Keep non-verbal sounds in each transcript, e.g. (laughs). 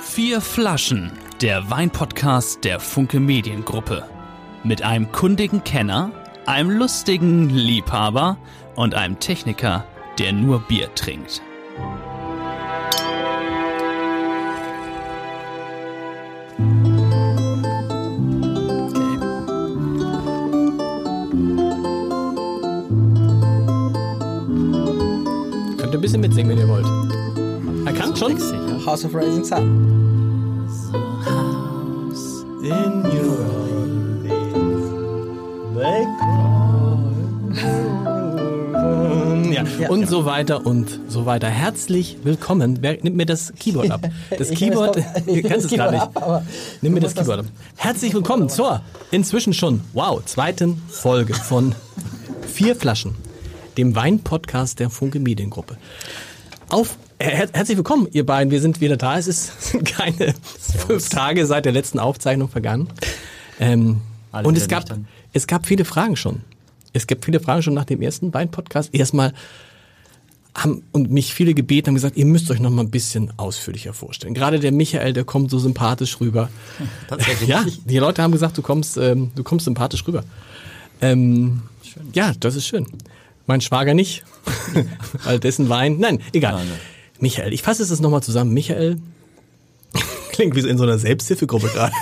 Vier Flaschen, der Weinpodcast der Funke Mediengruppe. Mit einem kundigen Kenner, einem lustigen Liebhaber und einem Techniker, der nur Bier trinkt. Könnt ihr ein bisschen mitsingen, wenn ihr wollt. Er kann schon. House of Rising Sun. in your Ja. Ja. und so weiter und so weiter. Herzlich willkommen. Wer nimmt mir das Keyboard ab? Das Keyboard, (laughs) ich (laughs) ihr nehme kannst das es gar Keyboard nicht. ab, aber Nimm mir du das musst Keyboard ab. Herzlich willkommen zur inzwischen schon, wow, zweiten Folge von Vier Flaschen, dem Wein-Podcast der Funke Mediengruppe. Auf, äh, her herzlich willkommen, ihr beiden. Wir sind wieder da. Es ist (laughs) sind keine fünf Tage seit der letzten Aufzeichnung vergangen. Ähm, Alle und wieder es gab, nüchtern. es gab viele Fragen schon. Es gibt viele Fragen schon nach dem ersten Wein-Podcast. Erstmal haben und mich viele gebeten, haben gesagt, ihr müsst euch noch mal ein bisschen ausführlicher vorstellen. Gerade der Michael, der kommt so sympathisch rüber. (laughs) Tatsächlich. Ja, die Leute haben gesagt, du kommst, ähm, du kommst sympathisch rüber. Ähm, Ja, das ist schön. Mein Schwager nicht, (laughs) weil dessen Wein. Nein, egal. Michael, ich fasse es nochmal zusammen. Michael (laughs) klingt wie so in so einer Selbsthilfegruppe (laughs) gerade.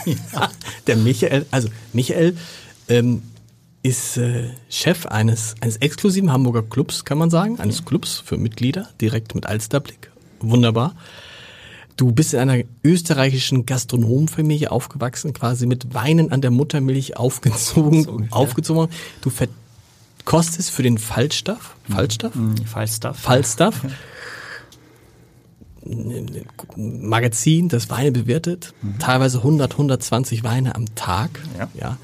Der Michael, also Michael ähm, ist äh, Chef eines, eines exklusiven Hamburger Clubs, kann man sagen. Eines Clubs für Mitglieder, direkt mit Alsterblick. Wunderbar. Du bist in einer österreichischen Gastronomenfamilie aufgewachsen, quasi mit Weinen an der Muttermilch aufgezogen, aufgezogen. worden. Du verkostest für den Falstaff, Falstaff, Falstaff. Falstaff ein Magazin, das Weine bewertet, teilweise 100, 120 Weine am Tag. Mhm. Ja.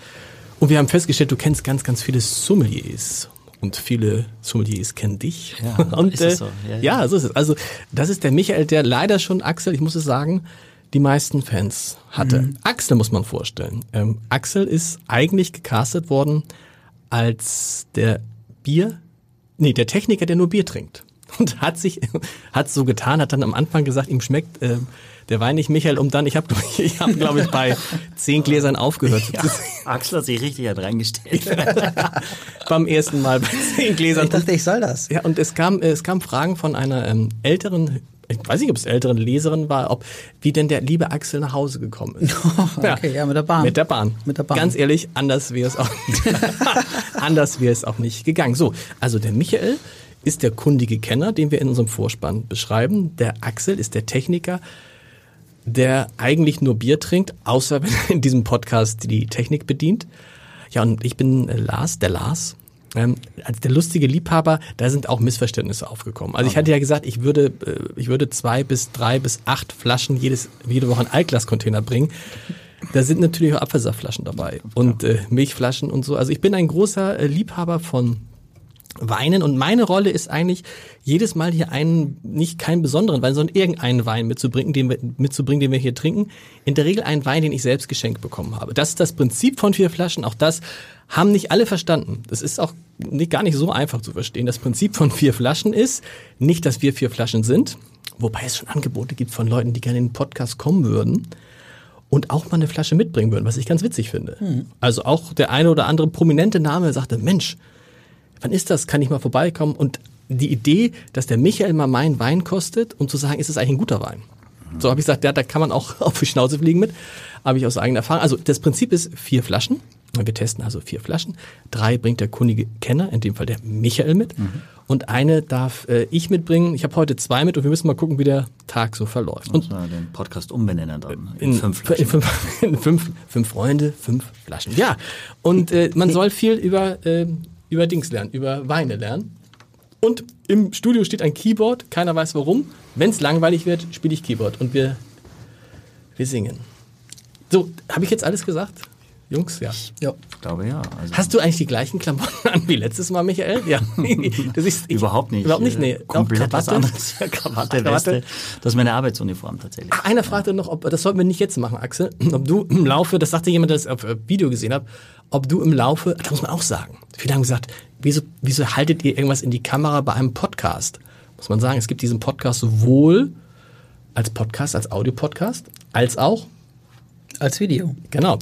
Und wir haben festgestellt, du kennst ganz, ganz viele Sommeliers. Und viele Sommeliers kennen dich. Ja, (laughs) und, ist es äh, so? Ja, Ja, so ist es. Also, das ist der Michael, der leider schon, Axel, ich muss es sagen, die meisten Fans hatte. Mhm. Axel muss man vorstellen. Ähm, Axel ist eigentlich gecastet worden als der Bier, nee, der Techniker, der nur Bier trinkt. (laughs) Und hat sich, hat so getan, hat dann am Anfang gesagt, ihm schmeckt ähm, der Wein nicht, Michael, um dann, ich habe, ich hab, (laughs) glaube ich, bei zehn Gläsern aufgehört. Axel hat sich richtig hat reingestellt. (laughs) Beim ersten Mal bei zehn Gläsern. Ich dachte, ich soll das. Ja, und es kam, äh, es kam Fragen von einer ähm, älteren, ich weiß nicht, ob es älteren Leserin war, ob wie denn der liebe Axel nach Hause gekommen ist. (laughs) Okay, ja, mit der Bahn. Mit der Bahn. Mit der Bahn. Ganz ehrlich, anders wäre es auch (laughs) anders wäre es auch nicht gegangen. So, also der Michael ist der kundige Kenner, den wir in unserem Vorspann beschreiben. Der Axel ist der Techniker, der eigentlich nur Bier trinkt, außer wenn er in diesem Podcast die Technik bedient. Ja, und ich bin äh, Lars, der Lars. Ähm, als der lustige Liebhaber, da sind auch Missverständnisse aufgekommen. Also ich hatte ja gesagt, ich würde, äh, ich würde zwei bis drei bis acht Flaschen jedes, jede Woche in Altglascontainer bringen. Da sind natürlich auch Apfelsaftflaschen dabei und äh, Milchflaschen und so. Also ich bin ein großer äh, Liebhaber von Weinen und meine Rolle ist eigentlich jedes Mal hier einen nicht keinen besonderen Wein, sondern irgendeinen Wein mitzubringen, den wir mitzubringen, den wir hier trinken. In der Regel einen Wein, den ich selbst geschenkt bekommen habe. Das ist das Prinzip von vier Flaschen. Auch das haben nicht alle verstanden. Das ist auch nicht, gar nicht so einfach zu verstehen. Das Prinzip von vier Flaschen ist nicht, dass wir vier Flaschen sind, wobei es schon Angebote gibt von Leuten, die gerne in den Podcast kommen würden und auch mal eine Flasche mitbringen würden, was ich ganz witzig finde. Also auch der eine oder andere prominente Name sagte, Mensch, wann ist das? Kann ich mal vorbeikommen? Und die Idee, dass der Michael mal meinen Wein kostet, um zu sagen, ist es eigentlich ein guter Wein? So habe ich gesagt, ja, da kann man auch (laughs) auf die Schnauze fliegen mit. Habe ich aus eigener Erfahrung. Also das Prinzip ist vier Flaschen. Wir testen also vier Flaschen. Drei bringt der kundige Kenner, in dem Fall der Michael mit. Und eine darf äh, ich mitbringen. Ich habe heute zwei mit und wir müssen mal gucken, wie der Tag so verläuft. Und Muss man den Podcast umbenennen dann. In, fünf Äh, in Flaschen. fünf, (laughs) in fünf, fünf Freunde, fünf Flaschen. Ja, und äh, man soll viel über, äh, über Dings lernen, über Weine lernen. Und im Studio steht ein Keyboard, keiner weiß warum. Wenn es langweilig wird, spiele ich Keyboard und wir, wir singen. So, habe ich jetzt alles gesagt? Jungs, ja. Ja. Ich glaube ja. Also Hast du eigentlich die gleichen Klamotten (laughs) an wie letztes Mal, Michael? (laughs) Ja. Das ist, ich- überhaupt nicht. Überhaupt nicht, nee. Äh, Komplett Auch was Krawatte? anderes. Krawatte, Weste. Das ist meine Arbeitsuniform tatsächlich. Ach, einer fragte noch, ob das sollten wir nicht jetzt machen, Axel, (clears throat) ob du im Laufe, das sagte jemand, der das auf äh, Video gesehen hat, ob du im Laufe, da muss man auch sagen, viele haben gesagt, wieso, wieso haltet ihr irgendwas in die Kamera bei einem Podcast? Muss man sagen, es gibt diesen Podcast sowohl Als Podcast, als Audiopodcast, als auch Als Video. Genau.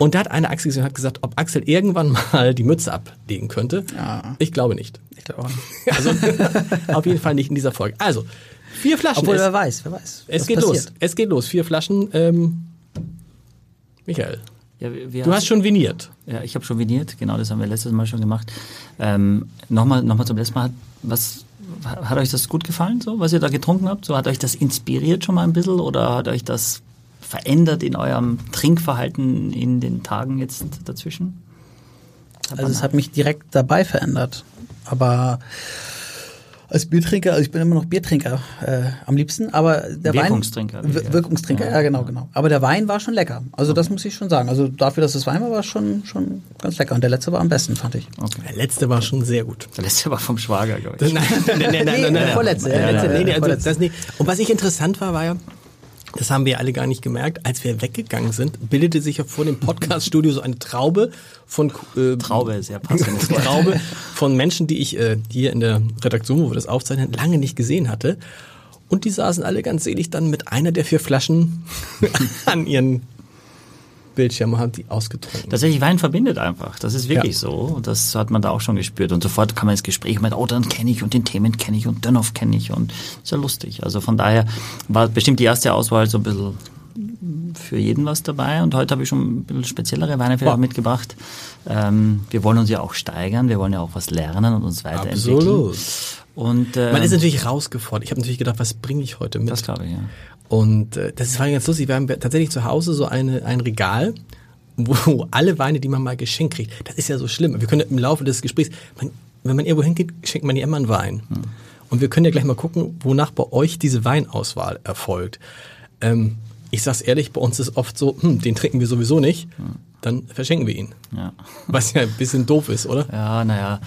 Und da hat eine Axel gesehen und hat gesagt, ob Axel irgendwann (laughs) mal die Mütze ablegen könnte. Ja. Ich glaube nicht. Ich glaube auch nicht. Also (laughs) auf jeden Fall nicht in dieser Folge. Also, vier Flaschen. Obwohl, es wer weiß, wer weiß. es was geht passiert. los. Es geht los. Vier Flaschen. Ähm, Michael, Ja, wir- wir du hast schon viniert. Ja, ich habe schon viniert, genau, das haben wir letztes Mal schon gemacht. Ähm, Nochmal noch mal zum letzten Mal, hat- was, hat euch das gut gefallen, so, was ihr da getrunken habt? So, hat euch das inspiriert schon mal ein bisschen oder hat euch das verändert in eurem Trinkverhalten in den Tagen jetzt dazwischen? Also es hat mich direkt dabei verändert. Aber als Biertrinker, also ich bin immer noch Biertrinker äh, am liebsten, aber der Wirkungstrinker, Wein. Wir- ja. Wirkungstrinker, ja, Ja, genau, genau. Aber der Wein war schon lecker. Also das muss ich schon sagen. Also dafür, dass es Wein war, war es schon, schon ganz lecker. Und der letzte war am besten, fand ich. Der letzte war schon sehr gut. (laughs) Der letzte war vom Schwager, glaube (laughs) ich. Nein, nein, nein, nein, Nee, nein, nein, der vorletzte, nein, der letzte, nein, der nee, nee, also vorletzte. das nicht. Und was ich interessant war, war ja, das haben wir alle gar nicht gemerkt, als wir weggegangen sind, bildete sich ja vor dem Podcast-Studio so eine Traube von äh, Traube ist (laughs) ja (laughs) passend. Traube von Menschen, die ich äh, hier in der Redaktion, wo wir das aufzeichnen, lange nicht gesehen hatte. Und die saßen alle ganz selig dann mit einer der vier Flaschen (laughs) an ihren Bildschirmen und haben die ausgetrunken. Tatsächlich, Wein verbindet einfach. Das ist wirklich Ja. so. Und das hat man da auch schon gespürt. Und sofort kam man ins Gespräch und meinte, oh, dann kenne ich und den Themen kenne ich und Dönhoff kenne ich. Und ist ja lustig. Also von daher war bestimmt die erste Auswahl so ein bisschen für jeden was dabei. Und heute habe ich schon ein bisschen speziellere Weine vielleicht Boah. mitgebracht. Ähm, wir wollen uns ja auch steigern. Wir wollen ja auch was lernen und uns weiterentwickeln. Absolut. Und äh, Man ist natürlich rausgefordert. Ich habe natürlich gedacht, was bringe ich heute mit? das glaube ich, ja. Und äh, das ist vor allem ganz lustig. Wir haben tatsächlich zu Hause so eine, ein Regal, wo alle Weine, die man mal geschenkt kriegt, das ist ja so schlimm. Wir können im Laufe des Gesprächs, man, wenn man irgendwo hingeht, schenkt man ja immer einen Wein. Hm. Und wir können ja gleich mal gucken, wonach bei euch diese Weinauswahl erfolgt. Ähm, ich sag's ehrlich, bei uns ist oft so, hm, den trinken wir sowieso nicht, Hm. dann verschenken wir ihn. ja. Was ja ein bisschen doof ist, oder? Ja, naja.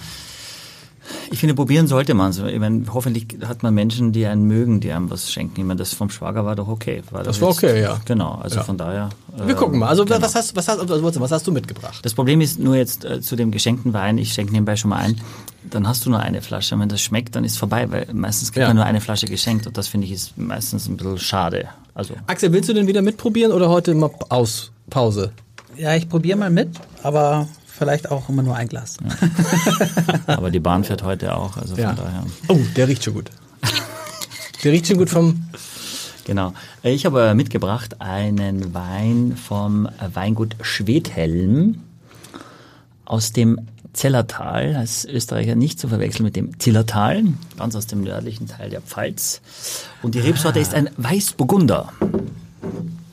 Ich finde, probieren sollte man so. Ich meine, hoffentlich hat man Menschen, die einen mögen, die einem was schenken. Ich meine, das vom Schwager war doch okay. Das doch war jetzt- okay, ja. Genau, also Ja. von daher. Wir äh, gucken mal. Also was, hast, was, hast, also, was hast du mitgebracht? Das Problem ist nur jetzt äh, zu dem geschenkten Wein, ich schenke nebenbei schon mal ein, dann hast du nur eine Flasche. Und wenn das schmeckt, dann ist vorbei, weil meistens kriegt Ja. man nur eine Flasche geschenkt und das finde ich ist meistens ein bisschen schade. (laughs) Also, Axel, willst du denn wieder mitprobieren oder heute mal aus Pause? Ja, ich probiere mal mit, aber vielleicht auch immer nur ein Glas. aber die Bahn fährt heute auch, also von Ja. daher. Oh, der riecht schon gut. Der riecht schon gut vom. Genau. Ich habe äh, mitgebracht einen Wein vom Weingut Schwedhelm aus dem Zellertal, als Österreicher nicht zu verwechseln mit dem Zillertal, ganz aus dem nördlichen Teil der Pfalz. Und die Rebsorte ist ein Weißburgunder.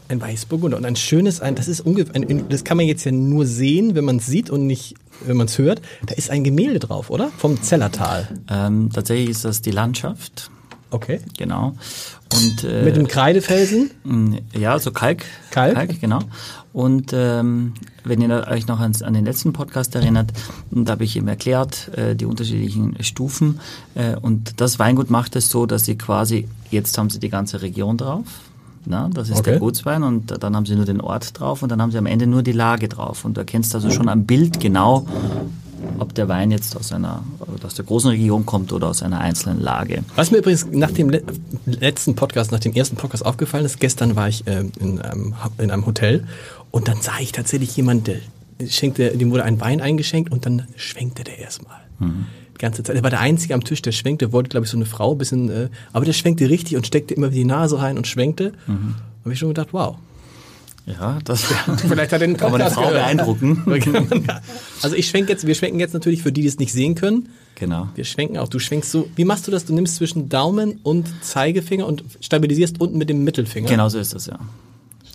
Ein Weißburgunder und ein schönes, ein, das ist ungefähr, ein- ein, das kann man jetzt ja nur sehen, wenn man es sieht und nicht, wenn man es hört. Da ist ein Gemälde drauf, oder? Vom Zellertal. Ähm, tatsächlich ist das die Landschaft, Okay. genau. Und äh, Mit dem Kreidefelsen. Mm, Ja, so Kalk. Kalk? genau. Und ähm, wenn ihr euch noch ans, an den letzten Podcast erinnert, da habe ich eben erklärt, äh, die unterschiedlichen Stufen. Äh, und das Weingut macht es so, dass sie quasi, jetzt haben sie die ganze Region drauf. Na, das ist Okay. der Gutswein und dann haben sie nur den Ort drauf und dann haben sie am Ende nur die Lage drauf. Und du erkennst also schon am Bild genau, ob der Wein jetzt aus einer aus der großen Region kommt oder aus einer einzelnen Lage. Was mir übrigens nach dem le letzten Podcast, nach dem ersten Podcast aufgefallen ist, gestern war ich ähm, in, einem, Ha- in einem Hotel und dann sah ich tatsächlich jemanden, der schenkte, dem wurde ein Wein eingeschenkt und dann schwenkte der erstmal. Die ganze Zeit. Er war der Einzige am Tisch, der schwenkte, wollte, glaube ich, so eine Frau ein bisschen, äh, aber der schwenkte richtig und steckte immer die Nase rein und schwenkte. Habe ich schon gedacht, wow. Ja, das (laughs) Vielleicht hat er den kann man eine Podcast Frau gehört. beeindrucken. Also ich schwenk jetzt, wir schwenken jetzt natürlich für die, die es nicht sehen können. Genau. Wir schwenken auch. Du schwenkst so. Wie machst du das? Du nimmst zwischen Daumen und Zeigefinger und stabilisierst unten mit dem Mittelfinger. Genau so ist das, ja.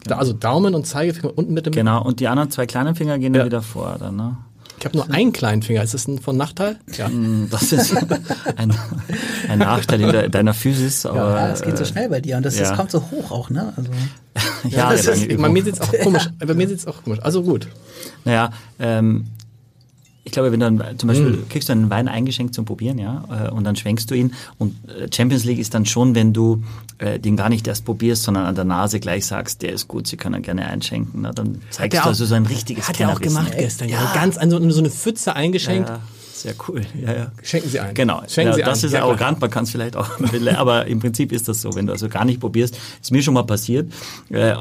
Da, also Daumen und Zeigefinger und unten mit dem. Genau, und die anderen zwei kleinen Finger gehen dann Ja. wieder vor, dann, ne? Ich habe nur einen kleinen Finger. Ist das ein von Nachteil? Ja. (laughs) Mm, Das ist (laughs) ein, ein Nachteil in de, deiner Physis, aber. Ja, es geht so äh, schnell bei dir und das, ja. das kommt so hoch auch, ne? Also, Ja, genau. das ist, bei mir Übung. sitzt auch komisch. Bei mir sitzt auch komisch. Also gut. Naja, ähm, ich glaube, wenn du dann, zum Beispiel Mhm. kriegst du einen Wein eingeschenkt zum Probieren, ja, äh, und dann schwenkst du ihn. Und äh, Champions League ist dann schon, wenn du äh, den gar nicht erst probierst, sondern an der Nase gleich sagst, der ist gut, sie können gerne einschenken. Na, dann zeigst du also so ein richtiges Hat er auch Kennerwissen. gemacht gestern. Ja. Ganz an so, so eine Pfütze eingeschenkt. Ja, Sehr cool. Ja, ja. Schenken Sie ein. Genau. Schenken ja, Sie das ein. ist Ja, klar. arrogant, man kann es vielleicht auch, (laughs) ein bisschen, aber im Prinzip ist das so, wenn du also gar nicht probierst. Ist mir schon mal passiert. Äh, äh,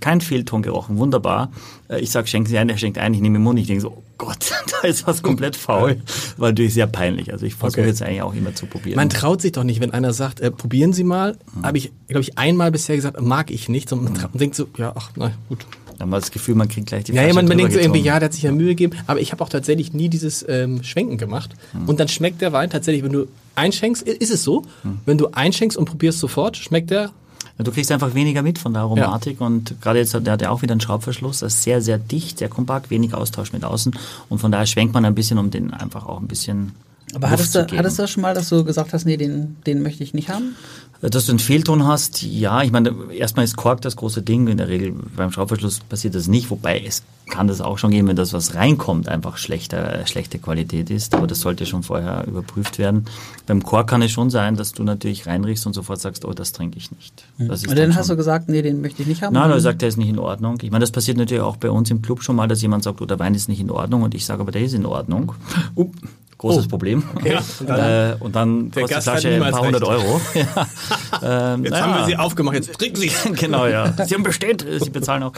kein Fehlton gerochen, wunderbar. Äh, Ich sag, schenken Sie ein, er schenkt ein, ich nehme den Mund, ich denke so, oh Gott, (laughs) da ist was komplett faul. War natürlich sehr peinlich. Also ich versuche Okay. jetzt eigentlich auch immer zu probieren. Man traut sich doch nicht, wenn einer sagt, äh, probieren Sie mal. Mhm. Habe ich, glaube ich, einmal bisher gesagt, mag ich nicht. Und man tra- denkt so, ja, ach, na gut. Dann war das Gefühl, man kriegt gleich die Ja, Flasche ja, man drüber denkt so irgendwie, gezogen. ja, der hat sich ja Mühe gegeben. Aber ich habe auch tatsächlich nie dieses ähm, Schwenken gemacht. Und dann schmeckt der Wein tatsächlich, wenn du einschenkst, i- ist es so, wenn du einschenkst und probierst sofort, schmeckt der. Ja, Du kriegst einfach weniger mit von der Aromatik und gerade jetzt hat der hat ja auch wieder einen Schraubverschluss, das ist sehr, sehr dicht, sehr kompakt, wenig Austausch mit außen und von daher schwenkt man ein bisschen, um den einfach auch ein bisschen. Aber Luft hattest zu du, geben. hattest du das schon mal, dass du gesagt hast, nee, den, den möchte ich nicht haben? Äh, Dass du einen Fehlton hast, ja, ich meine, erstmal ist Kork das große Ding. In der Regel beim Schraubverschluss passiert das nicht, wobei es kann das auch schon geben, wenn das, was reinkommt, einfach schlechter, äh, schlechte Qualität ist. Aber das sollte schon vorher überprüft werden. Beim Kork kann es schon sein, dass du natürlich reinriechst und sofort sagst, oh, das trinke ich nicht. Das Und Hm. dann schon- hast du gesagt, nee, den möchte ich nicht haben. Nein, er sagt, der ist nicht in Ordnung. Ich meine, das passiert natürlich auch bei uns im Club schon mal, dass jemand sagt, oh, der Wein ist nicht in Ordnung und ich sage, aber der ist in Ordnung. Up, großes Problem. Und (laughs) Äh, und dann kostet die Oh. Gast hat Flasche ein niemals paar hundert recht. (laughs) Euro. ja. ähm, Jetzt naja. haben wir sie aufgemacht, jetzt trinken sie. (laughs) genau, ja. Sie haben bestellt, äh, Sie bezahlen auch.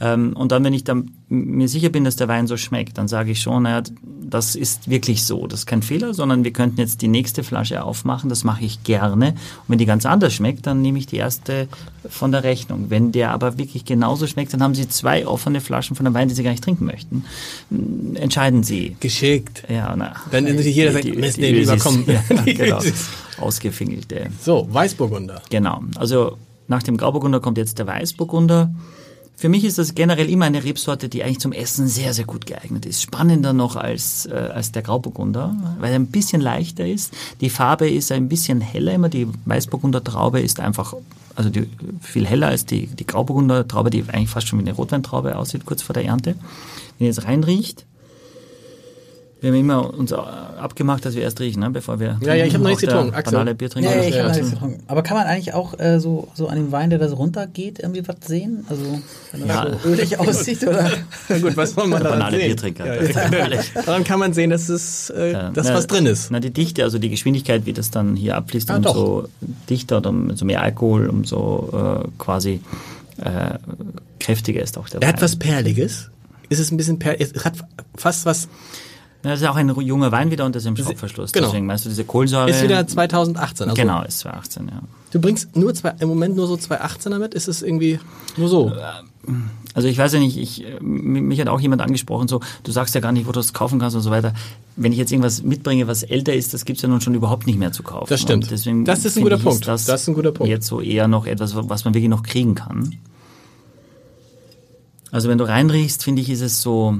Ähm, und dann, wenn ich dann mir sicher bin, dass der Wein so schmeckt, dann sage ich schon, naja, das ist wirklich so. Das ist kein Fehler, sondern wir könnten jetzt die nächste Flasche aufmachen. Das mache ich gerne. Und wenn die ganz anders schmeckt, dann nehme ich die erste von der Rechnung. Wenn der aber wirklich genauso schmeckt, dann haben Sie zwei offene Flaschen von einem Wein, die Sie gar nicht trinken möchten. M, Entscheiden Sie. (laughs) Geschickt. Ja, na. Dann Äh, natürlich jeder sagt, Mist, nee, lieber Ösis. komm. Ja, (laughs) Die genau. Ösis. Ausgefingelte. So, Weißburgunder. Genau. Also nach dem Grauburgunder kommt jetzt der Weißburgunder. Für mich ist das generell immer eine Rebsorte, die eigentlich zum Essen sehr, sehr gut geeignet ist. Spannender noch als, äh, als der Grauburgunder, weil er ein bisschen leichter ist. Die Farbe ist ein bisschen heller immer. Die Weißburgunder Traube ist einfach, also die, viel heller als die, die Grauburgunder Traube, die eigentlich fast schon wie eine Rotweintraube aussieht, kurz vor der Ernte. Wenn ihr jetzt reinriecht, wir haben immer uns äh, abgemacht, dass wir erst riechen, ne, bevor wir. Ja, ja, ich hab noch nichts getrunken, Axel. Banale Biertrinker. nee, ich Ja, hab ja. nichts getrunken. Aber kann man eigentlich auch äh, so, so an dem Wein, der da so runtergeht, irgendwie was sehen? Also, wenn das Ja. so (laughs) ölig aussieht, oder? Na gut, was soll man Der da banale sehen? Biertrinker. Ja, (laughs) ja. Daran kann man sehen, dass es äh, das, Na, was drin ist. Na, die Dichte, also die Geschwindigkeit, wie das dann hier abfließt, Ah, umso dichter oder umso mehr Alkohol, umso äh, quasi äh, kräftiger ist auch der Er hat Wein. was Perliges. Ist es ein bisschen per es hat fast was. Na, das ist auch ein junger Wein wieder und das ist im Schraubverschluss. genau. Deswegen meinst du diese Kohlensäure. Ist wieder 2018. Also genau, ist 2018, ja. Du bringst nur zwei, im Moment nur so 2018er mit. Ist es irgendwie nur so? Also ich weiß ja nicht, ich, äh, m- mich hat auch jemand angesprochen, so, du sagst ja gar nicht, wo du es kaufen kannst und so weiter. Wenn ich jetzt irgendwas mitbringe, was älter ist, das gibt's ja nun schon überhaupt nicht mehr zu kaufen. Das stimmt. Und deswegen Das ist ein finde guter ich, Punkt. Das, Das ist ein guter Punkt. Jetzt so eher noch etwas, was man wirklich noch kriegen kann. Also wenn du reinriechst, finde ich, ist es so,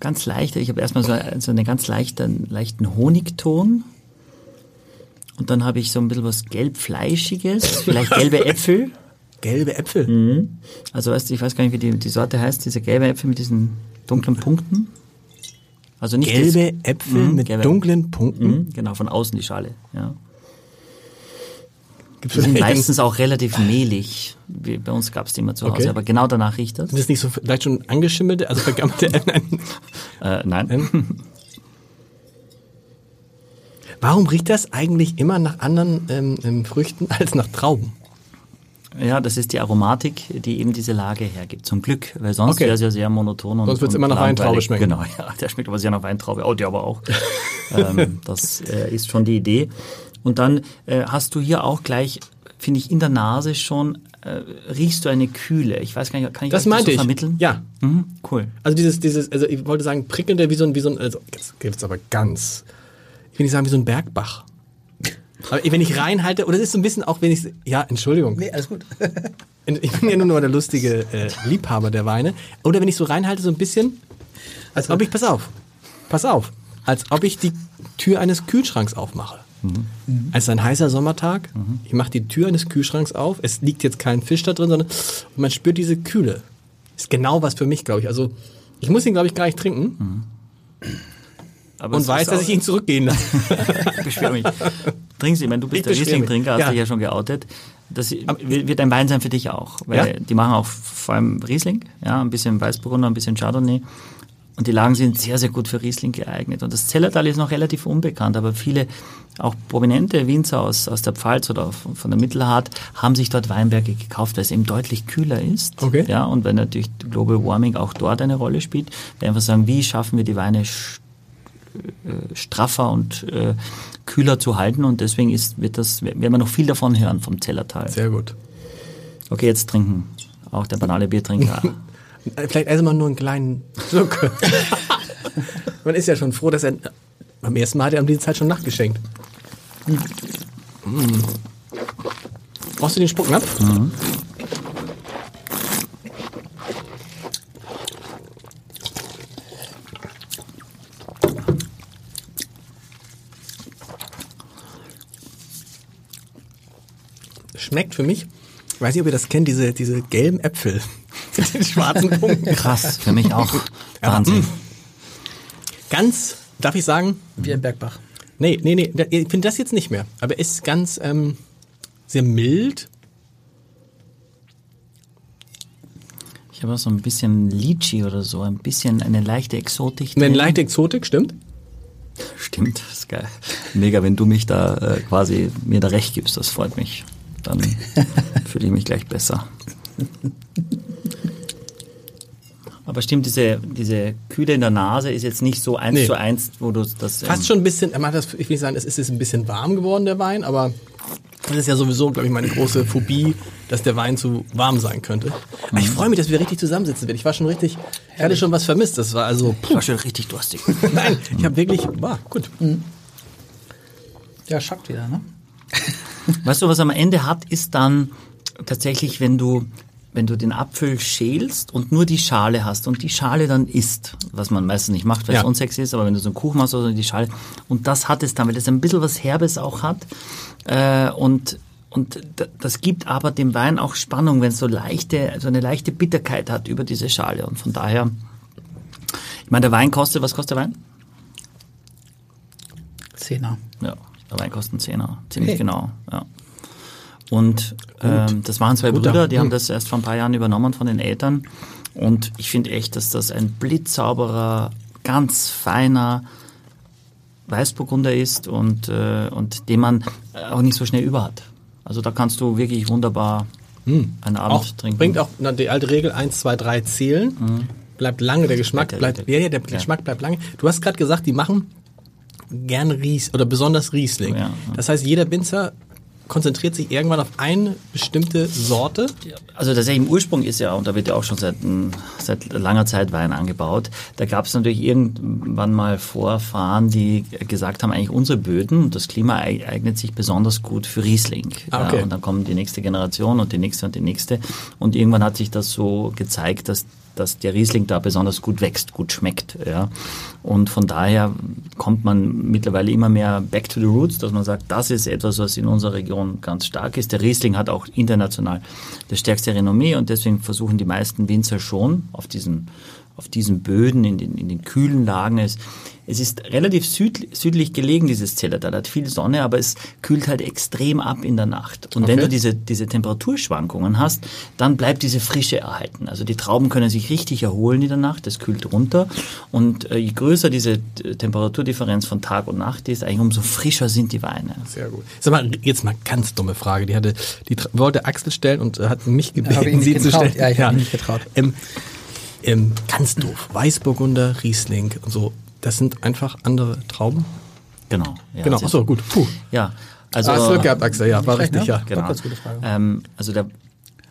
ganz leichter, ich habe erstmal so, so einen ganz leichten, leichten Honigton. Und dann habe ich so ein bisschen was gelb-fleischiges, vielleicht (laughs) gelbe Äpfel. Gelbe Äpfel. Also weißt du, ich weiß gar nicht, wie die, die Sorte heißt, diese gelbe Äpfel mit diesen dunklen Punkten. Also nicht Gelbe Äpfel Mhm, mit gelbe- dunklen Punkten. Mhm, genau, von außen die Schale. Ja. Gibt's (laughs) Die sind vielleicht- meistens auch relativ mehlig. Wie, bei uns gab es die immer zu Hause, Okay. aber genau danach riecht das. Sind das nicht so vielleicht schon angeschimmelte, also vergammelte (laughs) Äpfel? Äh, nein. Warum riecht das eigentlich immer nach anderen ähm, ähm, Früchten als nach Trauben? Ja, das ist die Aromatik, die eben diese Lage hergibt. Zum Glück, weil sonst Okay. wäre es ja sehr monoton. Und, Sonst wird's und immer nach langweilig. Weintraube schmecken. Genau, (laughs) ja, der schmeckt aber sehr nach Weintraube. Oh, der (laughs) aber auch. ähm, das äh, ist schon die Idee. Und dann äh, hast du hier auch gleich, finde ich, in der Nase schon, äh, riechst du eine Kühle. Ich weiß gar nicht, kann ich Das euch meinte so ich. vermitteln? Ja. Mhm, cool. Also dieses, dieses, also ich wollte sagen, prickelnder wie so ein, wie so ein, also das gibt's aber ganz. Ich will nicht sagen, wie so ein Bergbach. Aber wenn ich reinhalte, oder es ist so ein bisschen auch, wenn ich, ja, Entschuldigung. Nee, alles gut. (laughs) Ich bin ja nur noch der lustige äh, Liebhaber der Weine. Oder wenn ich so reinhalte, so ein bisschen, als ob ich, pass auf, pass auf, als ob ich die Tür eines Kühlschranks aufmache. Es ist ein heißer Sommertag, ich mache die Tür eines Kühlschranks auf, es liegt jetzt kein Fisch da drin, sondern und man spürt diese Kühle. Ist genau was für mich, glaube ich. Also ich muss ihn, glaube ich, gar nicht trinken Aber es und ist weiß, dass auch- ich ihn zurückgehen lasse. (laughs) Ich beschwere mich. Trinkst du, ich meine, du bist Ich der beschwere mich. Riesling-Trinker, hast Ja. dich ja schon geoutet. Das wird ein Wein sein für dich auch. Weil Ja? die machen auch vor allem Riesling, ja, ein bisschen Weißburgunder, ein bisschen Chardonnay. Und die Lagen sind sehr, sehr gut für Riesling geeignet. Und das Zellertal ist noch relativ unbekannt, aber viele, auch prominente Winzer aus, aus der Pfalz oder von von der Mittelhart, haben sich dort Weinberge gekauft, weil es eben deutlich kühler ist. Okay. Ja, und weil natürlich Global Warming auch dort eine Rolle spielt. Wir einfach sagen, wie schaffen wir die Weine sch- äh, straffer und äh, kühler zu halten. Und deswegen ist, wird das, werden wir noch viel davon hören vom Zellertal. Sehr gut. Okay, jetzt trinken. Auch der (laughs) banale Biertrinker. Äh, Vielleicht erstmal nur einen kleinen Schluck. Man ist ja schon froh, dass er beim ersten Mal hat er am Dienstag schon nachgeschenkt. Mm. Brauchst du den Mhm. Spucknapf? Schmeckt für mich, weiß nicht, ob ihr das kennt, diese, diese gelben Äpfel. (laughs) Mit den schwarzen Punkten. Krass, für mich auch. Ja. hm. Wahnsinn. Ganz, darf ich sagen, Wie ein Bergbach. Nee, nee, nee, da- ich finde das jetzt nicht mehr. Aber er ist ganz ähm, sehr mild. Ich habe auch so ein bisschen Litchi oder so, ein bisschen eine leichte Exotik. Eine drin. leichte Exotik, stimmt? Stimmt, das ist geil. Mega, wenn du mich da äh, quasi mir da recht gibst, das freut mich. (laughs) Dann fühle ich mich gleich besser. Aber stimmt, diese, diese Kühle in der Nase ist jetzt nicht so eins Nee. zu eins, wo du das. ähm, Fast schon ein bisschen, er macht das, ich will nicht sagen, es ist jetzt ein bisschen warm geworden, der Wein, aber das ist ja sowieso, glaube ich, meine große Phobie, dass der Wein zu warm sein könnte. Aber Mhm. ich freue mich, dass wir richtig zusammensitzen werden. Ich war schon richtig, ich hatte schon was vermisst. Das war also, Ich war schon richtig durstig. (laughs) Mhm. nein, ich habe wirklich, war gut. Ja, schockt wieder, ne? Weißt du, was am Ende hat, ist dann tatsächlich, wenn du, wenn du den Apfel schälst und nur die Schale hast und die Schale dann isst, was man meistens nicht macht, weil Ja. es unsexy ist, aber wenn du so einen Kuchen machst oder die Schale, und das hat es dann, weil es ein bisschen was Herbes auch hat, äh, und, und d- das gibt aber dem Wein auch Spannung, wenn es so leichte, so eine leichte Bitterkeit hat über diese Schale und von daher, ich meine, der Wein kostet, was kostet der Wein? Zehner. Ja, der Wein kostet einen Zehner, ziemlich Okay. genau. Ja. Und ähm, das waren zwei Guter. Brüder, die haben Hm. das erst vor ein paar Jahren übernommen von den Eltern. Und ich finde echt, dass das ein blitzsauberer, ganz feiner Weißburgunder ist und, äh, und den man äh, auch nicht so schnell über hat. Also da kannst du wirklich wunderbar einen Abend Hm. Auch, trinken. Mhm. bringt auch na, die alte Regel 1, 2, 3 zählen. Bleibt lange der Geschmack, Weiter, bleibt, weiter. ja, ja, der Ja. Geschmack bleibt lange. Du hast gerade gesagt, die machen gern Ries oder besonders Riesling. Ja, ja. Das heißt, jeder Winzer konzentriert sich irgendwann auf eine bestimmte Sorte. Also tatsächlich im Ursprung ist ja, und da wird ja auch schon seit, mm, seit langer Zeit Wein angebaut, da gab es natürlich irgendwann mal Vorfahren, die gesagt haben, eigentlich unsere Böden und das Klima eig- eignet sich besonders gut für Riesling. Ah, okay. ja, und dann kommt die nächste Generation und die nächste und die nächste. Und irgendwann hat sich das so gezeigt, dass dass der Riesling da besonders gut wächst, gut schmeckt. Ja. Und von daher kommt man mittlerweile immer mehr back to the roots, dass man sagt, das ist etwas, was in unserer Region ganz stark ist. Der Riesling hat auch international das stärkste Renommee und deswegen versuchen die meisten Winzer schon auf diesen, auf diesen Böden, in den, in den kühlen Lagen. Es, es ist relativ süd, südlich gelegen, dieses Zellertal, hat viel Sonne, aber es kühlt halt extrem ab in der Nacht. Und wenn Okay. du diese, diese Temperaturschwankungen hast, dann bleibt diese Frische erhalten. Also die Trauben können sich richtig erholen in der Nacht, es kühlt runter. Und äh, je größer diese äh, Temperaturdifferenz von Tag und Nacht ist, eigentlich umso frischer sind die Weine. Sehr gut. Sag mal, jetzt mal ganz dumme Frage. Die hatte, die tra- wollte Axel stellen und äh, hat mich hab ich gebeten, nicht sie zu getraut. stellen. Ja, ich hab mich nicht getraut. Ähm, ähm, ganz doof. Weißburgunder, Riesling und so. Das sind einfach andere Trauben. Genau. Ja, genau. das ist- Achso, gut. Puh. Ja. Also, Hast Glück gehabt, Axel. Ja, war Recht, richtig, ne? ja. Genau. ganz gute Frage. Ähm, also der,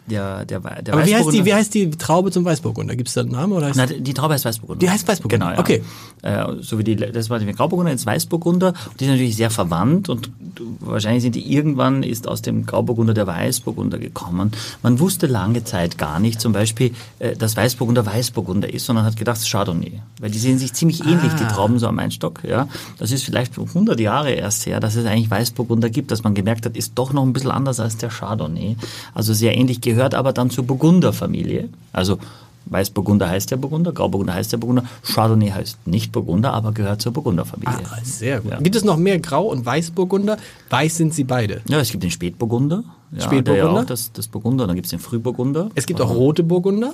der, der, Wei- der Aber wie heißt, die, Weißburgunder- wie heißt die Traube zum Weißburgunder? Gibt es da einen Namen? Oder heißt Na, die Traube heißt Weißburgunder. Die heißt Weißburgunder, Genau, ja. okay. Äh, so wie die, das war die Grauburgunder, jetzt Weißburgunder. Und die sind natürlich sehr verwandt und wahrscheinlich sind die irgendwann ist aus dem Grauburgunder der Weißburgunder gekommen. Man wusste lange Zeit gar nicht zum Beispiel, äh, dass Weißburgunder Weißburgunder ist, sondern hat gedacht, es ist Chardonnay. Weil die sehen sich ziemlich ähnlich, Ah. die Trauben so am Einstock. Ja. Das ist vielleicht 100 Jahre erst her, dass es eigentlich Weißburgunder gibt, dass man gemerkt hat, ist doch noch ein bisschen anders als der Chardonnay. Also sehr ähnlich, gehört aber dann zur Burgunderfamilie. Also Weißburgunder heißt der Burgunder, Grauburgunder heißt der Burgunder, Chardonnay heißt nicht Burgunder, aber gehört zur Burgunderfamilie. Ah, sehr gut. Ja. Gibt es noch mehr Grau- und Weißburgunder? Weiß sind sie beide. ja, es gibt den Spätburgunder, Ja, Der ja Spätburgunder? auch das, das Burgunder, dann gibt es den Frühburgunder. Es gibt auch rote Burgunder.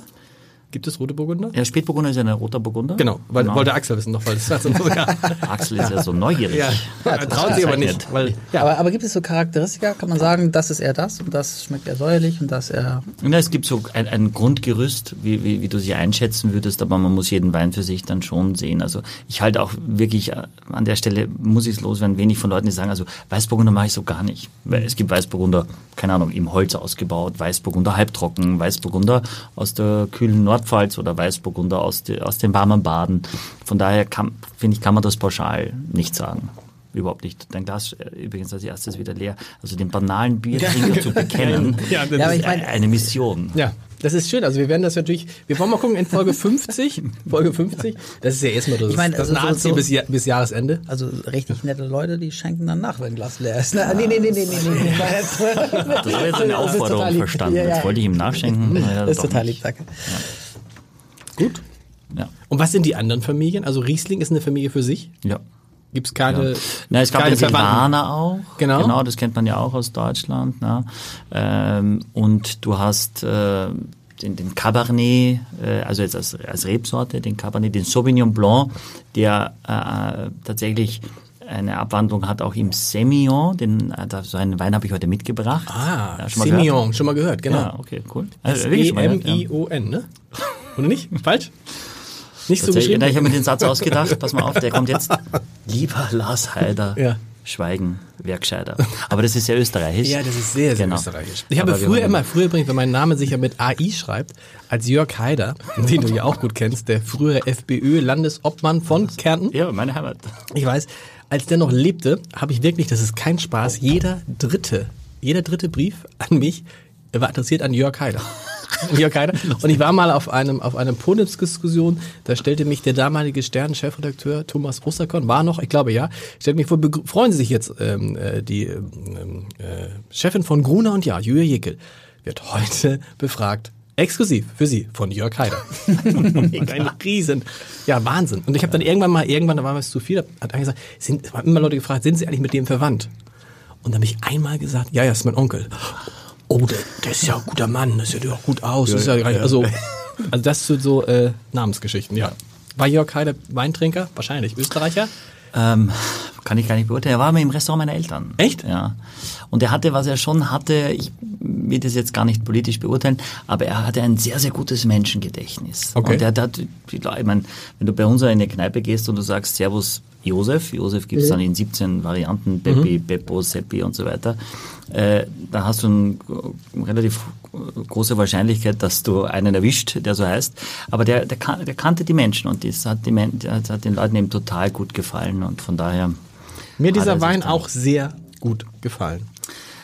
Gibt es rote Burgunder? Ja, Spätburgunder ist ja ein roter Burgunder. Genau, weil, wollte Axel wissen noch, weil das war so ja. Axel ist ja so neugierig. ja. Hat Traut sich aber nicht. gezeichnet. Weil, ja. Aber, aber gibt es so Charakteristika? Kann man sagen, das ist eher das und das schmeckt eher säuerlich und das eher. Na, es gibt so ein, ein Grundgerüst, wie, wie, wie du sie einschätzen würdest, aber man muss jeden Wein für sich dann schon sehen. Also ich halte auch wirklich, äh, an der Stelle muss ich es loswerden, wenig von Leuten, die sagen, also Weißburgunder mache ich so gar nicht. Weil es gibt Weißburgunder, keine Ahnung, im Holz ausgebaut, Weißburgunder halbtrocken, Weißburgunder aus der kühlen Nordpfalz oder Weißburgunder aus, de, aus den warmen Baden. Von daher kann, finde ich, kann man das pauschal nicht sagen. Überhaupt nicht. Dein Glas äh, übrigens als erstes wieder leer. Also den (laughs) banalen Biertrinker zu bekennen, Ja, das ist Ja, aber ich meine- eine Mission. ja, das ist schön. Also wir werden das natürlich, wir wollen mal gucken in Folge 50. Folge 50. Das ist ja erstmal das, Ich meine, das also so- Naheziel so- bis, Ja- bis Jahresende. Also richtig nette Leute, die schenken dann nach, wenn ein Glas leer ist. Na, Ah, nee, nee, nee, nee, nee, nee. (laughs) Das war Das war jetzt eine Aufforderung verstanden. Jetzt wollte ich ihm nachschenken. Naja, Das ist doch total lieb, nicht. danke. Gut. Ja. Und was sind die anderen Familien? Also Riesling ist eine Familie für sich. ja. Gibt es Ja. keine. Na, es gab keine den Verwandten. Silvaner auch. Genau. genau, das kennt man ja auch aus Deutschland. Na. Ähm, und du hast äh, den, den Cabernet, äh, also jetzt als, als Rebsorte, den Cabernet, den Sauvignon Blanc, der äh, tatsächlich eine Abwandlung hat auch im Semillon. Den, äh, da- so einen Wein habe ich heute mitgebracht. Ah, Ja, schon mal gehört? Semillon, schon mal gehört, genau. Ja, okay, cool. Also, wirklich schon mal gehört, ja. E-M-I-O-N, ne? Oder (laughs) nicht? Falsch? Nicht so Tatsächlich, geschrieben? na, ich habe mir den Satz ausgedacht, pass mal auf, der (laughs) kommt jetzt. Lieber Lars Heider, Ja. Schweigen, Werkscheider. Aber das ist ja österreichisch. Ja, das ist sehr, sehr Genau. österreichisch. Ich habe Aber genau. wir früher wollen- immer, früher übrigens, wenn mein Name sich ja mit AI schreibt, als Jörg Haider, den du ja auch gut kennst, der frühere FPÖ-Landesobmann von Kärnten, Ja, meine Heimat. ich weiß, als der noch lebte, habe ich wirklich, das ist kein Spaß, jeder dritte, jeder dritte Brief an mich war adressiert an Jörg Haider. Jörg Haider. Und ich war mal auf einem, auf einer Podiumsdiskussion, da stellte mich der damalige Stern-Chefredakteur Thomas Osterkorn, war noch, ich glaube ja, stellte mich vor, begrü- freuen Sie sich jetzt, ähm, äh, die ähm, äh, Chefin von Gruner und Ja, Julia Jekyll, wird heute befragt. Exklusiv für Sie von Jörg (laughs) Haider. Ein Riesen. Ja, Wahnsinn. Und ich habe dann irgendwann mal, irgendwann, da war mir es zu viel, hat einer gesagt, sind, haben immer Leute gefragt, sind Sie eigentlich mit dem verwandt? Und dann habe ich einmal gesagt, ja, ja, ist mein Onkel. Oh, der, der ist ja ein guter Mann, das sieht ja auch gut aus. ist ja, gar nicht- Also, also das sind so äh, Namensgeschichten, ja. War Jörg Heider Weintrinker? Wahrscheinlich. Österreicher? Ähm, kann ich gar nicht beurteilen. Er war mal im Restaurant meiner Eltern. Echt? Ja. Und er hatte, was er schon hatte, ich will das jetzt gar nicht politisch beurteilen, aber er hatte ein sehr, sehr gutes Menschengedächtnis. Okay. Und er hat, halt, die Leute- ich meine, wenn du bei uns in eine Kneipe gehst und du sagst Servus Josef, Josef Mhm. gibt es dann in 17 Varianten, Peppi, Beppo, Seppi und so weiter, äh, da hast du ein, eine relativ große Wahrscheinlichkeit, dass du einen erwischt, der so heißt. Aber der, der, kan der kannte die Menschen und das hat, die Men das hat den Leuten eben total gut gefallen und von daher... Mir hat er dieser sich Wein dann- auch sehr gut gefallen.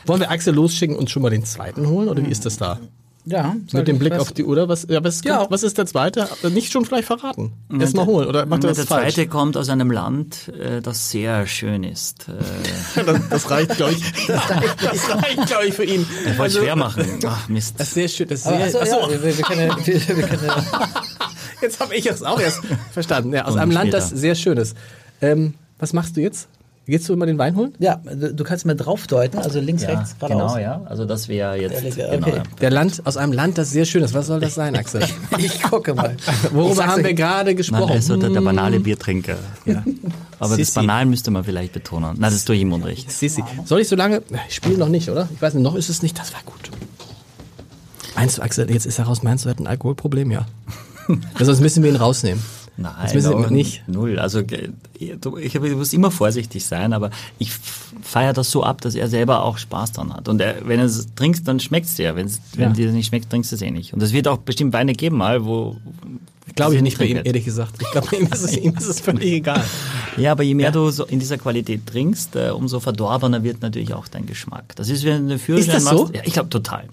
Wollen wir Axel losschicken und schon mal den zweiten holen? Oder wie ist das da? Ja, Mit dem Blick was- auf die Uhr, was, ja, was, Ja. was ist der zweite? Äh, Nicht schon vielleicht verraten. Erstmal holen, oder macht er der das falsch? (laughs) zweite kommt aus einem Land, äh, das sehr schön ist. (laughs) Äh, Das, das reicht, glaube (laughs) ich. Das reicht, glaube ich, für ihn. Also, ich wollte es schwer machen. Ach, (laughs) Mist. Das ist sehr schön. Das ist Aber, sehr, achso, achso, ja, wir, wir können, ja- wir, wir können ja- (laughs) jetzt habe ich es auch (laughs) erst verstanden. Ja, aus Und einem Land, später. das sehr schön ist. Ähm, was machst du jetzt? Gehst du immer den Wein holen? ja, du du kannst mal draufdeuten, also links, ja, rechts, geradeaus. genau, ja. Also das wäre jetzt. Ehrlich, genau, okay. ja. Der Land, aus einem Land, das sehr schön ist. Was soll das sein, (laughs) Axel? Ich gucke mal. Ich Worüber sag's haben euch. wir gerade Nein, gesprochen? er ist so der, der banale Biertrinker. (laughs) Ja. Aber das Mm. Sissi. Banal müsste man vielleicht betonen. Na, das tue ich ihm unrecht. Sissi. Soll ich so lange? Ich spiele noch nicht, oder? Ich weiß nicht, noch ist es nicht. Das war gut. Meinst du, Axel, jetzt ist er raus, meinst du, er hat ein Alkoholproblem? (laughs) Ja. Ja, Sonst müssen wir ihn rausnehmen. Nein, Sonst müssen wir aber ihn nicht. Null. Also ge- du- ich hab- du musst immer vorsichtig sein, aber ich feiere das so ab, dass er selber auch Spaß dran hat. Und er, wenn er es trinkst, dann schmeckt es dir. Wenn's, Ja. Wenn dir das nicht schmeckt, trinkst du es eh nicht. Und es wird auch bestimmt Weine geben, mal, wo. Glaube ich nicht bei ihm, trinkt. ehrlich gesagt. Ich glaube, (laughs) ihm, ist es- ihm ist es völlig egal. Ja, aber je mehr du so in dieser Qualität trinkst, äh, umso verdorbener wird natürlich auch dein Geschmack. Das ist, wenn du den Führerschein das machst. so? Ja, ich glaube total.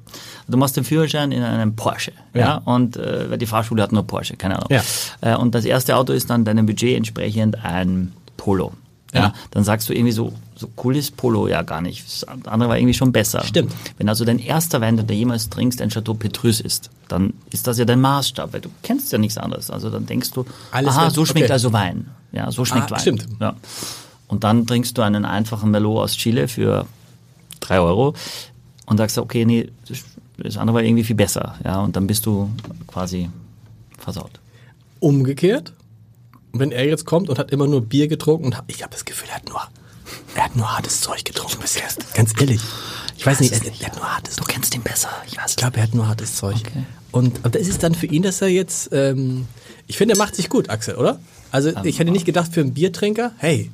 Du machst den Führerschein in einem Porsche. Ja. Ja. und äh, weil die Fahrschule hat nur Porsche, keine Ahnung. Ja. Äh, und das erste Auto ist dann deinem Budget entsprechend ein Polo. Ja. Ja. Dann sagst du irgendwie so, so cool ist Polo ja gar nicht. Das andere war irgendwie schon besser. Stimmt. Wenn also dein erster Wein, den du jemals trinkst, ein Chateau Petrus ist, dann ist das ja dein Maßstab, weil du kennst ja nichts anderes. Also dann denkst du, Alles aha, wird- so schmeckt okay. also Wein. Ja, so schmeckt Ah, Wein. stimmt. Ja. Und dann trinkst du einen einfachen Merlot aus Chile für 3 Euro. und sagst, okay, nee, das andere war irgendwie viel besser. Ja, und dann bist du quasi versaut. Umgekehrt, wenn er jetzt kommt und hat immer nur Bier getrunken und ich habe das Gefühl, er hat nur, er hat nur hartes Zeug getrunken bisher. Ganz ehrlich. Ich weiß nicht, er, er hat nur hartes Du kennst ihn besser. Ich weiß ich glaube, er hat nur hartes Zeug. Und aber das ist dann für ihn, dass er jetzt. Ähm, ich finde, er macht sich gut, Axel, oder? Also Ah, ich hätte nicht gedacht für einen Biertrinker, hey.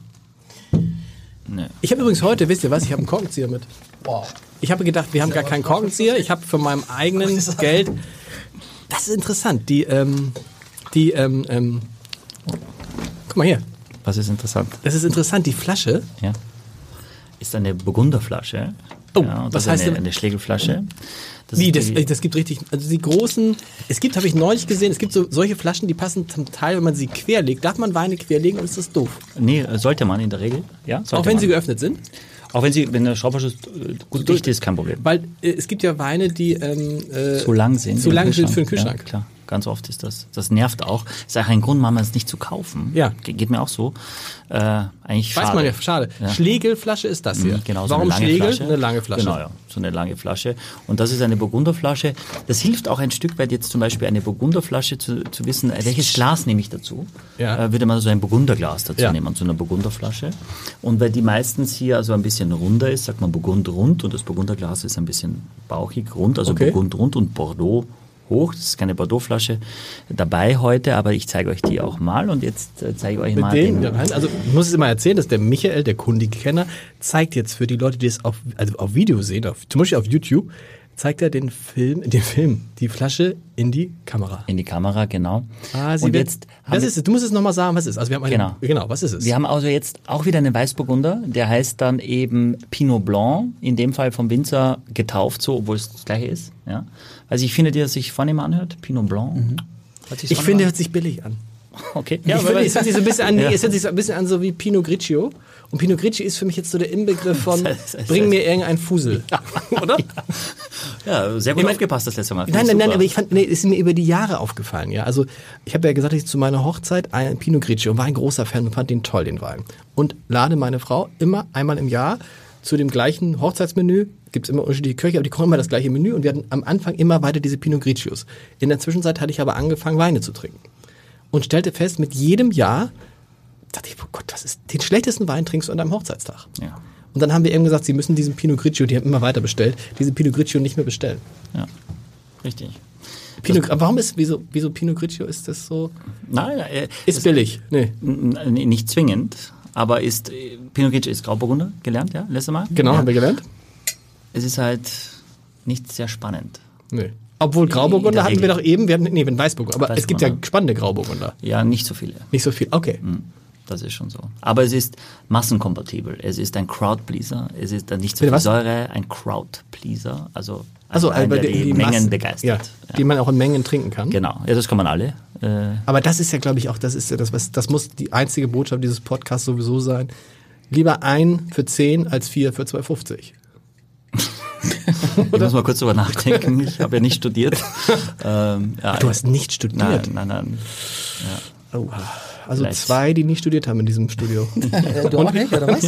Nee. Ich habe übrigens heute, wisst ihr was, ich habe einen Korkenzieher mit. Wow. Ich habe gedacht, wir haben gar keinen Korkenzieher. Ich habe von (laughs) meinem eigenen Geld. Das ist interessant. Die, ähm, die, ähm, ähm, guck mal hier. Was ist interessant? Das ist interessant. Die Flasche. Ja. Ist eine Burgunderflasche. Oh, ja, und was das ist heißt eine, denn- eine Schlägelflasche. Das Wie, ist das, die- äh, das gibt richtig, also die großen, es gibt, habe ich neulich gesehen, es gibt so solche Flaschen, die passen zum Teil, wenn man sie querlegt, darf man Weine querlegen und ist das doof. Nee, sollte man in der Regel. Ja, sollte Auch wenn man. sie geöffnet sind. Auch wenn sie, wenn der Schraubverschluss äh, gut dicht ist, kein Problem. Weil äh, es gibt ja Weine, die ähm, äh, Zu lang sind. Zu im lang sind für den Ja, Kühlschrank. klar. Ganz oft ist das. Das nervt auch. Ist auch ein Grund, Mama, es nicht zu kaufen. Ja. Ge geht mir auch so. Äh, eigentlich Weiß schade. man ja, schade. Ja. Schlegelflasche ist das hier. Genau, so Warum eine lange Schlegel? Flasche. Eine lange Flasche. Genau, ja, so eine lange Flasche. Und das ist eine Burgunderflasche. Das hilft auch ein Stück weit jetzt zum Beispiel eine Burgunderflasche zu, zu wissen, äh, welches Glas nehme ich dazu. Ja. Äh, würde man so ein Burgunderglas dazu Ja. nehmen, zu einer Burgunderflasche. Und weil die meistens hier also ein bisschen runder ist, sagt man Burgund rund und das Burgunderglas ist ein bisschen bauchig rund, also Okay. Burgund rund und Bordeaux hoch. Das ist keine Bordeaux-Flasche dabei heute, aber ich zeige euch die auch mal und jetzt äh, zeige ich euch Mit mal denen, da rein. also ich muss es immer erzählen, dass der Michael, der Kundigkenner, zeigt jetzt für die Leute, die es auf, also auf Video sehen, auf, zum Beispiel auf YouTube, zeigt er den Film, den Film, die Flasche in die Kamera. in die Kamera, genau. Ah, sie und wird- jetzt haben was wir- ist es? Du musst es nochmal sagen, was es ist. Also wir haben eine, Genau. genau, was ist es? Wir haben also jetzt auch wieder einen Weißburgunder, der heißt dann eben Pinot Blanc, in dem Fall vom Winzer getauft, so, obwohl es das gleiche ist. Ja. Also ich finde, der sich vornehm anhört, Pinot Blanc. Hört sich ich vornehm finde, an. hört sich billig an. okay. Mhm. Ja, ich aber- finde, es hört sich so ein bisschen an, (laughs) Ja. es hört sich so ein bisschen an so wie Pinot Grigio. Und Pinot Grigio ist für mich jetzt so der Inbegriff von, (laughs) Das heißt- das bring heißt- mir irgendein (laughs) Fusel. Oder? ja, sehr gut Ich mein- aufgepasst das letzte Mal. Finde Nein, nein, nein, super. aber ich fand, nee, ist mir über die Jahre aufgefallen, ja. Also, ich habe ja gesagt, ich zu meiner Hochzeit ein Pinot Grigio und war ein großer Fan und fand den toll, den Wein. Und lade meine Frau immer einmal im Jahr zu dem gleichen Hochzeitsmenü. Gibt es immer unterschiedliche Köche, aber die kochen immer das gleiche Menü und wir hatten am Anfang immer weiter diese Pinot Grigios. In der Zwischenzeit hatte ich aber angefangen, Weine zu trinken. Und stellte fest, mit jedem Jahr dachte ich, oh Gott, das ist den schlechtesten Wein trinkst du an deinem Hochzeitstag. Ja. Und dann haben wir eben gesagt, sie müssen diesen Pinot Grigio, die haben immer weiter bestellt, diesen Pinot Grigio nicht mehr bestellen. ja, richtig. Pinot, aber warum ist, wieso, wieso Pinot Grigio ist das so? Nein, äh, Ist billig. Nee. N- n- nicht zwingend, aber ist, äh, Pinot Grigio ist Grauburgunder gelernt, ja, letztes Mal. Genau, ja. haben wir gelernt? Es ist halt nicht sehr spannend. Nee. Obwohl In der Grauburgunder hatten wir Regel. doch eben, wir hatten, nee, wir hatten Weißburgunder, aber es gibt ja Weißburgunder. Mhm. spannende Grauburgunder. Ja, nicht so viele. Nicht so viel, okay. Das ist schon so. Aber es ist massenkompatibel. Es ist ein Crowdpleaser. Es ist dann nicht so Bitte viel was? Säure, ein Crowdpleaser. Also, Also, ein, aber der die, Mengen Massen- begeistert. Ja, die man auch in Mengen trinken kann. Genau. Ja, das kann man alle. (laughs) Äh, Aber das ist ja, glaube ich, auch, das ist ja das, was, das muss die einzige Botschaft dieses Podcasts sowieso sein. Lieber ein für 10 als vier für 2,50. ich muss mal kurz drüber nachdenken. Ich habe ja (laughs) nicht studiert. ähm, ja, Du hast nicht nein, studiert. nein, nein. Oha. Also Vielleicht. zwei, die nie studiert haben in diesem (laughs) Studio. Äh, du auch nicht, oder was?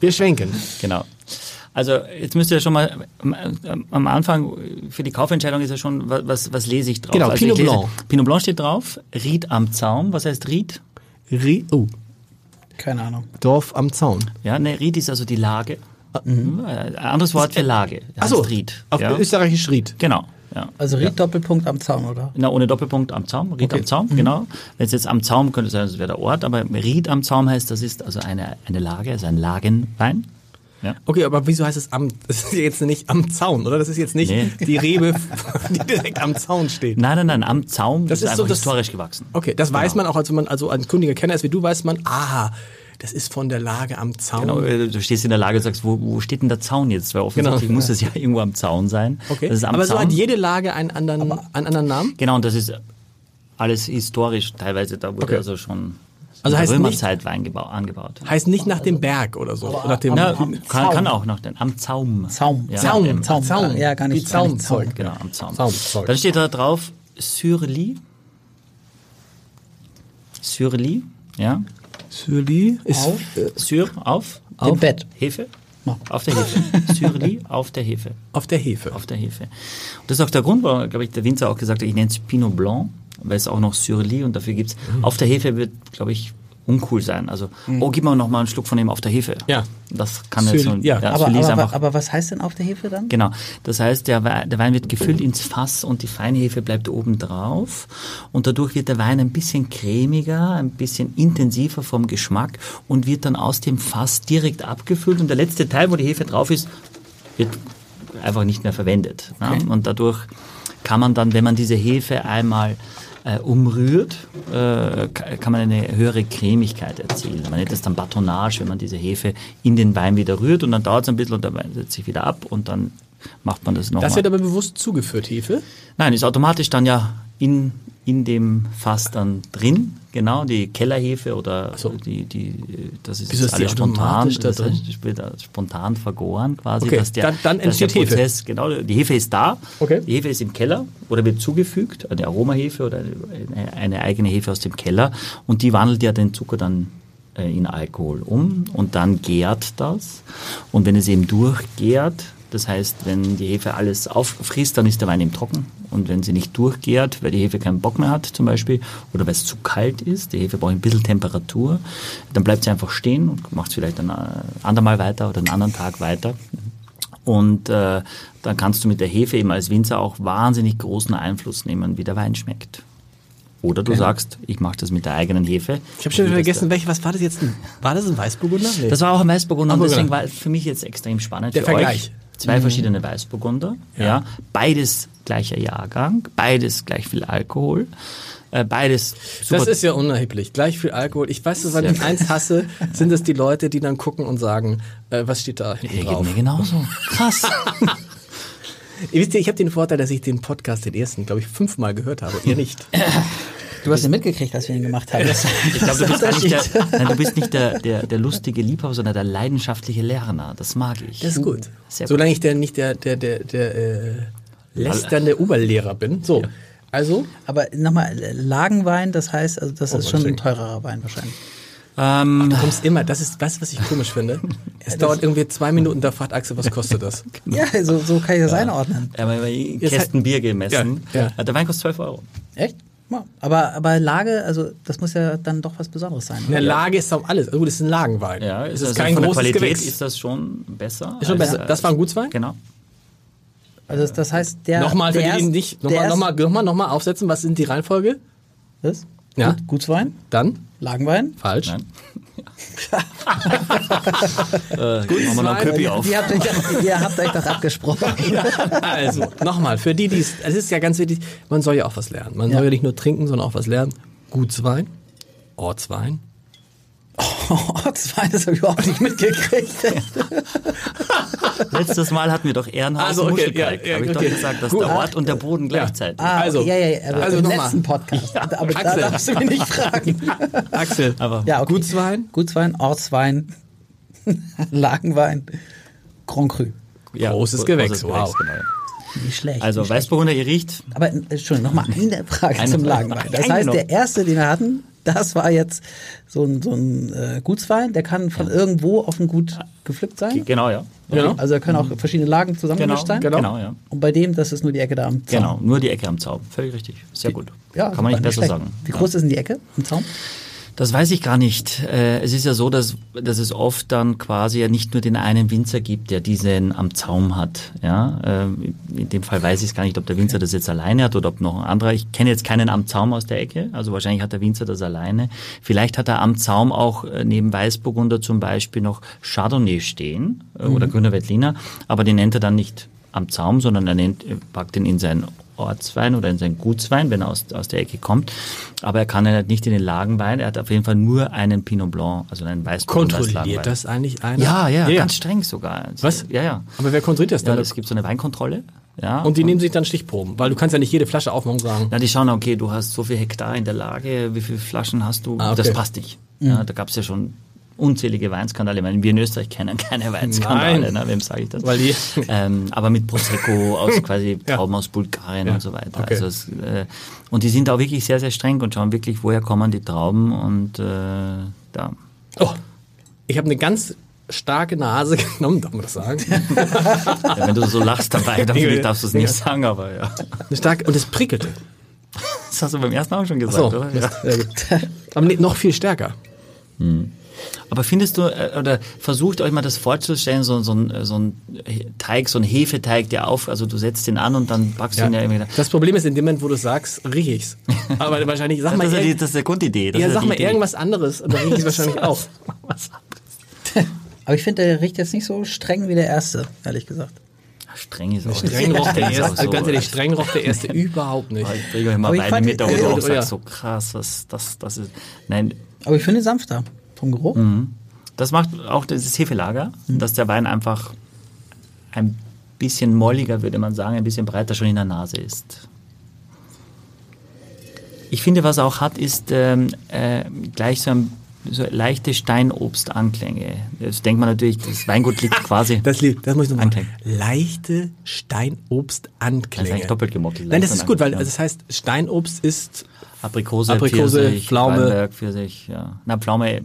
Wir schwenken. Genau. Also jetzt müsst ihr schon mal am- am- am Anfang für die Kaufentscheidung ist ja schon wa- was was lese ich drauf? Genau, also ich Pinot lese- Blanc. Pinot Blanc steht drauf. Ried am Zaum. Was heißt Ried? Ri oh, Keine Ahnung. Dorf am Zaun. Ja, ne, Ried ist also die Lage. Mhm. Ein anderes Wort für Lage. äh, Ach heißt so, Ried. Auf ja. österreichisch Ried. Genau. Ja. Also Ried Doppelpunkt am Zaun, oder? Na, ohne Doppelpunkt am Zaum, Ried am Mhm. Zaum, genau. Wenn es jetzt am Zaum könnte es sein, das wäre der Ort, aber Ried am Zaum heißt, das ist also eine, eine Lage, also ein Lagenwein. Ja. Okay, aber wieso heißt es am, (laughs) das ist jetzt nicht am Zaun, oder? Das ist jetzt nicht Nee. die Rebe, (laughs) die direkt am Zaun steht. Nein, nein, nein, am Zaum Das das ist ist so einfach das- historisch gewachsen. Genau. Okay, das weiß man auch, als wenn man also ein kundiger Kenner ist wie du, weiß man, aha, das ist von der Lage am Zaun. Genau, äh, du stehst in der Lage und sagst, wo, wo steht denn der Zaun jetzt? Weil offensichtlich Genau. muss es ja (laughs) irgendwo am Zaun sein. Okay, Das ist am aber Zaun. so hat jede Lage einen anderen, einen anderen Namen. Genau, und das ist alles historisch teilweise, da wurde Okay. also schon Also in heißt der nicht- Römerzeit Wein gebau- angebaut. Heißt nicht nach dem Berg oder so. Nach dem Na, am kann, Zaum. kann auch noch den, am Zaum. Zaum. Ja, Zaum, Eben, Zaum. Zaun. Ja, gar nicht. Die gar nicht Zaunzeug. Zaun. Genau, am Zaum. Zaumzeug. Dann steht da drauf Surly. Surly, ja. Syrli ist Auf Sur auf, äh, dem Bett. Hefe. Mach. Auf der Hefe. (laughs) Syrli auf der Hefe. Auf der Hefe. Auf der Hefe. Und das ist auch der Grund, warum, glaube ich, der Winzer auch gesagt hat, ich nenne es Pinot Blanc, weil es auch noch Syrli und dafür gibt's. Mhm. Auf der Hefe wird, glaube ich, uncool sein. Also, oh, gib mir noch mal einen Schluck von dem auf der Hefe. Ja. Das kann jetzt Syrli, so, ja. aber, Syrli ist aber, einfach- wa- aber was heißt denn auf der Hefe dann? Genau. Das heißt, der, Wei- der Wein wird gefüllt ins Fass und die Feinhefe bleibt oben drauf. Und dadurch wird der Wein ein bisschen cremiger, ein bisschen intensiver vom Geschmack und wird dann aus dem Fass direkt abgefüllt. Und der letzte Teil, wo die Hefe drauf ist, wird einfach nicht mehr verwendet. Ja? Und dadurch kann man dann, wenn man diese Hefe einmal äh, umrührt, äh, ka- kann man eine höhere Cremigkeit erzielen. Man nennt das dann Batonage, wenn man diese Hefe in den Wein wieder rührt und dann dauert es ein bisschen und der Wein setzt sich wieder ab und dann macht man das Das nochmal. wird aber bewusst zugeführt, Hefe. Nein, ist automatisch dann ja in, in dem Fass dann drin. Genau, die Kellerhefe oder so. die, die, das ist Wieso jetzt ist die alles spontan, automatisch da das drin? heißt, das wird da spontan vergoren quasi. Okay, dass der, dann- dann dass entsteht der Hefe. Prozess, Genau, die Hefe ist da, Okay. die Hefe ist im Keller oder wird zugefügt, eine Aromahefe oder eine, eine eigene Hefe aus dem Keller und die wandelt ja den Zucker dann äh, in Alkohol um und dann gärt das und wenn es eben durchgärt, das heißt, wenn die Hefe alles auffrisst, dann ist der Wein eben trocken und wenn sie nicht durchgärt, weil die Hefe keinen Bock mehr hat zum Beispiel oder weil es zu kalt ist, die Hefe braucht ein bisschen Temperatur, dann bleibt sie einfach stehen und macht es vielleicht ein äh, andermal weiter oder einen anderen Tag weiter. Und äh, dann kannst du mit der Hefe eben als Winzer auch wahnsinnig großen Einfluss nehmen, wie der Wein schmeckt. Oder du sagst, ich mache das mit der eigenen Hefe. Ich habe schon Wie wieder das vergessen, da- welche, was war das jetzt? Ein- War das ein Weißburgunder? Nee. Das war auch ein Weißburgunder und Hamburger. deswegen war für mich jetzt extrem spannend. Der für Vergleich. Mhm. Euch. Zwei verschiedene Weißburgunder, ja. Beides gleicher Jahrgang, beides gleich viel Alkohol, äh, beides super Das ist ja unerheblich. Gleich viel Alkohol. Ich weiß, dass wenn ich eins hasse, sind es die Leute, die dann gucken und sagen, äh, was steht da hinten Hey, geht drauf? mir genauso. (laughs) Krass. Ihr wisst ja, ich habe den Vorteil, dass ich den Podcast den ersten, glaube ich, fünfmal gehört habe. Ihr nicht. Du hast ja mitgekriegt, dass wir ihn gemacht (laughs) haben. Das, Ich glaube, das du bist ist eigentlich Unterschied. der, nein, du bist nicht der, der, der lustige Liebhaber, sondern der leidenschaftliche Lerner. Das mag ich. Das ist gut. Sehr Solange ich der nicht der, der, der, der äh, lästernde Oberlehrer bin. So. Also, Aber nochmal, äh, Lagenwein, das heißt, also das ist schon Entschuldigung. ein teurerer Wein wahrscheinlich. Ähm, du kommst immer, das ist, weißt du, was ich komisch finde? (laughs) Es dauert irgendwie zwei Minuten, da fragt Axel, was kostet das? Ja, so, so kann ich das einordnen. er hat mal in Jetzt Kästen Bier gemessen. halt Ja, ja. Der Wein kostet 12 Euro. Echt? Ja. Aber, aber Lage, also das muss ja dann doch was Besonderes sein. Eine oder? Lage ist auch alles. Also gut, es ist ein Lagenwein. Ja, es ist ist also kein von der großes Qualität Gewächs. ist das schon besser. Ist schon als- besser. Das war ein Gutswein? Genau. Also das, das heißt, der. nochmal für die, der die erst- nicht. Nochmal, der erst- nochmal, nochmal, nochmal aufsetzen. Was sind die Reihenfolge? Was? Ja. Gut, Gutswein, Dann? Lagenwein. Falsch. Nein. äh, Gut, machen wir noch Wein. einen Köpi Die- (laughs) auf. Ihr habt, euch doch, ihr habt euch doch abgesprochen. (laughs) (laughs) (laughs) Also, nochmal, für die, die es. Es ist ja ganz wichtig, man soll ja auch was lernen. Man Ja. soll ja nicht nur trinken, sondern auch was lernen. Gutswein, Ortswein. Ortswein, Oh, das habe ich überhaupt nicht mitgekriegt. Letztes Mal hatten wir doch Ehrenhaus Also, und okay, Muschelkalk. ja, ja, Habe ich okay. doch gesagt, dass Gut. der Ort und der Boden gleichzeitig. Ah, Also, also, ja, ja, ja, aber also im noch mal. letzten Podcast. aber da Axel. darfst du mich nicht fragen. (laughs) Axel, Aber Ja, okay. Gutswein? Gutswein, Ortswein, (laughs) Lagenwein, Grand Cru. ja, großes gro- Gewächs, wow. genau. Nicht schlecht. Also nicht schlecht. Weißburgunder, ihr riecht Aber äh, Entschuldigung, nochmal eine Frage Eine zum Frage. Lagenwein. Das Eine heißt, noch. der erste, den wir hatten, das war jetzt so ein, so ein äh, Gutswein, der kann von irgendwo auf dem Gut gepflückt sein. genau, ja. Genau. Also da können auch verschiedene Lagen zusammengemischt sein. genau, genau ja. Und bei dem, das ist nur die Ecke da am Zaun. Genau, nur die Ecke am Zaum. Völlig richtig. Sehr gut. Ja, Kann man super, nicht besser schlecht. sagen. Wie groß ist denn die Ecke am Zaun? Das weiß ich gar nicht. Äh, Es ist ja so, dass, dass es oft dann quasi ja nicht nur den einen Winzer gibt, der diesen am Zaum hat. Ja? ähm, In dem Fall weiß ich es gar nicht, ob der Winzer das jetzt alleine hat oder ob noch ein anderer. Ich kenne jetzt keinen am Zaum aus der Ecke. Also wahrscheinlich hat der Winzer das alleine. Vielleicht hat er am Zaum auch äh, neben Weißburgunder zum Beispiel noch Chardonnay stehen äh, oder Grüner Veltliner. Aber den nennt er dann nicht am Zaum, sondern er nennt, packt ihn in seinen Ortswein oder in seinen Gutswein, wenn er aus, aus der Ecke kommt. Aber er kann ihn halt nicht in den Lagenwein. Er hat auf jeden Fall nur einen Pinot Blanc, also einen Weißburgunder als Lagenwein. Kontrolliert das eigentlich einer? Ja, ja, ganz streng sogar. Was? Ja, ja. Aber wer kontrolliert das Ja, dann? es gibt so eine Weinkontrolle. Ja. und die nehmen sich dann Stichproben, weil du kannst ja nicht jede Flasche aufmachen und sagen, Na, die schauen, okay, du hast so viel Hektar in der Lage, wie viele Flaschen hast du? Ah, okay. Das passt nicht. Ja, da gab es ja schon unzählige Weinskandale. Ich meine, wir in Österreich kennen keine Weinskandale. Nein. Ne? Wem sage ich das? Weil die- (laughs) ähm, aber mit Prosecco aus quasi (laughs) Ja. Trauben aus Bulgarien Ja, und so weiter. okay. Also es, äh, und die sind auch wirklich sehr, sehr streng und schauen wirklich, woher kommen die Trauben und äh, da. oh, ich habe eine ganz starke Nase (laughs) genommen, darf man das sagen? Ja, wenn du so lachst dabei, dann (laughs) Nee, darfst du es nee. nicht sagen, aber ja. Eine starke, und es prickelte. Das hast du beim ersten Mal schon gesagt, So, oder? Ja. Mist. Ja, gut. Aber nee, noch viel stärker. Aber findest du, äh, oder versucht euch mal das vorzustellen, so, so, ein, äh, so ein Teig, so ein Hefeteig, der auf, also du setzt den an und dann backst du ihn ja irgendwie. da- Das Problem ist, in dem Moment, wo du es sagst, riech (laughs) ich's. Aber wahrscheinlich, sag mal, Das ist, ja die, irgend- das ist der Grundidee. Das ja, ist sag die mal Idee. irgendwas anderes und dann riech ich's wahrscheinlich auch. Aber ich finde, der riecht jetzt nicht so streng wie der erste, ehrlich gesagt. Streng ist auch Streng roch der (laughs) Streng ist auch erste, also ganz ehrlich, also- streng roch der (laughs) erste überhaupt nicht. Ich bringe euch mal Aber ich beide fand- mit, damit Ja, du oh ja. auch sagst, so krass, was, das, das ist. Nein, Aber ich finde ihn sanfter vom Geruch. das macht auch dieses Hefelager, dass der Wein einfach ein bisschen molliger, würde man sagen, ein bisschen breiter schon in der Nase ist. Ich finde, was er auch hat, ist ähm, äh, gleich so, ein, so leichte Steinobstanklänge. Jetzt denkt man natürlich, das Weingut liegt quasi. Das, lieb, das muss ich noch mal. Anklänge. Leichte Das ist Steinobstanklänge. eigentlich doppelt gemoppelt. Nein, das Leicht ist gut, weil und- das heißt, Steinobst ist, Aprikose, Aprikose, Pfirsich, Pflaume. Weinberg, Pfirsich, ja. Na, Pflaume. äh,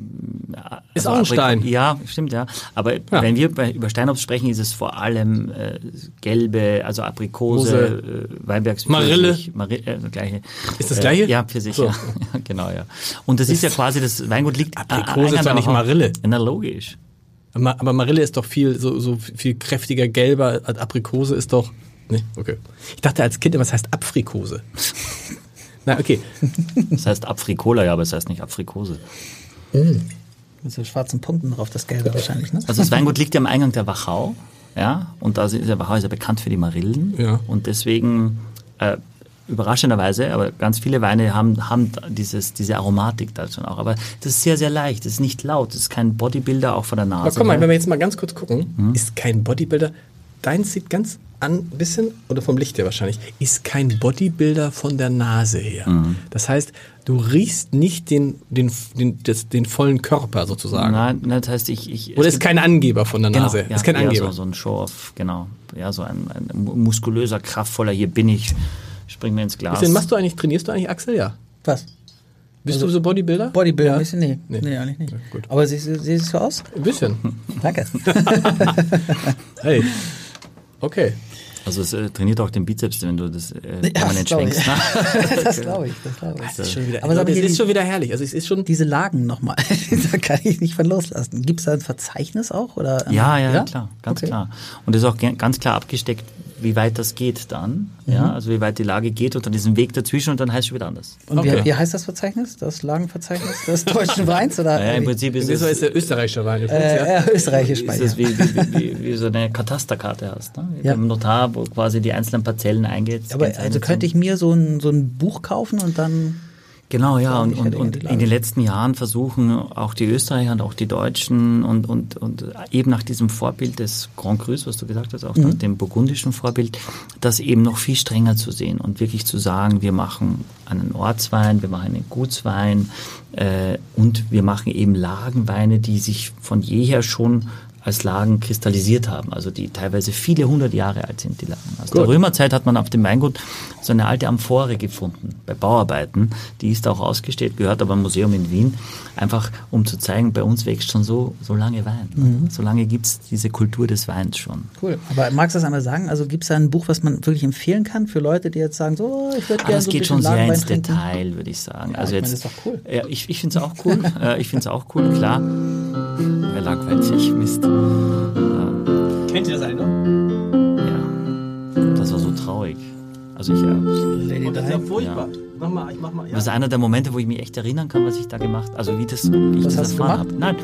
Ist auch ein Aprik- Stein. Ja, stimmt, ja. Aber wenn wir bei, über Steinobst sprechen, ist es vor allem äh, gelbe, also Aprikose, äh, Weinbergs, Marille. Pfirsich, Mari- äh, das gleiche. Ist das Gleiche? Äh, ja, Pfirsich, So. ja. (laughs) ja. Genau, ja. Und das ist ja quasi, das Weingut liegt... Aprikose ist an doch der nicht Hau- Marille. Na, logisch. Ma- aber Marille ist doch viel, so, so viel kräftiger gelber, als Aprikose ist doch, nee, okay. Ich dachte als Kind, immer, was heißt (laughs) Aprikose? Na, okay. Das heißt Aprikola, ja, aber es heißt nicht Aprikose. Mit so schwarzen Punkten drauf, das Gelbe wahrscheinlich, ne? Also das Weingut liegt ja am Eingang der Wachau, ja, und da ist der Wachau ist ja bekannt für die Marillen. Ja. Und deswegen äh, überraschenderweise, aber ganz viele Weine haben, haben dieses, diese Aromatik dazu auch. Aber das ist sehr, sehr leicht, das ist nicht laut, das ist kein Bodybuilder auch von der Nase. ne? Aber guck mal, her. wenn wir jetzt mal ganz kurz gucken, ist kein Bodybuilder, deins sieht ganz an, bisschen, oder vom Licht her wahrscheinlich, ist kein Bodybuilder von der Nase her. Das heißt, du riechst nicht den, den, den, das, den vollen Körper sozusagen. Nein, nein, das heißt, ich. ich Oder es ist gibt- Genau, kein Angeber von der Nase. ja, ist kein eher Angeber. So, so ein Show-off, genau. Ja, so ein, ein mu- muskulöser, kraftvoller, hier bin ich, spring mir ins Glas. Deswegen machst du eigentlich, trainierst du eigentlich Axel? Ja. Was? Bist du so Bodybuilder? Bodybuilder? Ja. Ja. Nee. nee. eigentlich nicht. Aber siehst du siehst du so aus? Ein bisschen. (laughs) Danke. Hey. Okay. also, es äh, trainiert auch den Bizeps, wenn du das äh, Ja, das permanent glaube ich. schwenkst. (laughs) (laughs) ne? das glaube ich, das glaube ich. Aber Aber sag mal, es hier ist die, schon wieder herrlich. Also es ist schon. diese Lagen (laughs) nochmal, da kann ich nicht von loslassen. Gibt es da ein Verzeichnis auch? Oder, ähm, Ja, ja, klar, ganz Okay. klar. Und das ist auch ge- ganz klar abgesteckt, wie weit das geht dann. Mhm. Ja, also wie weit die Lage geht und dann ist ein Weg dazwischen und dann heißt es schon wieder anders. Und Okay. wie, wie heißt das Verzeichnis? Das Lagenverzeichnis des deutschen Weins? Oder Naja, im irgendwie? Prinzip ist Das es, ist der österreichische Wein. übrigens, ja. äh, äh, (laughs) österreichisch ist Speicher. es wie, wie, wie, wie, wie so eine Katasterkarte hast. Ne? Ja. Im Notar, wo quasi die einzelnen Parzellen eingeht. Aber also könnte ich mir so ein, so ein Buch kaufen und dann. Genau, ja. Und, und, fertig und in die in den letzten Jahren versuchen auch die Österreicher und auch die Deutschen und, und, und eben nach diesem Vorbild des Grand Crus, was du gesagt hast, auch nach dem burgundischen Vorbild, das eben noch viel strenger zu sehen und wirklich zu sagen, wir machen einen Ortswein, wir machen einen Gutswein äh, und wir machen eben Lagenweine, die sich von jeher schon als Lagen kristallisiert haben, also die teilweise viele hundert Jahre alt sind, die Lagen. Aus der Römerzeit hat man auf dem Weingut so eine alte Amphore gefunden, bei Bauarbeiten. Die ist auch ausgestellt, gehört aber im Museum in Wien, einfach um zu zeigen, bei uns wächst schon so, so lange Wein. So lange gibt's diese Kultur des Weins schon. Cool. Aber magst du das einmal sagen? Also gibt es da ein Buch, was man wirklich empfehlen kann für Leute, die jetzt sagen, so, ich würde Aber gerne das so ein geht bisschen schon sehr Lagenwein ins trinken? Detail, würde ich sagen. also ich meine, jetzt, das ist doch cool. Ja, ich ich finde es (laughs) auch cool. äh, ich finde es auch cool, klar. Wer langweilt sich? Mist. Äh, Kennt ihr das eigentlich noch? Ja. Das war so traurig. Also ich, äh, Oh, das ist ja furchtbar. Mach mal, ich mach mal. Ja. das ist einer der Momente, wo ich mich echt erinnern kann, was ich da gemacht habe. Also wie das, wie ich Was das hast du erfahren habe. Nein,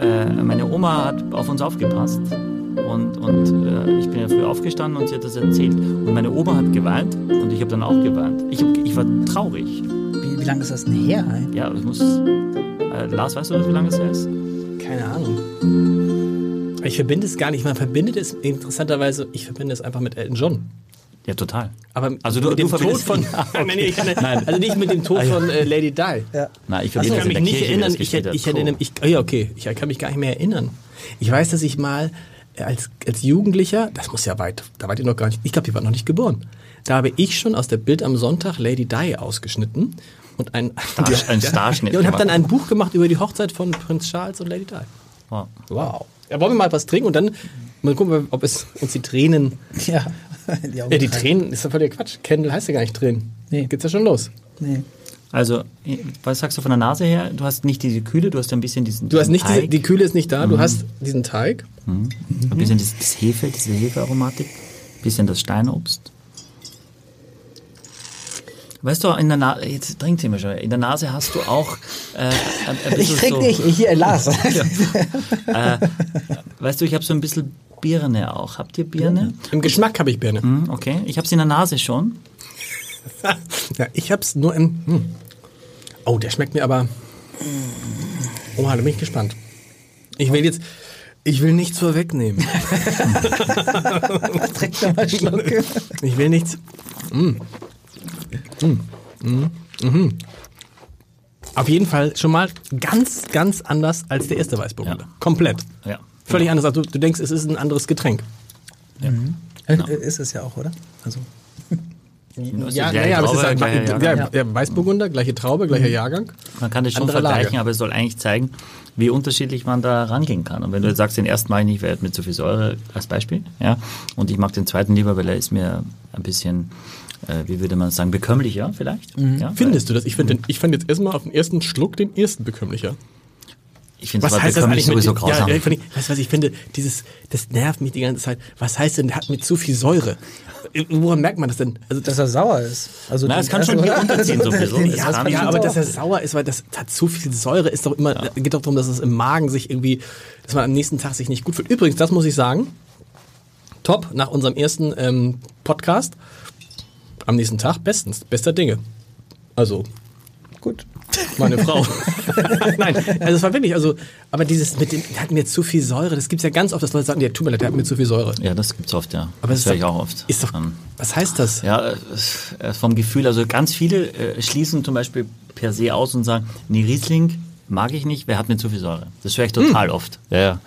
äh, meine Oma hat auf uns aufgepasst. Und, und äh, ich bin ja früh aufgestanden und sie hat das erzählt. Und meine Oma hat geweint und ich habe dann auch geweint. Ich, hab, ich war traurig. Wie, wie lange ist das denn her? ey? Ja, das muss. Äh, Lars, weißt du, das, wie lange es her ist? Keine Ahnung. Ich verbinde es gar nicht. Man verbindet es interessanterweise, ich verbinde es einfach mit Elton John. Ja, total. Aber Also du- mit du dem Tod verbindest- Ah, von. (laughs) Ja, Nein, nee, ich kann, Also nicht mit dem Tod von äh, Lady Di. Ja. Nein, ich Ich verbinde kann mich das in der nicht Kirche, wie erinnern. das Ich, gespielt hätte- ich, hat. hätte- ich, ja, okay, ich kann mich gar nicht mehr erinnern. Ich weiß, dass ich mal äh, als, als Jugendlicher, das muss ja weit, da wart ihr noch gar nicht, ich glaube, ihr wart noch nicht geboren. Da habe ich schon aus der Bild am Sonntag Lady Di ausgeschnitten und ein, ein (laughs) Starschnitt ja, und habe gemacht. dann ein Buch gemacht über die Hochzeit von Prinz Charles und Lady Di. Wow. Wow. Ja, wollen wir mal was trinken und dann mal gucken, ob es uns die Tränen. (laughs) Ja, in die Augen Äh, Ja, die rein. Tränen ist doch völliger Quatsch. Candle heißt ja gar nicht Tränen. Oh, Nee. Geht's ja schon los. Nee. Also, äh, was sagst du von der Nase her? Du hast nicht diese Kühle, du hast ein bisschen diesen Du hast nicht diese, Teig, die Kühle ist nicht da, du hast diesen Teig. ein bisschen dieses, das Hefe, diese Hefearomatik, ein bisschen das Steinobst. Weißt du, in der Nase, jetzt trinkt sie immer schon, in der Nase hast du auch (laughs) äh, ein, ein bisschen Ich trinke so, Äh, nicht, ich hier, (laughs) Lars. Weißt du, ich habe so ein bisschen Birne auch. Habt ihr Birne? Im Geschmack habe ich Birne. Hm, okay, ich habe sie in der Nase schon. (laughs) Ja, ich hab's nur im. Hm. Oh, der schmeckt mir aber. Oha, da bin ich gespannt. Ich will jetzt. Ich will nichts vorwegnehmen. Trink doch mal Schlucke. Ich will nichts. Mm. Mm. Mm. Mm. Mhm. Auf jeden Fall schon mal ganz, ganz anders als der erste Weißburgunder. Ja. Komplett. Ja. Völlig anders. Also, du denkst, es ist ein anderes Getränk. Genau. Äh, Ist es ja auch, oder? Also, Ja, naja, aber es ist halt Traube, ja, gleicher ja, Jahrgang. Mhm. Weißburgunder, gleiche Traube, gleicher Jahrgang. Man kann das schon Andere vergleichen, Lage. aber es soll eigentlich zeigen, wie unterschiedlich man da rangehen kann. Und wenn du jetzt sagst, den ersten mag ich nicht, weil er hat mir zu viel Säure als Beispiel, ja, und ich mag den zweiten lieber, weil er ist mir ein bisschen, äh, wie würde man sagen, bekömmlicher vielleicht. Mhm. Ja, Findest du das? Ich, find Mhm. den, ich fand jetzt erstmal auf den ersten Schluck den ersten bekömmlicher. weil Ich finde Was es heißt das bekömmlich eigentlich mit, sowieso grausam. Ja, ja, find ich, weißt du, was ich finde? Dieses, das nervt mich die ganze Zeit. Was heißt denn, der hat mir zu viel Säure? Woran merkt man das denn? Also, dass er sauer ist. Also Na, den es kann ersten- schon hier runterziehen so ein bisschen. Ja, Es das kann- kann ja, schon aber sauer. dass er sauer ist, weil das hat zu viel Säure, ist doch immer, geht doch darum, dass es im Magen sich irgendwie, dass man am nächsten Tag sich nicht gut fühlt. Übrigens, das muss ich sagen, top, nach unserem ersten ähm, Podcast, am nächsten Tag bestens, bester Dinge. Also, Gut. (laughs) meine Frau. (laughs) Nein, also es war wirklich, also, aber dieses mit dem, der hat mir zu viel Säure, das gibt's ja ganz oft, dass Leute sagen, der tut mir leid, der hat mir zu viel Säure. ja, das gibt's oft, ja. Aber das es höre ist ich doch- auch oft. Ist doch, Ähm, was heißt das? Ja, es- es vom Gefühl. Also ganz viele äh, schließen zum Beispiel per se aus und sagen, nee, Riesling mag ich nicht, wer hat mir zu viel Säure? Das höre ich Hm. total oft. Ja, ja.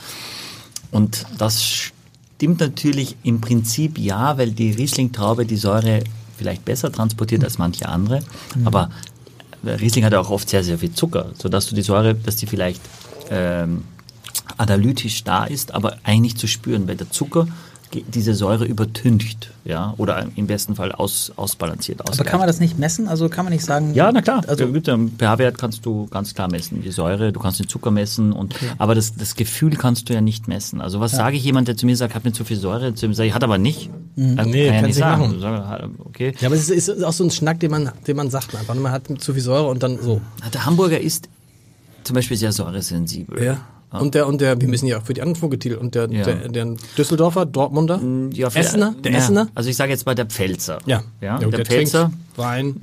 Und das stimmt natürlich im Prinzip ja, weil die Riesling-Traube die Säure vielleicht besser transportiert als manche andere. Mhm. Aber äh, Riesling hat ja auch oft sehr, sehr viel Zucker, sodass du die Säure, dass die vielleicht ähm, analytisch da ist, aber eigentlich nicht zu spüren, weil der Zucker ge- diese Säure übertüncht, ja, oder im besten Fall aus, (laughs) ausbalanciert. Aber kann man das nicht messen? Also kann man nicht sagen. Ja, na klar. Also Also, mit dem pH-Wert kannst du ganz klar messen, die Säure, du kannst den Zucker messen und aber das, das Gefühl kannst du ja nicht messen. Also was sage ich jemand, der zu mir sagt, hat mir zu viel Säure, zu ihm sage ich, hat aber nicht. Dann Nee, kann ich kannst nicht nicht sagen. machen. Du sagst, hat- okay. Ja, aber es ist, ist auch so ein Schnack, den man, den man sagt einfach. Man hat zu viel Säure und dann so. Der Hamburger ist zum Beispiel sehr säuresensibel. Ah. Und der, und der, wir müssen ja auch für die anderen Vogetitel und der, Ja. Mm, der, der Düsseldorfer, Dortmunder, Ja, vielleicht- Essener, der ja. Essener. Also ich sage jetzt mal der Pfälzer. Ja, ja, gut, der, Pfälzer. trinkt (laughs) Wein,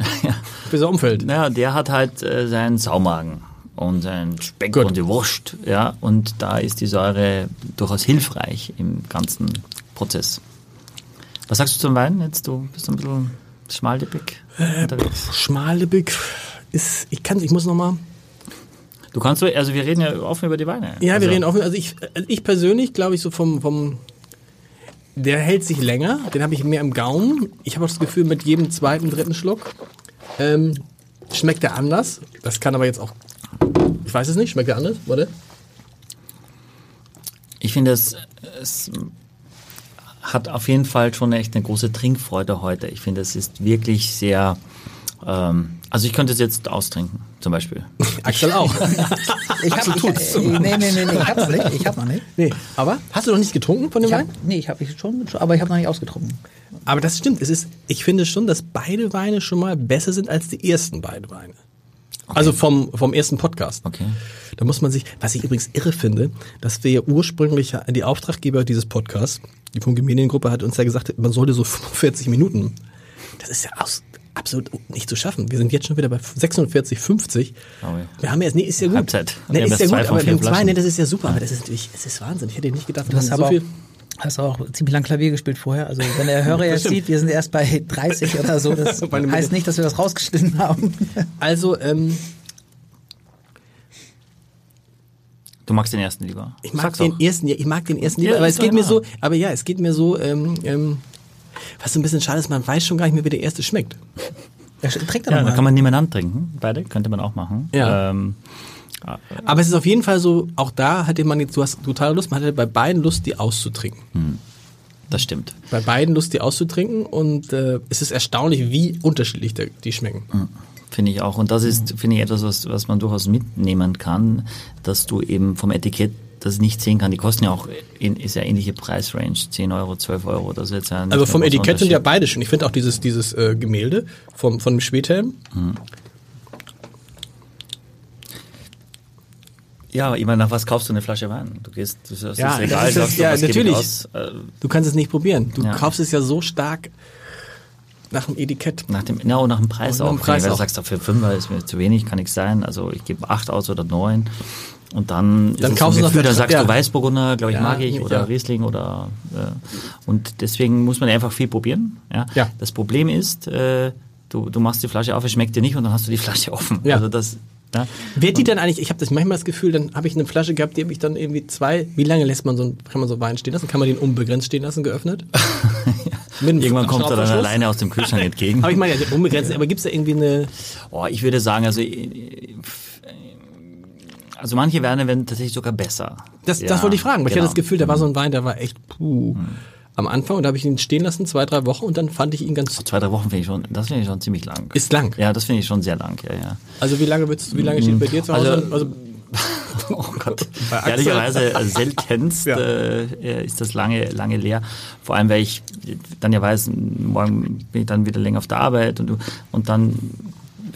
bis er umfällt. Naja, der hat halt äh, seinen Saumagen und seinen Speck Gut. und die Wurst. Ja, und da ist die Säure durchaus hilfreich im ganzen Prozess. Was sagst du zum Wein jetzt? Du bist ein bisschen schmallippig Äh, unterwegs. Schmalebeck ist, ich kann, ich muss noch mal. Du kannst, so- also wir reden ja offen über die Weine. Ja, also, wir reden offen. Also ich, also ich persönlich glaube ich so vom, vom, der hält sich länger, den habe ich mehr im Gaumen. Ich habe auch das Gefühl, mit jedem zweiten, dritten Schluck ähm, schmeckt der anders. Das kann aber jetzt auch, ich weiß es nicht, schmeckt der anders, warte. Ich finde, es, es hat auf jeden Fall schon echt eine große Trinkfreude heute. Ich finde, es ist wirklich sehr. Ähm, also ich könnte es jetzt austrinken, zum Beispiel. Axel auch. ich hab, ich, äh, nee, nee, nee, nee, ich hab's nicht. Ich hab noch nicht. nee, aber hast du noch nicht getrunken von dem Ich hab, Wein? nee, ich habe schon, aber ich habe noch nicht ausgetrunken. Aber das stimmt. Es ist, ich finde schon, dass beide Weine schon mal besser sind als die ersten beiden Weine. Also vom, vom ersten Podcast. Okay. Da muss man sich, was ich übrigens irre finde, dass wir ja ursprünglich, ja- die Auftraggeber dieses Podcasts, die Funke Mediengruppe hat uns ja gesagt, man sollte so (laughs) 45 Minuten. Das ist ja aus, absolut nicht zu schaffen. Wir sind jetzt schon wieder bei 46, 50. Oh ja. Wir haben ja, nee, ist ja gut. Halbzeit. Nee, Wir haben ist ja erst zwei gut, aber von wir vier haben zwei, Flaschen. nee, das ist ja super, aber das ist natürlich, es ist Wahnsinn. Ich hätte nicht gedacht, Du hast Hm, so aber viel. auch, hast auch ziemlich lang Klavier gespielt vorher. Also wenn der (laughs) Hörer jetzt sieht, wir sind erst bei 30 oder so. Das Bei einem- heißt nicht, dass wir das rausgeschnitten (laughs) haben. Also, ähm, Du magst den ersten lieber. Ich mag Sag's den auch. ersten, ja, ich mag den ersten lieber, Ja, aber ist es doch geht mir so, egal. aber ja, es geht mir so, ähm, ähm, was so ein bisschen schade ist, man weiß schon gar nicht mehr, wie der erste schmeckt. Ja, sch- Trink doch Ja, noch da mal. kann man nebeneinander trinken. Beide könnte man auch machen. Ja. Ähm, Aber es ist auf jeden Fall so, auch da hatte man jetzt, du hast total Lust, man hatte bei beiden Lust, die auszutrinken. Hm. Das stimmt. Bei beiden Lust, die auszutrinken und äh, es ist erstaunlich, wie unterschiedlich der, die schmecken. Hm, Finde ich auch. Und das ist, finde ich, etwas, was, was man durchaus mitnehmen kann, dass du eben vom Etikett das nicht sehen kann. Die kosten ja auch, in, ist ja ähnliche Preisrange, 10 Euro, 12 Euro. Das ist jetzt ja nicht Also mehr vom großer Etikett sind Unterschied. ja beide schön. Ich finde auch dieses, dieses äh, Gemälde vom, von dem Schwedhelm. Ja, ich meine, nach was kaufst du eine Flasche Wein? Du gehst, du hast Ja, das Regal, das ist- sagst du, ja, was gebe ich natürlich. aus? Äh, Du kannst es nicht probieren. Du Ja. kaufst es ja so stark nach dem Etikett. Nach dem, na, und nach dem Preis Und nach auch. dem Preis Wenn du auch. sagst, für Fünfer ist mir zu wenig, kann nichts sein. Also ich gebe acht aus oder neun. Und Dann dann, ist es kaufst ein du Gefühl, noch- dann sagst ja. du Weißburgunder, glaube ich, Ja, mag ich, oder ja. Riesling oder äh, und deswegen muss man einfach viel probieren. Ja? Ja. Das Problem ist, äh, du, du machst die Flasche auf, es schmeckt dir nicht und dann hast du die (laughs) Flasche offen. Ja. Also das, ja, Wird die dann eigentlich, ich habe das manchmal das Gefühl, dann habe ich eine Flasche gehabt, die habe ich dann irgendwie zwei, wie lange lässt man so einen, kann man so Wein stehen lassen? Kann man den unbegrenzt stehen lassen, (laughs) geöffnet? Mit einem irgendwann kommt er dann Schraubverschluss? alleine aus dem (laughs) Kühlschrank entgegen. Aber ich meine, ja, unbegrenzt, aber gibt es da irgendwie eine, Oh, ich würde sagen, also, äh, also manche Weine werden tatsächlich sogar besser. das, Ja, das wollte ich fragen, weil ich genau. Hm. hatte das Gefühl, da war so ein Wein, der war echt, puh. Am Anfang, und da habe ich ihn stehen lassen, zwei, drei Wochen, und dann fand ich ihn ganz, Zwei, drei Wochen finde ich schon, das finde ich schon ziemlich lang. ist lang. ja, das finde ich schon sehr lang, ja, ja. Also wie lange würdest du, wie lange steht bei dir zu Hause? Also- also (laughs) Oh Gott. Bei Axel- Ehrlicherweise äh, seltenst (laughs) Ja. äh, ist das lange, lange leer. Vor allem, weil ich dann ja weiß, morgen bin ich dann wieder länger auf der Arbeit und, und dann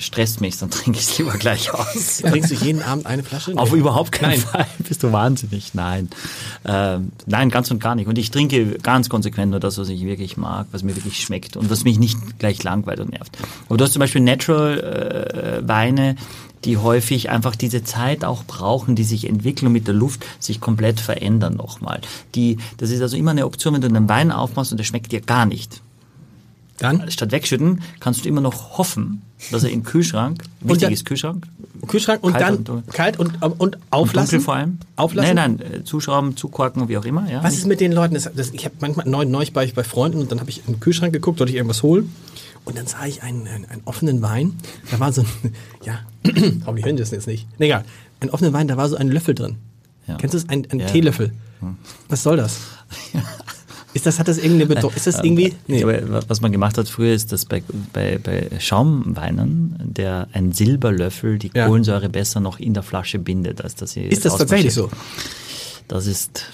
stresst mich, dann (laughs) trinke ich es lieber gleich aus. trinkst du jeden Abend eine Flasche? Auf Nee. überhaupt keinen Nein. Fall. (laughs) Bist du wahnsinnig? Nein. Ähm, nein, ganz und gar nicht. Und ich trinke ganz konsequent nur das, was ich wirklich mag, was mir wirklich schmeckt und was mich nicht gleich langweilt und nervt. Aber du hast zum Beispiel Natural-Weine, die häufig einfach diese Zeit auch brauchen, die sich entwickeln und mit der Luft, sich komplett verändern nochmal. Die, das ist also immer eine Option, wenn du einen Wein aufmachst und der schmeckt dir gar nicht. Dann Statt wegschütten, kannst du immer noch hoffen, dass er im Kühlschrank, dann- wichtig ist Kühlschrank, Kühlschrank und Kalt dann und dunkel. kalt und, und und auflassen. dunkel vor allem. Auflassen. Nein, nein, äh, zuschrauben, zukorken, wie auch immer. Ja. Was ist mit den Leuten? Das, das, ich habe manchmal neu, neulich war ich bei Freunden und dann habe ich im Kühlschrank geguckt, wollte ich irgendwas holen. Und dann sah ich einen, einen, einen offenen Wein. Da war so ein, (laughs) ja, (clears throat) aber die hören das jetzt nicht. Nee, egal. Einen offenen Wein, da war so ein Löffel drin. Ja. Kennst du das? Ein, ein Ja. Hm. Teelöffel. Was soll (laughs) das? Ist das, hat das irgendeine Bedeutung? Ist das irgendwie? Ich glaube, wa- was man gemacht hat früher, ist, dass bei, bei, bei Schaumweinen der ein Silberlöffel die Ja. Kohlensäure besser noch in der Flasche bindet, als dass sie ist das tatsächlich so? Das ist,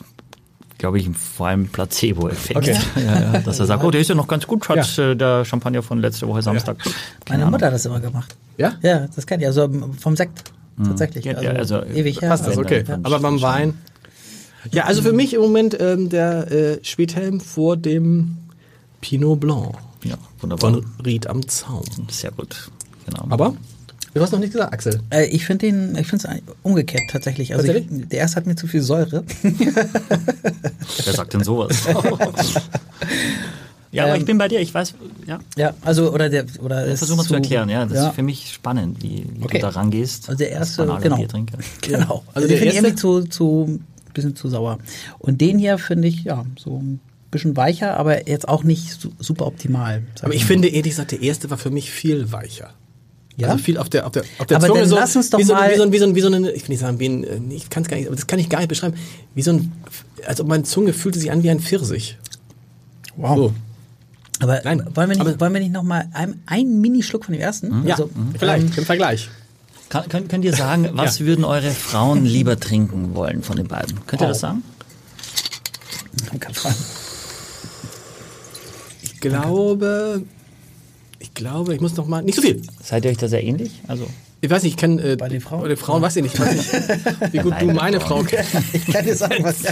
glaube ich, vor allem Placebo-Effekt. Okay. (laughs) Ja, ja, dass er sagt, oh, der ist ja noch ganz gut, Schatz, äh, der Champagner von letzter Woche Samstag. genau. Meine Mutter hat das immer gemacht. Ja? Ja, das kann ich. Also vom Sekt. Tatsächlich. Hm. Ja, ja, also, ewig her. passt das, Also, okay. okay. Aber beim Wein. Ja, also für mich im Moment ähm, der äh, Schwedhelm vor dem Pinot Blanc Ja, wunderbar. von Ried am Zaun. Sehr gut. Genau. Aber du hast noch nicht gesagt, Axel. Äh, Ich finde den, ich finde es umgekehrt tatsächlich. Also Tatsächlich? Ich, der erste hat mir zu viel Säure. Wer sagt (laughs) denn sowas? ja, Ähm. aber ich bin bei dir, ich weiß, ja. ja, also oder der oder Das ist versuchen wir zu erklären, ja. Das ja. ist für mich spannend, wie, wie Okay. du da rangehst. Also der erste, als banaler genau. Biertrinker. Genau. Also Also der den finde ich erste- irgendwie zu, zu bisschen zu sauer. Und den hier finde ich ja so ein bisschen weicher, aber jetzt auch nicht su super optimal. sag Aber ich mal. finde, ehrlich gesagt, der erste war für mich viel weicher. Ja? Also viel auf der, auf der, auf der Aber Zunge. dann so, lass uns doch wie so, mal- Wie so, ein- wie so, ein- wie so eine, ich will nicht sagen, wie ein, äh, nee, ich kann es gar nicht, aber das kann ich gar nicht beschreiben. Wie so ein, als ob meine Zunge fühlte sich an wie ein Pfirsich. wow. So. Aber Nein, wollen wir nicht, aber- Mhm. wollen wir nicht noch mal einen, einen Minischluck von dem ersten? Ja, Also, vielleicht, (laughs) ähm, im Vergleich. Kann, könnt, könnt ihr sagen, was würden eure Frauen lieber trinken wollen von den beiden? Könnt ihr das sagen? (laughs) Ich glaube, ich glaube, ich muss noch mal, nicht so viel. Seid ihr euch da sehr ähnlich? Also, Ich weiß nicht, ich kenne, äh, Bei den Frauen? Bei den Frauen weiß ich nicht, weiß (laughs) nicht wie gut Bei du den meine Frau Frauen. kennst. ich kann dir sagen, was.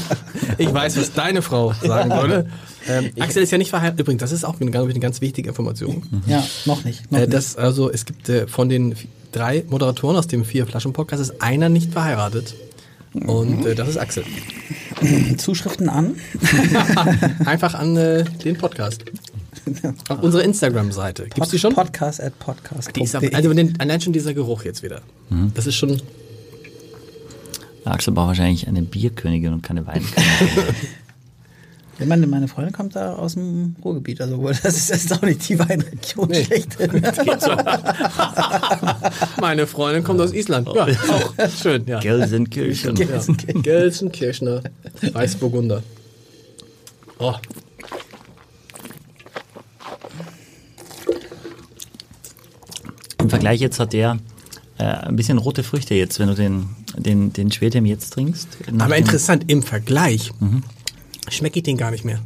Ich weiß, was deine Frau (laughs) sagen würde. Ähm, Axel ist ja nicht verheiratet. Übrigens, das ist auch eine, ganz- eine ganz wichtige Information. Ja, noch nicht. Noch Äh, nicht. das, also, es gibt äh, von den vi- drei Moderatoren aus dem Vier-Flaschen-Podcast ist einer nicht verheiratet. Mhm. Und äh, das ist (laughs) Axel. Zuschriften an. Einfach an äh, den Podcast. Auf unserer Instagram-Seite. Gibt's die schon? Podcast E. at podcast. Die ist aber, also den, allein schon dieser Geruch jetzt wieder. Mhm. Das ist schon. Axel braucht wahrscheinlich eine Bierkönigin und keine Weinkönigin. Ja, meine, meine Freundin kommt da aus dem Ruhrgebiet, also wohl, (laughs) das ist jetzt auch nicht die Weinregion Nee. schlecht. (laughs) Meine Freundin kommt aus Island. Oh. Ja, auch. Schön, ja. Gelsenkirchen. Gelsenkirchner Weißburgunder. Oh. Im Vergleich jetzt hat der äh, ein bisschen rote Früchte jetzt, wenn du den, den, den Schwedem jetzt trinkst. Nach Aber dem- interessant, im Vergleich Mhm. schmecke ich den gar nicht mehr.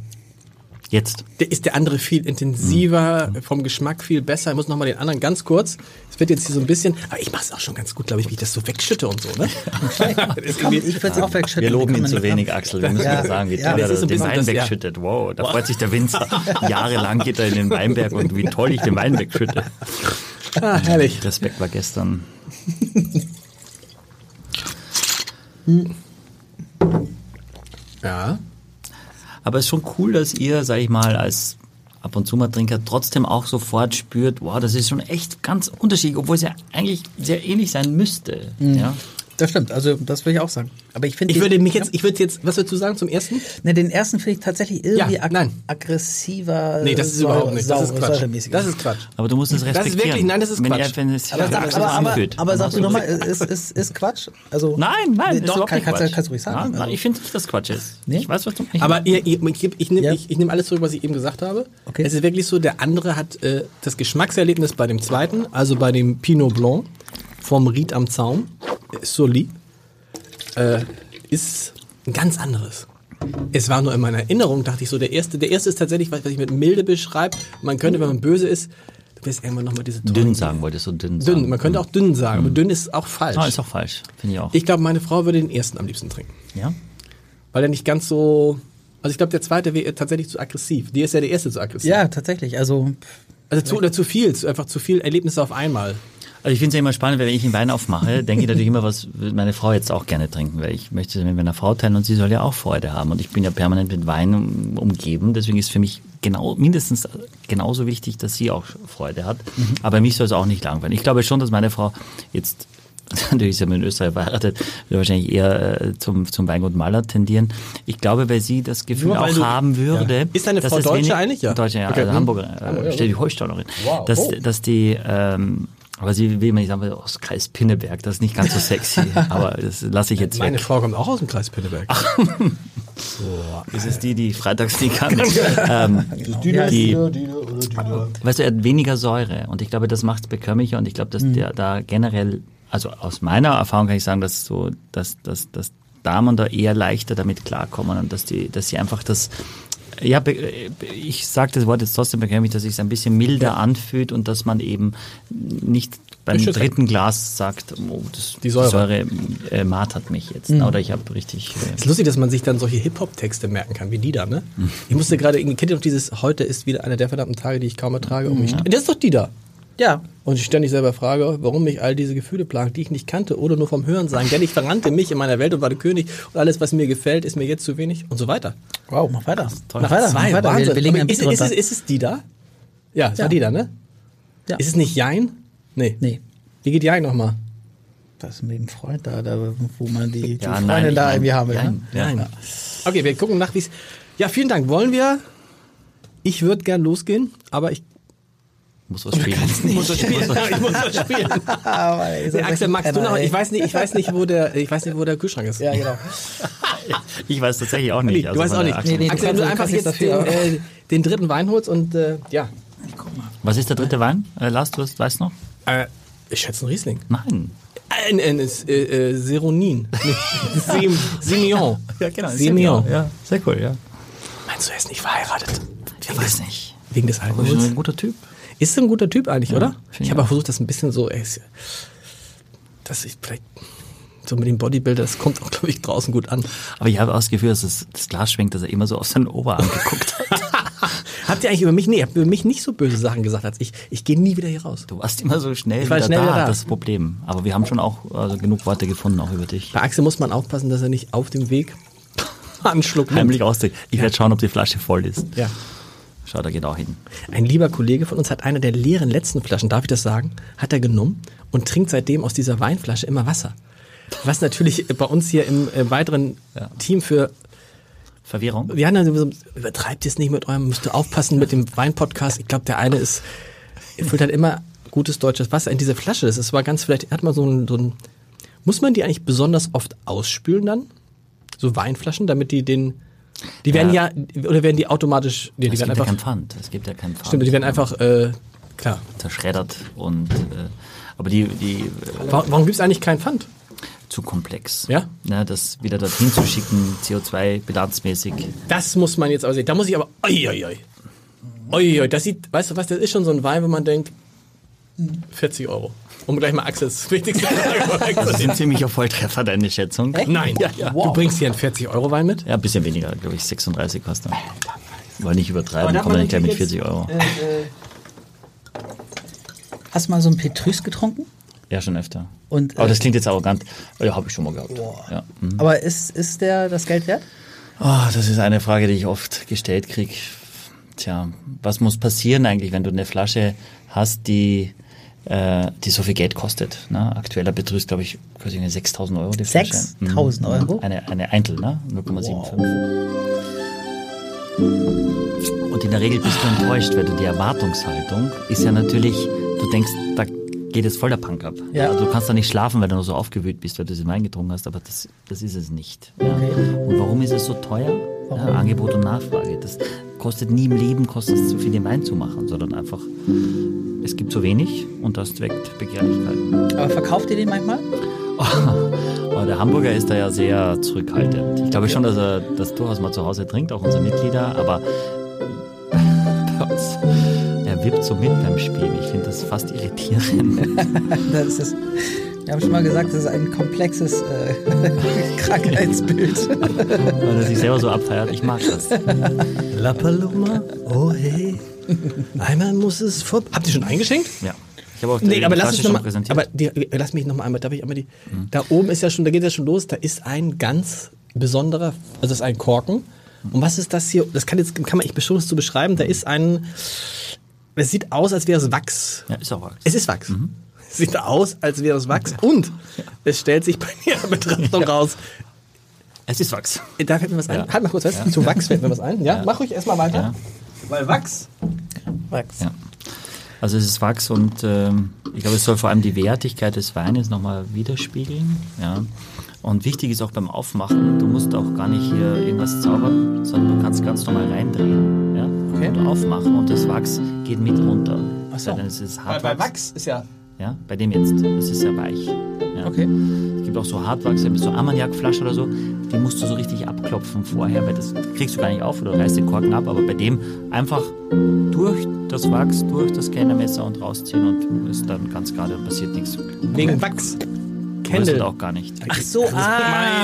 Jetzt. Der ist der andere viel intensiver, vom Geschmack viel besser. Ich muss nochmal den anderen ganz kurz. Es wird jetzt hier so ein bisschen, aber ich mache es auch schon ganz gut, glaube ich, wie ich das so wegschütte und so, ne? (laughs) Komm, ich würde es auch wegschütteln. Wir loben kann ihn man zu nicht wenig, ab- Axel. Wir müssen Ja, ja, sagen, wie ja, toll das er ist ein den bisschen Wein das, ja. wegschüttet. Wow, da freut sich der (laughs) Winzer. Jahrelang geht er in den Weinberg und wie toll ich den Wein wegschütte. Ah, herrlich. Respekt war gestern. Ja. Aber es ist schon cool, dass ihr, sag ich mal, als ab und zu mal Trinker trotzdem auch sofort spürt, wow, das ist schon echt ganz unterschiedlich, obwohl es ja eigentlich sehr ähnlich sein müsste. Mhm. Ja? Das stimmt, also das würde ich auch sagen. Aber ich finde, Ich die- würde mich jetzt, ich würde jetzt, was würdest du sagen zum ersten? Ne, den ersten finde ich tatsächlich irgendwie Ja, ag nein. aggressiver. Nee, das ist überhaupt nicht. Das ist Quatsch. Das Das ist Quatsch. Aber du musst es ist respektieren. wirklich- nein, das ist wenn Quatsch. Er, wenn es aber, sich sag, so aber, aber, anfühlt. aber sagst du Machst nochmal, ist, ist, ist Quatsch? Also, Nein, nein, Nee, ist doch, überhaupt kann, nicht kannst, du- Quatsch. kannst du ruhig sagen. also. Nein, nein, ich finde nicht, dass Quatsch ist. Nee? Ich weiß, was du meinst. Aber ihr, ihr, ich, ich, ich, nehm- Ja. ich, ich nehme alles zurück, was ich eben gesagt habe. Okay. Es ist wirklich so, der andere hat äh, das Geschmackserlebnis bei dem zweiten, also bei dem Pinot Blanc vom Ried am Zaun, äh, Soli, äh, ist ein ganz anderes. Es war nur in meiner Erinnerung, dachte ich so, der erste, der erste ist tatsächlich, was, was ich mit milde beschreibe. Man könnte, wenn man böse ist, du wirst irgendwann nochmal diese tollen- dünn sagen wolltest du dünn sagen. dünn. Man könnte auch dünn sagen, aber dünn ist auch falsch. Ah, ist auch falsch, finde ich auch. Ich glaube, meine Frau würde den ersten am liebsten trinken ja? weil er nicht ganz so. Also ich glaube, der zweite wäre tatsächlich zu aggressiv. Die ist ja der erste zu aggressiv. ja, tatsächlich. Also, Also zu, oder zu viel, zu, einfach zu viel Erlebnisse auf einmal. Also ich finde es ja immer spannend, weil wenn ich einen Wein aufmache, (laughs) denke ich natürlich immer, was würde meine Frau jetzt auch gerne trinken, weil ich möchte es mit meiner Frau teilen und sie soll ja auch Freude haben. Und ich bin ja permanent mit Wein um, umgeben, deswegen ist für mich genau mindestens genauso wichtig, dass sie auch Freude hat. Aber mich soll es auch nicht langweilen. Ich glaube schon, dass meine Frau jetzt (laughs) Natürlich ist sie in Österreich verheiratet, würde wahrscheinlich eher äh, zum, zum Weingut Maler tendieren. Ich glaube, weil sie das Gefühl Nur weil auch du- haben würde. Ja. Ist deine dass Frau es Deutsche wenig- eigentlich? Ja. Deutsche, ja, Okay. also Hm. Hamburger, äh, Schleswig-Holstein. Dass, Oh. dass die, ähm, aber sie will mir nicht sagen, weil aus Kreis Pinneberg, das ist nicht ganz so (laughs) sexy, aber das lasse ich jetzt Meine weg. Frau kommt auch aus dem Kreis Pinneberg. Ach, Ist es die, die freitags die (laughs) kann? ähm, die, weißt du, er hat weniger Säure und ich glaube, das macht es bekömmlicher und ich glaube, dass Mhm. der da generell, also aus meiner Erfahrung kann ich sagen, dass so, dass, dass, dass Damen da eher leichter damit klarkommen und dass die, dass sie einfach das ja, be- äh, ich sage das Wort jetzt trotzdem bekömmlich, dass es sich ein bisschen milder anfühlt und dass man eben nicht beim Schüsse. dritten Glas sagt, oh, das, die Säure. Mhm. Säure äh, martert mich jetzt. Oder ich habe richtig. Äh, ist lustig, dass man sich dann solche Hip-Hop-Texte merken kann, wie die da, ne? Ich musste gerade, irgendwie- kennt ihr noch dieses, heute ist wieder einer der verdammten Tage, die ich kaum ertrage, um mich. Das ist doch die da. ja. Und ich ständig selber frage, warum mich all diese Gefühle plagen, die ich nicht kannte oder nur vom Hören sagen. Denn ich verrannte mich in meiner Welt und war der König und alles, was mir gefällt, ist mir jetzt zu wenig und so weiter. Wow, mach weiter. Toll. Mach weiter, Zwei, mach weiter. Wahnsinn. Wir, wir legen Aber ein ist, bisschen ist, es, runter. ist es die da? Ja, es war die da, ne? Ja. Ist es nicht Jein? Nee. Nee. Wie geht Jein nochmal? Das ist mit dem Freund da, da wo man die, die Freundin ich da mein, irgendwie haben will. Ne? nein, ja. Okay, wir gucken nach, wie es. Ja, vielen Dank. Wollen wir? Ich würde gern losgehen, aber ich Muss was spielen. muss (laughs) das spielen. ich muss das spielen. Aber ihr seid Der Axel, magst du Penner, noch? Ah, ey. Ich weiß nicht, ich weiß nicht, wo der, ich weiß nicht, wo der Kühlschrank ist. Äh, Ja, genau. Ich weiß tatsächlich auch nicht. Du also weißt von auch der nicht. Achse. Nee, nee. Axel, wenn kannst- du du einfach kannst nichts jetzt dafür, den, äh, den dritten Wein holst und äh, ja. Was ist der dritte Wein? Äh, Lars, du hast, weißt noch? Äh, ich schätze einen Riesling. Nein. Ein, ein, ist, äh, äh, Seronin. Nee, (laughs) Sem, Semillon. Semillon. genau, Ja, sehr cool, ja. Meinst du, er ist nicht verheiratet? Ich weiß nicht. Wegen des Du bist Alkohols? ein guter Typ. Ist ein guter Typ eigentlich, oder? find Ich ich habe auch auch. versucht, das ein bisschen so, ey, ist ja- dass ich vielleicht so mit dem Bodybuilder, das kommt auch, glaube ich, draußen gut (laughs) an. Aber ich habe auch das Gefühl, dass das, das Glas schwenkt, dass er immer so auf seinen Oberarm geguckt hat. Habt ihr eigentlich über mich, nee, ihr habt über mich nicht so böse Sachen gesagt als ich. Ich gehe nie wieder hier raus. Du warst immer so schnell, war wieder, schnell da, wieder da. das ist das Problem. Aber wir haben schon auch also, genug Worte gefunden, auch über dich. Bei Axel muss man aufpassen, dass er nicht auf dem Weg (laughs) einen Schluck nimmt. Heimlich ausdrücken. Ich werde schauen, ob die Flasche voll ist. Ja. Schau, da geht auch hin. Ein lieber Kollege von uns hat eine der leeren letzten Flaschen, darf ich das sagen, hat er genommen und trinkt seitdem aus dieser Weinflasche immer Wasser. Was natürlich bei uns hier im äh, weiteren Team für Verwirrung. Wir haben dann so, übertreibt es nicht mit eurem, müsst ihr aufpassen mit dem Wein-Podcast. Ich glaube, der eine ist, füllt halt immer gutes deutsches Wasser in diese Flasche. Das ist- war ganz, vielleicht hat man so ein, so ein, muss man die eigentlich besonders oft ausspülen dann? So Weinflaschen, damit die den, die werden ja, oder werden die automatisch, nee, die es werden gibt ja einfach, keinen Pfand. Es gibt ja keinen Pfand. stimmt, die werden einfach, äh, klar. zerschreddert und äh, aber die, die äh, Warum, warum gibt's eigentlich keinen Pfand? zu komplex. Ja? Na, das wieder dorthin zu schicken, CO2-bilanzmäßig. Das muss man jetzt aber sehen. Da muss ich aber. Uiuiui. Uiuiui. Das sieht, weißt du was, das ist schon so ein Wein, wo man denkt, 40 Euro. Um gleich mal Axels wichtigste Frage Das zu sind nehmen. ziemlicher Volltreffer, deine Schätzung. Nein, du bringst hier einen 40-Euro-Wein mit? Ja, ein bisschen weniger, glaube ich, 36 kostet. er. Wollen nicht Aber übertreiben, darf kommen wir man nicht gleich mit natürlich 40 Euro. jetzt, äh, äh, Hast du mal so einen Petrus getrunken? Ja, schon öfter. Und, aber äh, das klingt jetzt arrogant. Ja, habe ich schon mal gehabt. Ja. Mhm. Aber ist, ist der das Geld wert? Ah, das ist eine Frage, die ich oft gestellt kriege. Tja, was muss passieren eigentlich, wenn du eine Flasche hast, die, äh, die so viel Geld kostet? Ne? Aktueller Betrug ist, glaube ich, quasi eine 6.000 Euro die Flasche. Mhm. 6.000 Euro? Eine, eine Eintel, ne? 0,75. Und in der Regel bist du enttäuscht, weil du die Erwartungshaltung ist ja natürlich, du denkst, da geht es voll der Punk ab. Ja. Also du kannst da nicht schlafen, weil du nur so aufgewühlt bist, weil du diesen Wein getrunken hast, aber das, das ist es nicht. Ja. Und warum ist es so teuer? Ja, Angebot und Nachfrage. Das kostet nie im Leben, kostet es zu viel, den Wein zu machen, sondern einfach, es gibt zu wenig und das weckt Begehrlichkeiten. Aber verkauft ihr den manchmal? Aber der Hamburger ist da ja sehr zurückhaltend. Ich glaube schon, dass er das durchaus mal zu Hause trinkt, auch unsere Mitglieder, aber (laughs) bei uns, er wippt so mit beim Spielen. Ich finde das fast irritierend. Das ist das, wir haben schon mal gesagt, das ist ein komplexes äh, (laughs) Krankheitsbild. Weil er sich selber so abfeiert. Ich mag das. La Paloma, oh hey. Einmal muss es vor. Habt ihr schon eingeschenkt? Ja. Ich habe auch Nee, aber lass, Flasche uns schon noch mal, präsentiert. Hm. aber die, äh, lass mich nochmal einmal, darf ich einmal die. Da oben ist ja schon, da geht ja schon los, da ist ein ganz besonderer, also das ist ein Korken. Hm. Und was ist das hier? Das kann jetzt, kann man, ich versuche es zu beschreiben, da ist ein, es sieht aus, als wäre es Wachs. ja, Mhm. ist auch Wachs. Es ist Wachs. Es sieht aus, als wäre es Wachs. Und es stellt sich bei mir in Betrachtung raus. Es ist Wachs. Da fällt mir was ein. Ja. Halt mal kurz fest. Zu Wachs fällt mir was ein. Ja, Ja. mach ruhig erstmal weiter. Ja. Weil Wachs. Wachs. Ja. Also es ist Wachs und ähm, ich glaube, es soll vor allem die Wertigkeit des Weines nochmal widerspiegeln. Ja. Und wichtig ist auch beim Aufmachen, du musst auch gar nicht hier irgendwas zaubern, sondern du kannst ganz normal reindrehen ja, und aufmachen und das Wachs geht mit runter. Ach so. Dann ist es Weil Hartwachs. bei Wachs ist ja. Ja, bei dem jetzt. Das ist ja weich. Ja. Okay. Es gibt auch so Hartwachs, so Ammoniakflasche oder so, die musst du so richtig abklopfen vorher, weil das kriegst du gar nicht auf oder reißt den Korken ab, aber bei dem einfach durch das Wachs, durch das Kellnermesser und rausziehen und ist dann ganz gerade und passiert nichts. Wegen Wachs. Röstet Kennel. auch gar nicht. Ach so, ah,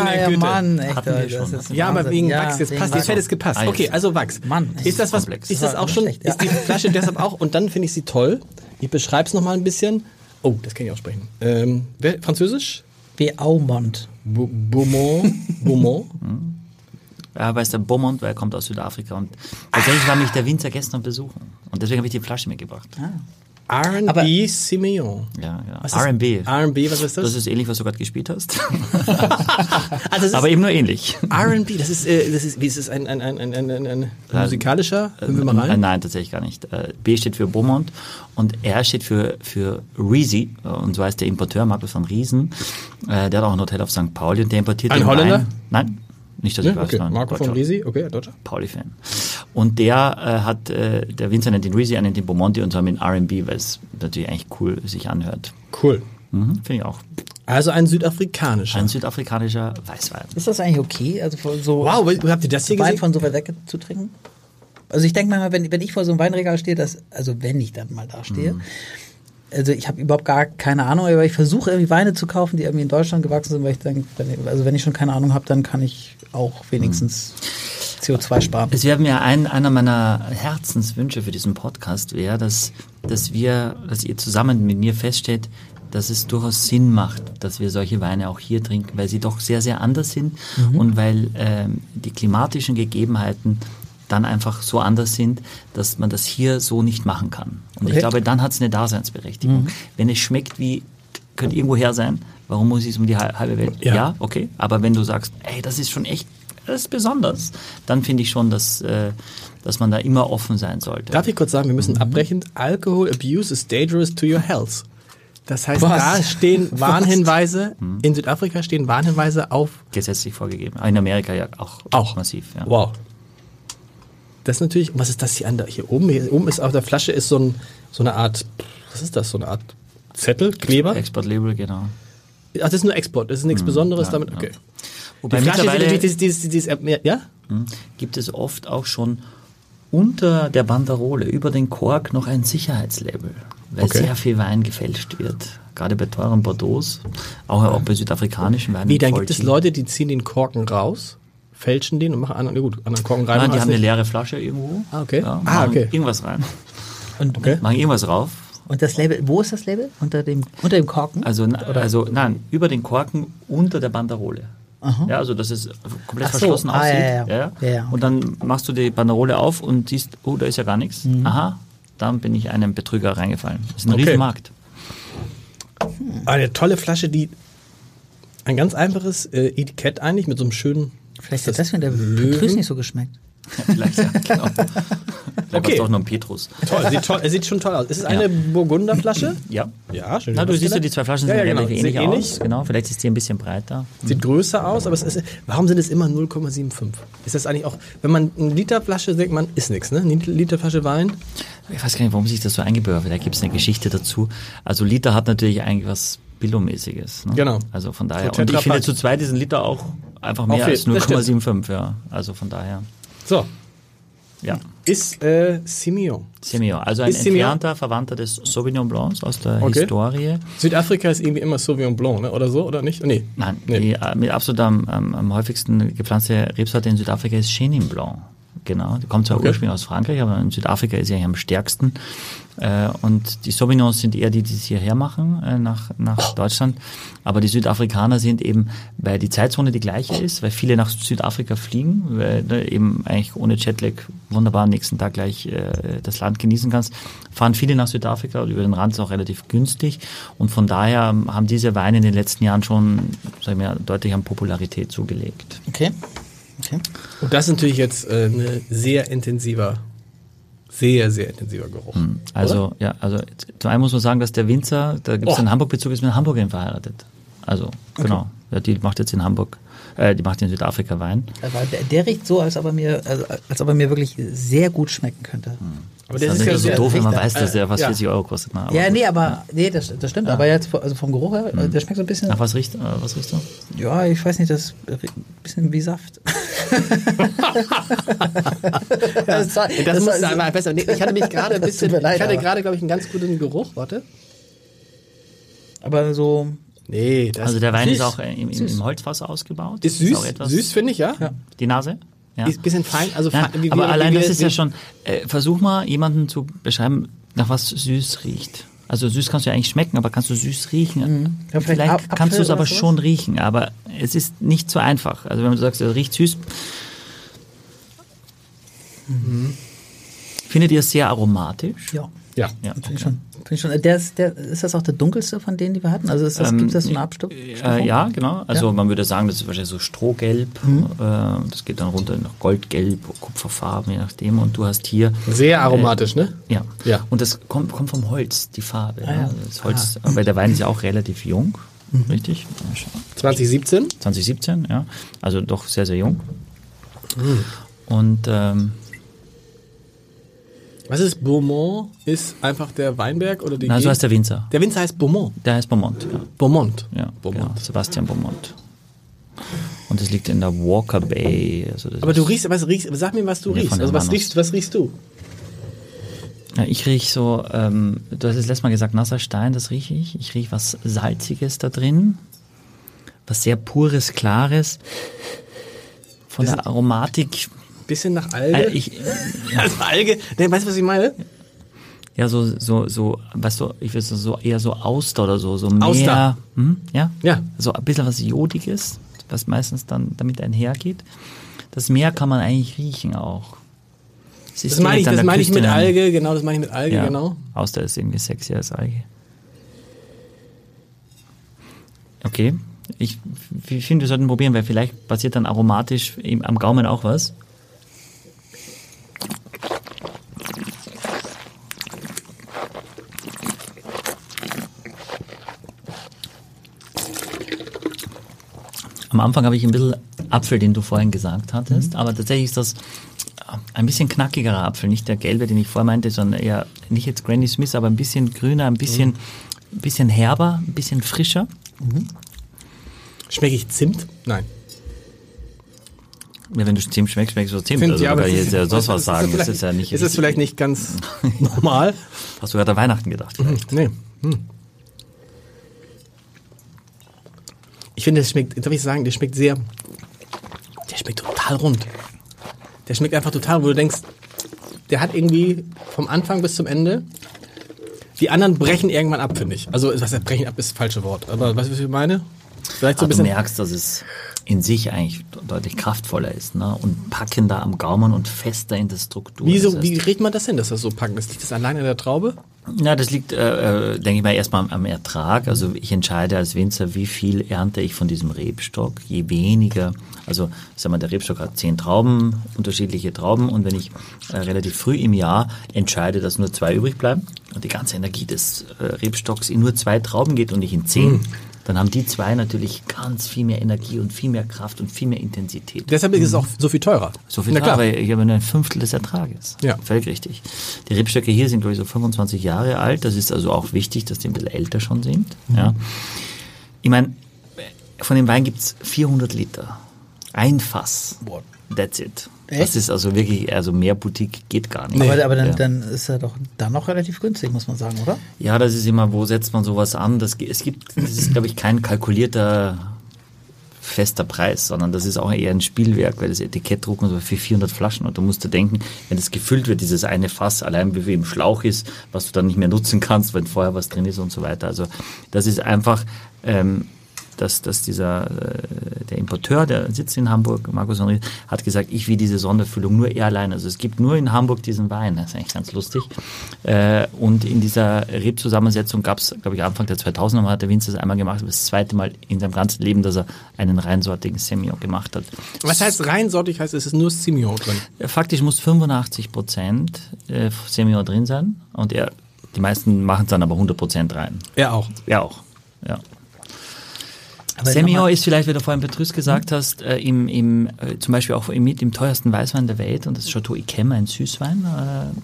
Meine ja, Güte. Mann, echt, Hatten wir Alter, schon. ist Ja, aber Wahnsinn. wegen Ja, Wachs, jetzt wegen passt, Wachs. jetzt hätte es gepasst. Ah, jetzt. okay, also Wachs. Mann, ist das was, komplex. ist das War auch schon, schlecht, ja. ist die Flasche deshalb auch, und dann finde ich sie toll. Ich beschreibe es nochmal ein bisschen. Oh, das kann ich auch sprechen. Ähm, wer- Französisch? Beaumont. Bu- Beaumont. Beaumont. Ja, weil es der Beaumont, weil er kommt aus Südafrika und tatsächlich war mich der Winzer gestern besuchen und deswegen habe ich die Flasche mitgebracht. Aber- R&B Simeon. Ja, genau. ja. Ah. Was ist- R&B. R&B, was ist das? Das ist ähnlich, was du gerade gespielt hast, also das aber eben nur ähnlich. R&B, das ist, äh, das ist, wie ist das, ein, ein, ein, ein, ein, ein, ein musikalischer? Hören wir mal Äh, rein. Nein, tatsächlich gar nicht. Äh, B steht für Beaumont und R steht für, für Reezy. Äh, Und so heißt der Importeur Markus von Riesen. Äh, Der hat auch ein Hotel auf St. Pauli und der importiert Ein den Holländer? Wein. Nein, nicht, dass ich Ne? weiß. Okay, nein, Marco von Deutscher. Risi, okay, Deutscher. Pauli-Fan. Und der äh, hat, äh, der Winzer nennt ihn Reezy, er nennt ihn Beaumonti und so haben ihn R&B, weil es natürlich eigentlich cool sich anhört. Cool. Mhm, Finde ich auch. Also ein südafrikanischer. Ein südafrikanischer Weißwein. Ist das eigentlich okay? Also von so wow, habt ihr das hier Wein gesehen? von so weit weg zu trinken? Also ich denke manchmal, wenn, wenn ich vor so einem Weinregal stehe, dass, also wenn ich dann mal da stehe, also ich habe überhaupt gar keine Ahnung, aber ich versuche irgendwie Weine zu kaufen, die irgendwie in Deutschland gewachsen sind, weil ich denke, wenn, also wenn ich schon keine Ahnung habe, dann kann ich auch wenigstens CO2 sparen. Es wäre mir ein, einer meiner Herzenswünsche für diesen Podcast wäre, dass, dass wir, dass ihr zusammen mit mir feststellt, dass es durchaus Sinn macht, dass wir solche Weine auch hier trinken, weil sie doch sehr, sehr anders sind und weil ähm, die klimatischen Gegebenheiten dann einfach so anders sind, dass man das hier so nicht machen kann. Und ich Okay. glaube, dann hat es eine Daseinsberechtigung. Wenn es schmeckt wie, könnte irgendwo her sein, warum muss ich es um die hal- halbe Welt? Ja. ja, okay. Aber wenn du sagst, ey, das ist schon echt das ist besonders. Dann finde ich schon, dass, äh, dass man da immer offen sein sollte. Darf ich kurz sagen, wir müssen abbrechen. Alcohol abuse is dangerous to your health. Das heißt, Was? da stehen (laughs) Warnhinweise, Mhm. in Südafrika stehen Warnhinweise auf. Gesetzlich vorgegeben. In Amerika ja auch, Auch. massiv. Ja. Wow. Das ist natürlich, was ist das hier an der, hier oben? Hier oben ist auf der Flasche ist so, ein, so eine Art, was ist das, so eine Art Zettel, Kleber? Ach, Export Label, genau. das ist nur Export, das ist nichts Besonderes Mhm. ja, damit, ja. okay. Wobei die Flasche ist mittlerweile- natürlich dieses, dieses, dieses, dieses, ja? Hm, gibt es oft auch schon unter der Banderole, über den Kork, noch ein Sicherheitslabel, weil Okay. sehr viel Wein gefälscht wird. Gerade bei teuren Bordeaux, auch, auch bei südafrikanischen Weinen. Wie, dann gibt es Vollzin. Leute, die ziehen den Korken raus, fälschen den und machen anderen, ja gut, anderen Korken rein. Nein, machen die es haben eine nicht. leere Flasche irgendwo. Ah, okay. Ja, Ah, machen okay. Irgendwas rein. Und, Okay. Machen irgendwas rauf. und das Label, wo ist das Label? Unter dem, unter dem Korken? Also, na- also nein, über den Korken unter der Banderole. Ja, also dass es komplett Ach so. verschlossen Ah, aussieht. ja, ja, ja. Ja, ja, okay. Und dann machst du die Banderole auf und siehst, oh, da ist ja gar nichts. Mhm. Aha, dann bin ich einem Betrüger reingefallen. Das ist ein Okay. Riesenmarkt. Ah, Eine tolle Flasche, die ein ganz einfaches äh, Etikett eigentlich mit so einem schönen. Vielleicht ist hat das mir der Petrus nicht so geschmeckt. (laughs) Vielleicht, ja, genau. Vielleicht okay. Okay. doch noch ein Petrus. Toll, sieht toll, es sieht schon toll aus. Ist es eine Burgunderflasche? Ja. Ja, schön. Na, du was siehst ja, gelernt. die zwei Flaschen Ja, sind ja, genau. relativ ähnlich, Sieht ähnlich. aus. Genau, vielleicht ist die ein bisschen breiter. Sieht größer aus, aber es ist, warum sind es immer 0,75? Ist das eigentlich auch, wenn man eine Liter Flasche denkt, man ist nichts, ne? Eine Liter Flasche Wein. Ich weiß gar nicht, warum sich das so eingebürgert. Da gibt es eine Geschichte dazu. Also Liter hat natürlich eigentlich was Billo-mäßiges. Ne? Genau. Also von daher. So Und ich Tetra finde Pak. zu zweit ist ein Liter auch einfach mehr Auf als jeden- das stimmt. 0,75. Ja. Also von daher. So, Ja. ist äh, Simeon. Semillon. Also ein Ist Semillon- entfernter Verwandter des Sauvignon Blancs aus der Okay. Historie. Südafrika ist irgendwie immer Sauvignon Blanc, ne? oder so, oder nicht? Nee. Nein, Nee. die äh, mit absolut am, am, am häufigsten gepflanzte Rebsorte in Südafrika ist Chenin Blanc. Genau, die kommt zwar ursprünglich aus Frankreich, aber in Südafrika ist sie eigentlich am stärksten. Äh, und die Sauvignons sind eher die, die es hierher machen, äh, nach, nach Oh. Deutschland. Aber die Südafrikaner sind eben, weil die Zeitzone die gleiche ist, weil viele nach Südafrika fliegen, weil du eben eigentlich ohne Jetlag wunderbar am nächsten Tag gleich äh, das Land genießen kannst, fahren viele nach Südafrika und über den Rand ist auch relativ günstig. Und von daher haben diese Weine in den letzten Jahren schon, sagen wir, deutlich an Popularität zugelegt. Okay. okay. Und das ist natürlich jetzt äh, ein sehr intensiver, sehr, sehr intensiver Geruch. Also, ja, also zum einen muss man sagen, dass der Winzer, da gibt es Oh. einen Hamburg-Bezug, ist mit einer Hamburgerin verheiratet. Also, genau. Ja, die macht jetzt in Hamburg, äh, die macht in Südafrika Wein. Aber der, der riecht so, als ob, er mir, also, als ob er mir wirklich sehr gut schmecken könnte. Aber Das, ist ja natürlich so sehr doof, wenn man richtig. weiß, dass der was äh, ja. 40 Euro kostet. Na, aber ja, gut. nee, aber nee, das, das stimmt. Aber jetzt also vom Geruch her, Mhm. äh, der schmeckt so ein bisschen, Nach was riecht, äh, was riecht du? ja, ich weiß nicht, das riecht ein bisschen wie (laughs) Saft. das, war- Das, muss war- sein, war besser. Nee, ich hatte (laughs) mich gerade ein Das bisschen, tut mir leid, ich hatte aber- gerade, glaube ich, einen ganz guten Geruch. Warte. Aber so, Nee, das Also der Wein ist süß. auch äh, im, im, im Holzfass ausgebaut. ist auch süß, etwas- süß finde ich, ja. Die Nase? Ja. Ist ein bisschen fein, also Nein, fein, wie- wie- aber wie- allein wie- das ist wie- ja schon, äh, versuch mal jemanden zu beschreiben, nach was süß riecht. Also süß kannst du ja eigentlich schmecken, aber kannst du süß riechen? Mhm. Ja, vielleicht vielleicht Ap- kannst du es Apfel aber oder sowas? schon riechen, aber es ist nicht so einfach. Also wenn du sagst, es riecht süß, Mhm. findet ihr es sehr aromatisch? ja. Ja. Ja, Finde ich schon. Find ich schon. Äh, Der ist, der, ist das auch der dunkelste von denen, die wir hatten? Also ist das, gibt es das so eine Abstufung? Ähm, Äh, ja, genau. Also man würde sagen, das ist wahrscheinlich so Strohgelb. Mhm. Äh, das geht dann runter nach Goldgelb, Kupferfarben, je nachdem. Und du hast hier Sehr aromatisch, ne? Ja. Ja. Ah, Und das kommt, kommt vom Holz, die Farbe. ne? Also das Holz, weil der Wein ist ja auch relativ jung, Mhm. richtig? 2017. 2017, ja. Also doch sehr, sehr jung. Mhm. Und ähm, Was ist Beaumont? Ist einfach der Weinberg oder die na, so Gegend? heißt der Winzer. Der Winzer heißt Beaumont. Der heißt Beaumont. Ja, Beaumont. ja Beaumont. Genau. Sebastian Beaumont. Und das liegt in der Walker Bay. Also das Aber du ist- riechst, was riechst, sag mir, was du Ja, riechst. von Also was Hermanus. riechst, was riechst du? Ja, ich riech so, ähm, du hast es letztes Mal gesagt, nasser Stein, das rieche ich. Ich riech was Salziges da drin. Was sehr Pures, Klares. Von der Aromatik. Bisschen nach Äh, Alge. (laughs) ich, also Alge. Ne, weißt du, was ich meine? ja, so, so, so, weißt du, ich würde so eher so Auster oder so, so mehr. Auster. Hm, ja? Ja. So ein bisschen was Jodiges, was meistens dann damit einhergeht. Das Meer kann man eigentlich riechen auch. Es ist Das meine ich, direkt an das der meine ich Küste mit dann. Alge, genau, das meine ich mit Alge, Ja, genau. Auster ist irgendwie sexier als Alge. Okay, Ich f- finde, wir sollten probieren, weil vielleicht passiert dann aromatisch im, am Gaumen auch was. Am Anfang habe ich ein bisschen Apfel, den du vorhin gesagt Mhm. hattest, aber tatsächlich ist das ein bisschen knackigerer Apfel, nicht der gelbe, den ich vorher meinte, sondern eher nicht jetzt Granny Smith, aber ein bisschen grüner, ein bisschen, Mhm. ein bisschen herber, ein bisschen frischer. Schmecke ich Zimt? Nein. Ja, wenn du Zimt schmeckst, schmeckst du Zimt. Zimt, also, ja, du aber kannst es jetzt ja ist- sonst es was ist sagen. Das vielleicht- ist ja nicht. Ist es vielleicht nicht (laughs) ganz normal? Hast du gerade an Weihnachten Mhm. gedacht? Nee. Hm. Ich finde, das schmeckt, darf ich sagen, der schmeckt sehr. Der schmeckt total rund. Der schmeckt einfach total, wo du denkst, der hat irgendwie vom Anfang bis zum Ende. Die anderen brechen irgendwann ab, finde ich. Also, was heißt, brechen ab ist das falsche Wort. Aber weißt du, was ich meine? Vielleicht so Aber ein du bisschen. merkst, dass es in sich eigentlich deutlich kraftvoller ist ne? und packender am Gaumen und fester in der Struktur. Wie, Das so, heißt, wie kriegt man das hin, dass das so packend ist? Liegt das alleine an der Traube? Na, das liegt, äh, äh, denke ich mal, erstmal am, am Ertrag. Also ich entscheide als Winzer, wie viel ernte ich von diesem Rebstock. Je weniger, also sagen wir, der Rebstock hat zehn Trauben, unterschiedliche Trauben. Und wenn ich äh, relativ früh im Jahr entscheide, dass nur zwei übrig bleiben und die ganze Energie des äh, Rebstocks in nur zwei Trauben geht und nicht in zehn, dann haben die zwei natürlich ganz viel mehr Energie und viel mehr Kraft und viel mehr Intensität. Deshalb ist es auch so viel teurer. Hm. So viel Na klar. Tare, ich habe nur ein Fünftel des Ertrages. Ja. Völlig richtig. Die Rebstöcke hier sind, glaube ich, so 25 Jahre alt. Das ist also auch wichtig, dass die ein bisschen älter schon sind. Mhm. Ja. Ich meine, von dem Wein gibt es 400 Liter. Ein Fass. What? That's it. Das Echt? ist also wirklich, also mehr Boutique geht gar nicht. aber aber dann, ja. dann ist er doch dann noch relativ günstig, muss man sagen, (clears throat) oder? Ja, das ist immer, wo setzt man sowas an? Das, ge- es gibt, das ist, glaube ich, kein kalkulierter fester Preis, sondern das ist auch eher ein Spielwerk, weil das Etikett drucken so für 400 Flaschen und du musst dir denken, wenn das gefüllt wird, dieses eine Fass, allein wie viel im Schlauch ist, was du dann nicht mehr nutzen kannst, wenn vorher was drin ist und so weiter. Also das ist einfach, ähm, dass, dass dieser, äh, der Importeur, der sitzt in Hamburg, Markus Henry, hat gesagt, ich will diese Sonderfüllung nur er allein. Also es gibt nur in Hamburg diesen Wein, das ist eigentlich ganz lustig. Äh, und in dieser Rebzusammensetzung gab es, glaube ich, Anfang der 2000er mal hat der Winzer das einmal gemacht, aber das zweite Mal in seinem ganzen Leben, dass er einen reinsortigen Semillon gemacht hat. Äh, Was heißt reinsortig? Heißt, es ist nur Simeon drin. Faktisch muss 85 Prozent äh, Semillon drin sein und er, die meisten machen es dann aber 100 Prozent rein. Er auch. Ja auch, ja. Aber Semillon nochmal- ist vielleicht, wie du vorhin Petrus gesagt hast, äh, im, im, äh, zum Beispiel auch im, mit dem teuersten Weißwein der Welt und das ist Chateau Yquem, ein Süßwein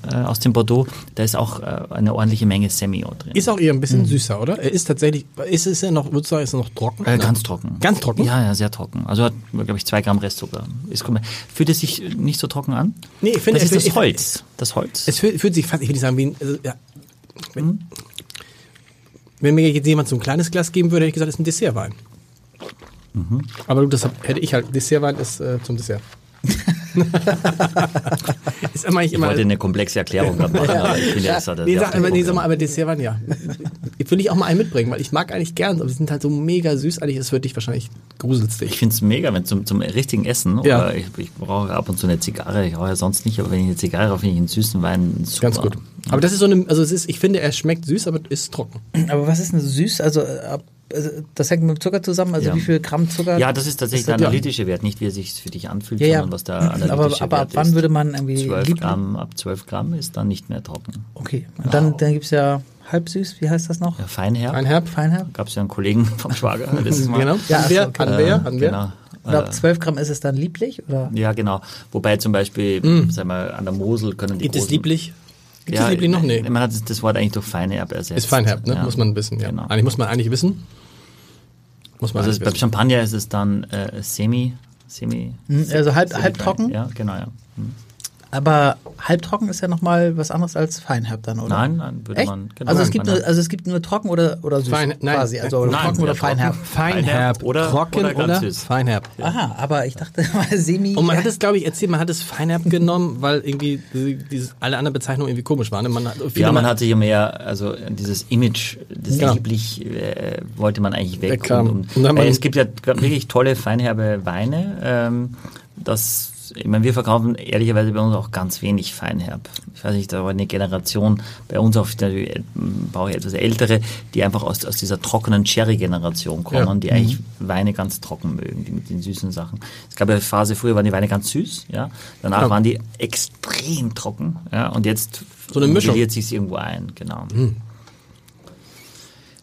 äh, äh, aus dem Bordeaux, da ist auch äh, eine ordentliche Menge Semillon drin. Ist auch eher ein Mhm. bisschen süßer, oder? Er ist tatsächlich, ist es ja noch, würdest du sagen, ist er noch trocken? Äh, ganz trocken. Ganz trocken? Ja, ja, sehr trocken. Also hat, glaube ich, zwei Gramm Restzucker. Ist komplett- Fühlt es sich nicht so trocken an? Nee, ich finde, das es- ist ich- das Holz. Das Holz. Es fühlt, fühlt sich fast, ich will nicht sagen, wie ein, also, ja. wenn, Mhm. wenn mir jetzt jemand so ein kleines Glas geben würde, hätte ich gesagt, ist ein Dessertwein. Mhm. Aber gut, das hab- hätte ich halt. Dessertwein ist äh, zum (laughs) Dessert. ist immer ich ich immer. wollte eine (laughs) komplexe Erklärung gerade machen, aber ich finde, das hat er Nee, sehr sag, auf aber, den nee, Punkt sag mal, gebracht. aber Dessertwein ja. Ich will ich auch mal einen mitbringen, weil ich mag eigentlich gern, aber die sind halt so mega süß. Eigentlich, das würde dich wahrscheinlich gruselst Ich dich. finde es mega, wenn zum, zum richtigen Essen, Ja. oder ich, ich brauche ab und zu eine Zigarre, ich rauche ja sonst nicht, aber wenn ich eine Zigarre rauche, finde ich einen süßen Wein super. Ganz gut. Aber das ist so eine, also es ist, ich finde, er schmeckt süß, aber ist trocken. Aber was ist denn süß? Also, äh, ab- also, das hängt mit dem Zucker zusammen. Also, Ja. wie viel Gramm Zucker? Ja, das ist tatsächlich Ist das- der analytische Wert, nicht wie es sich für dich anfühlt, Ja, ja. sondern was der analytische Aber- Wert aber ab ist. wann würde man irgendwie 12 lieb- Gramm, ab 12 Gramm ist dann nicht mehr trocken. Okay. Und dann, dann gibt es ja halb süß, wie heißt das noch? Ja, Feinherb. Ein Herb. Feinherb. Gab es ja einen Kollegen (laughs) vom (laughs) Schwager letztes Mal. Genau. Ja, hatten wir, also, okay. hatten wir, Ähm, hatten wir. Genau. Und ab 12 Gramm ist es dann lieblich? Oder? Ja, genau. Wobei zum Beispiel, sagen wir, an der Mosel können Mm. die Gibt es großen- lieblich? Gibt ja, es lieblich noch? Nee. Man hat das- das Wort eigentlich durch Feinherb ersetzt. Ist Feinherb, ne? Ja. Muss man wissen, ja. Genau. Eigentlich muss man eigentlich wissen. Muss man Also es- eigentlich beim wissen. Champagner ist es dann äh, semi, semi. Hm, Also halb, semi halb trocken, Ja, genau, ja. Hm. aber halb trocken ist ja nochmal was anderes als Feinherb dann, oder? Nein, nein, würde Echt? man. Genau, also, es nein, gibt man nur, also es gibt nur trocken oder, oder süß Fein- nein. quasi. Also oder Nein, trocken oder ja, Feinherb. trocken. Feinherb oder- trocken oder oder, ganz süß. Feinherb. Aha, aber ich dachte (laughs) mal semi. Und man hat es, glaube ich, erzählt, man hat es Feinherb genommen, weil irgendwie diese, dieses, alle anderen Bezeichnungen irgendwie komisch waren. ne? Man hat, viele ja, man mal- hatte hier mehr, also dieses Image, das Genau. Ja. lieblich äh, wollte man eigentlich weg. Wegkam. Und, äh, und, Und dann weil man- es gibt ja wirklich tolle feinherbe Weine. Ähm, das ist, ich meine, wir verkaufen ehrlicherweise bei uns auch ganz wenig Feinherb. Ich weiß nicht, da war eine Generation, bei uns auch natürlich äh, brauche ich etwas ältere, die einfach aus, aus dieser trockenen Cherry-Generation kommen, Ja. Mhm. die eigentlich Weine ganz trocken mögen, die mit den süßen Sachen. Es gab ja eine Phase, früher waren die Weine ganz süß, ja. Danach Ja. waren die extrem trocken, ja. Und jetzt So eine Mischung. Mhm. modelliert sich irgendwo ein, genau.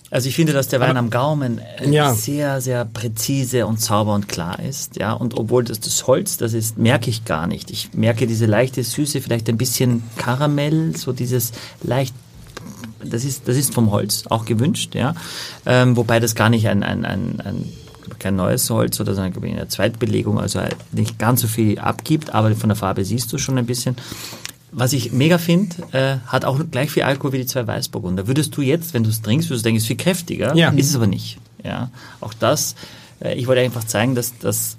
Also ich finde, dass der Wein am Gaumen äh, Ja. sehr, sehr präzise und sauber und klar ist. Ja, und obwohl das, das Holz, das ist, merke ich gar nicht. Ich merke diese leichte Süße, vielleicht ein bisschen Karamell, so dieses leicht. Das ist, das ist vom Holz auch gewünscht, ja. Ähm, wobei das gar nicht ein, ein, ein, ein kein neues Holz oder sondern glaube ich, in der Zweitbelegung, also nicht ganz so viel abgibt, aber von der Farbe siehst du schon ein bisschen. Was ich mega finde, äh, hat auch gleich viel Alkohol wie die zwei Weißburgunder. Würdest du jetzt, wenn du es trinkst, würdest du denken, es ist viel kräftiger. Ja. Ist es aber nicht. Ja. Auch das, äh, ich wollte einfach zeigen, dass das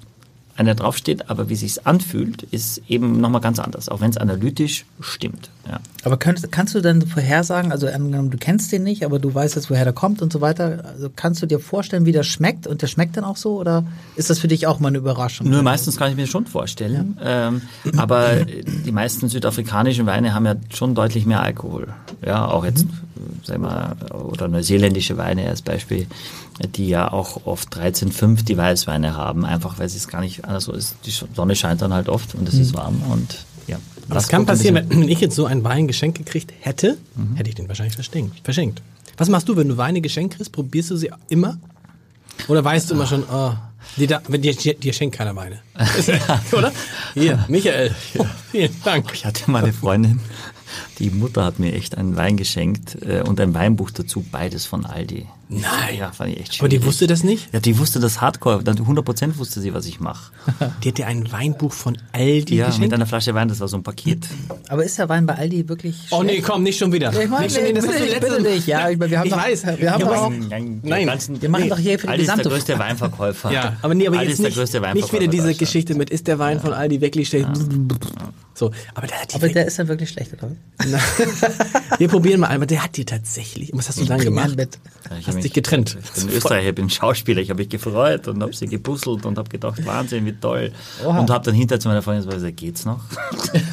einer draufsteht, aber wie sich's anfühlt, ist eben nochmal ganz anders. Auch wenn es analytisch stimmt. Ja. Aber könnt, kannst du denn vorhersagen, also angenommen, du kennst den nicht, aber du weißt jetzt, woher der kommt und so weiter, also kannst du dir vorstellen, wie der schmeckt und der schmeckt dann auch so oder ist das für dich auch mal eine Überraschung? Nur meistens kann ich mir schon vorstellen. Ähm, aber die meisten südafrikanischen Weine haben ja schon deutlich mehr Alkohol. Ja, auch jetzt, Mhm. äh, sagen wir mal, oder neuseeländische Weine als Beispiel, die ja auch oft 13,5 die Weißweine haben, einfach weil es gar nicht anders so ist. Die Sonne scheint dann halt oft und es ist warm und ja. Das, Mhm. kann passieren, wenn wenn ich jetzt so ein Wein geschenkt gekriegt hätte, hätte ich den wahrscheinlich verschenkt. verschenkt. Was machst du, wenn du Weine geschenkt kriegst? Probierst du sie immer? Oder weißt du immer schon, oh, die da, wenn dir, dir schenkt keiner (laughs) Weine? Oder? Hier, Michael. Oh, vielen Dank. Ich hatte mal eine Freundin, die Mutter hat mir echt einen Wein geschenkt äh, und ein Weinbuch dazu, beides von Aldi. Nein. Ja, fand ich echt schön. Aber die wusste das nicht? Ja, die wusste das Hardcore, dann 100% wusste sie, was ich (laughs) mache. Die hat dir ein Weinbuch von Aldi Ja, mit geschenkt? einer Flasche Wein, das war so ein Paket. Aber ist der Wein bei Aldi wirklich Oh nee, schlecht? komm, nicht schon wieder. Ich meine, nicht schon wieder, bitte hast du nicht, letzte- bitte nicht. Ja, ich meine, wir haben ich doch- weiß, wir haben ja, doch aber- auch- Nein. Wir machen doch hier für die Aldi ist der (laughs) gesamte- größte Weinverkäufer. Ja, aber nee, aber Aldi jetzt ist der nicht, größte Weinverkäufer. nicht wieder diese Deutschlands. Geschichte mit, ist der Wein von Aldi wirklich schlecht? So, aber der hat die Aber der ist dann wirklich schlecht, oder? Na, (laughs) wir probieren mal einmal. Der hat die tatsächlich. Was hast du dann gemacht? Bett. Ja, ich hab Hast mich- dich (laughs) getrennt. Ich bin Österreicher, ich bin Schauspieler, ich habe mich gefreut und habe sie gepuzzelt und habe gedacht, Wahnsinn, wie toll. Und habe dann hinterher zu meiner Freundin gesagt, geht's noch? (laughs)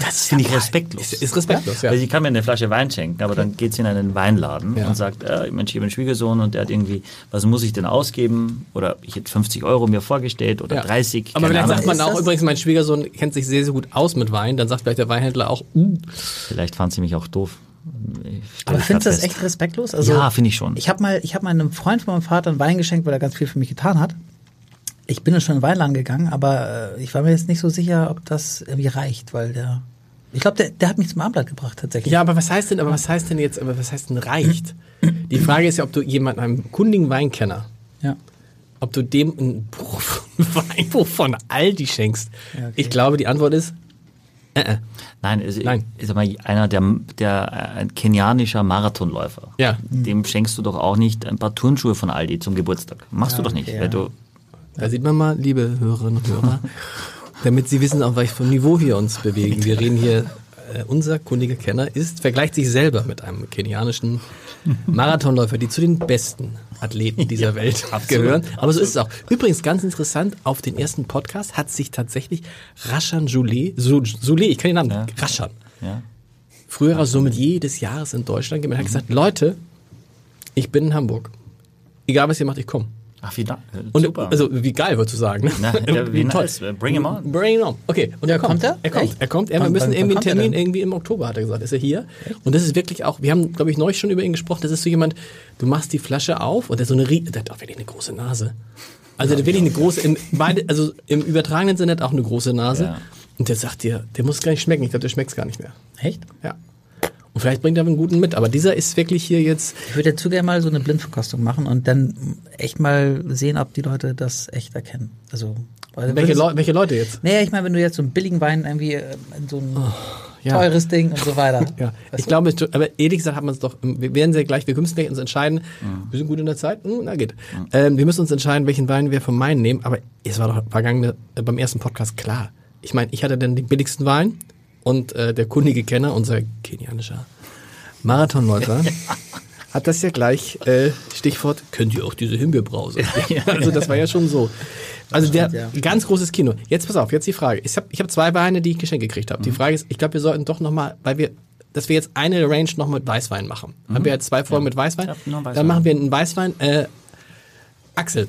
Das finde ich respektlos. Ist, ist respektlos, ja. Also ich kann mir eine Flasche Wein schenken, aber dann geht's in einen Weinladen Ja. und sagt, äh, Mensch, ich bin Schwiegersohn und der hat irgendwie, was muss ich denn ausgeben? Oder ich hätte 50 Euro mir vorgestellt oder Ja. 30. Aber keine vielleicht Ahnung. sagt man Ist auch, das- übrigens, mein Schwiegersohn kennt sich sehr, sehr gut aus mit Wein. Dann sagt vielleicht der Weinhändler auch, uh, Vielleicht fand sie mich auch doof. Ich stell Aber ich findest du grad das fest. echt respektlos? Also, Ja, finde ich schon. Ich habe mal, ich hab mal einem Freund von meinem Vater einen Wein geschenkt, weil er ganz viel für mich getan hat. Ich bin dann schon in den Weinladen gegangen, aber äh, ich war mir jetzt nicht so sicher, ob das irgendwie reicht, weil der. Ich glaube, der, der hat mich zum Abendblatt gebracht tatsächlich. ja, aber was heißt denn, aber was heißt denn jetzt, aber was heißt denn reicht? Die Frage ist ja, ob du jemanden, einem kundigen Weinkenner, ja. ob du dem ein Buch von (laughs) Weinbuch von Aldi schenkst. Ja, okay. Ich glaube, die Antwort ist, äh, Nein, also, Nein. Ich, sag mal, einer, der, der äh, ein kenianischer Marathonläufer, Ja. dem schenkst du doch auch nicht ein paar Turnschuhe von Aldi zum Geburtstag. Machst du doch nicht, okay, weil ja. du Da sieht man mal, liebe Hörerinnen und (laughs) Hörer, damit Sie wissen, auf welchem Niveau wir uns bewegen. Wir reden hier, äh, unser kundiger Kenner ist, vergleicht sich selber mit einem (laughs) kenianischen Marathonläufer, die zu den besten Athleten dieser Welt gehören. Aber so ist es auch. Übrigens ganz interessant, auf den ersten Podcast hat sich tatsächlich Rashan Joulet, Sou- Soulet, ich kann den Namen, Ja. Rashan, ja, früherer Sommelier des Jahres in Deutschland, gemeldet, Mhm. hat gesagt, Leute, ich bin in Hamburg. Egal was ihr macht, ich komme. Ach, wie da? äh, Und Super. also wie geil würdest du sagen? Ne? (laughs) Na, ja, wie nice. Bring him on. Bring him on. Okay, und er kommt. kommt er? Er kommt. Echt? Er kommt. Er, wir Wann- müssen wann- irgendwie einen wann kommt er Termin denn? irgendwie im Oktober hat er gesagt. Ist er hier? Und das ist wirklich auch. Wir haben, glaube ich, neulich schon über ihn gesprochen. Das ist so jemand. Du machst die Flasche auf und der hat so eine. rie- Der hat auch wirklich eine große Nase. Also der hat wirklich eine große. Im, beide, also im übertragenen Sinne hat er auch eine große Nase. Ja. Und der sagt dir, der muss gar nicht schmecken. Ich glaube, der schmeckt gar nicht mehr. Echt? Ja. Und vielleicht bringt er einen guten mit. Aber dieser ist wirklich hier jetzt. Ich würde dazu gerne mal so eine Blindverkostung machen und dann echt mal sehen, ob die Leute das echt erkennen. Also, weil Welche, Leu welche Leute jetzt? Naja, ich meine, wenn du jetzt so einen billigen Wein irgendwie äh, in so ein Oh, ja. teures Ding und so weiter. Ja, Also- ich glaube, es- aber ehrlich gesagt haben wir uns doch, wir werden sehr gleich, wir müssen gleich uns entscheiden, wir sind gut in der Zeit, Hm, na geht. Ähm, wir müssen uns entscheiden, welchen Wein wir vom Main nehmen, aber es war doch vergangene, äh, beim ersten Podcast klar. Ich meine, ich hatte dann den billigsten Wein und äh, der kundige Kenner, unser kenianischer Marathonläufer, hat das ja gleich äh, Stichwort, könnt ihr auch diese (laughs) Himbeerbrause? Ja, also das war ja schon so. Also der ganz großes Kino. Jetzt pass auf, jetzt die Frage. Ich habe ich hab zwei Weine, die ich geschenkt gekriegt habe. Die Mhm. Frage ist, ich glaube, wir sollten doch nochmal, weil wir, dass wir jetzt eine Range noch mit Weißwein machen. Mhm. Haben wir jetzt zwei Folgen mit Weißwein? Ja, noch Weißwein. Dann machen wir einen Weißwein. Äh, Axel.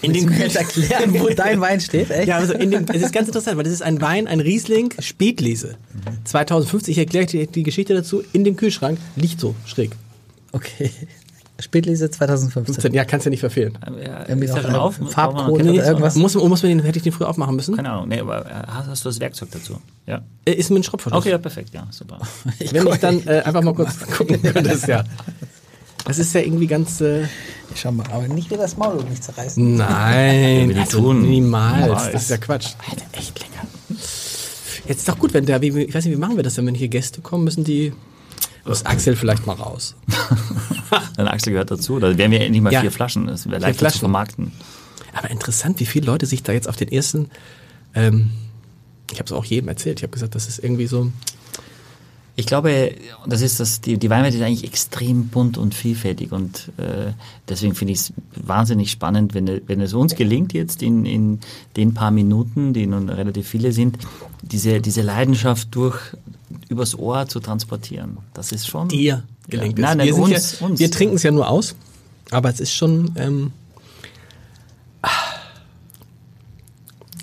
In Willst du mir jetzt erklären, wo dein Wein steht? Echt? ja, also in dem, es ist ganz interessant, weil das ist ein Wein, ein Riesling, Spätlese. Mhm. 2050, ich erkläre die, die Geschichte dazu, in dem Kühlschrank, liegt so schräg. Okay. Spätlese 2015. 15, ja, kannst ja nicht verfehlen. Ja, Irgendwie ist ja noch schon eine auf? Farbkrone Brauchen wir noch oder Ketchup? irgendwas. Muss, muss man den, hätte ich den früher aufmachen müssen? Keine Ahnung, nee, aber äh, hast, hast du das Werkzeug dazu? Ja. Äh, Ist mit einem Schraubverschluss. Okay, ja, perfekt, ja, (laughs) super. Ich Wenn guck- ich (laughs) dann äh, einfach mal kurz gucken könnte, ist ja. Das ist ja irgendwie ganz. Äh, Ich schau mal, aber nicht wieder das Maul um mich (laughs) zerreißen. Nein, die also tun. niemals. Niemals. Das ist ja Quatsch. Alter, echt lecker. Jetzt ist doch gut, wenn der, wie- ich weiß nicht, wie machen wir das denn, wenn hier Gäste kommen, müssen die, muss Axel vielleicht mal raus. Dann Axel gehört dazu. Da wären wir endlich mal Ja. vier Flaschen. Das wäre leichter Flaschen. zu vermarkten. Aber interessant, wie viele Leute sich da jetzt auf den ersten, ähm, ich habe es auch jedem erzählt, ich habe gesagt, das ist irgendwie so, Ich glaube, das ist das, die, die Weinwelt ist eigentlich extrem bunt und vielfältig und äh, deswegen finde ich es wahnsinnig spannend, wenn, wenn es uns gelingt jetzt in, in den paar Minuten, die nun relativ viele sind, diese, diese Leidenschaft durch übers Ohr zu transportieren. Das ist schon dir gelingt ja. es. Nein, nein, wir sind uns, ja, uns. wir trinken es ja nur aus, aber es ist schon, ähm, ah,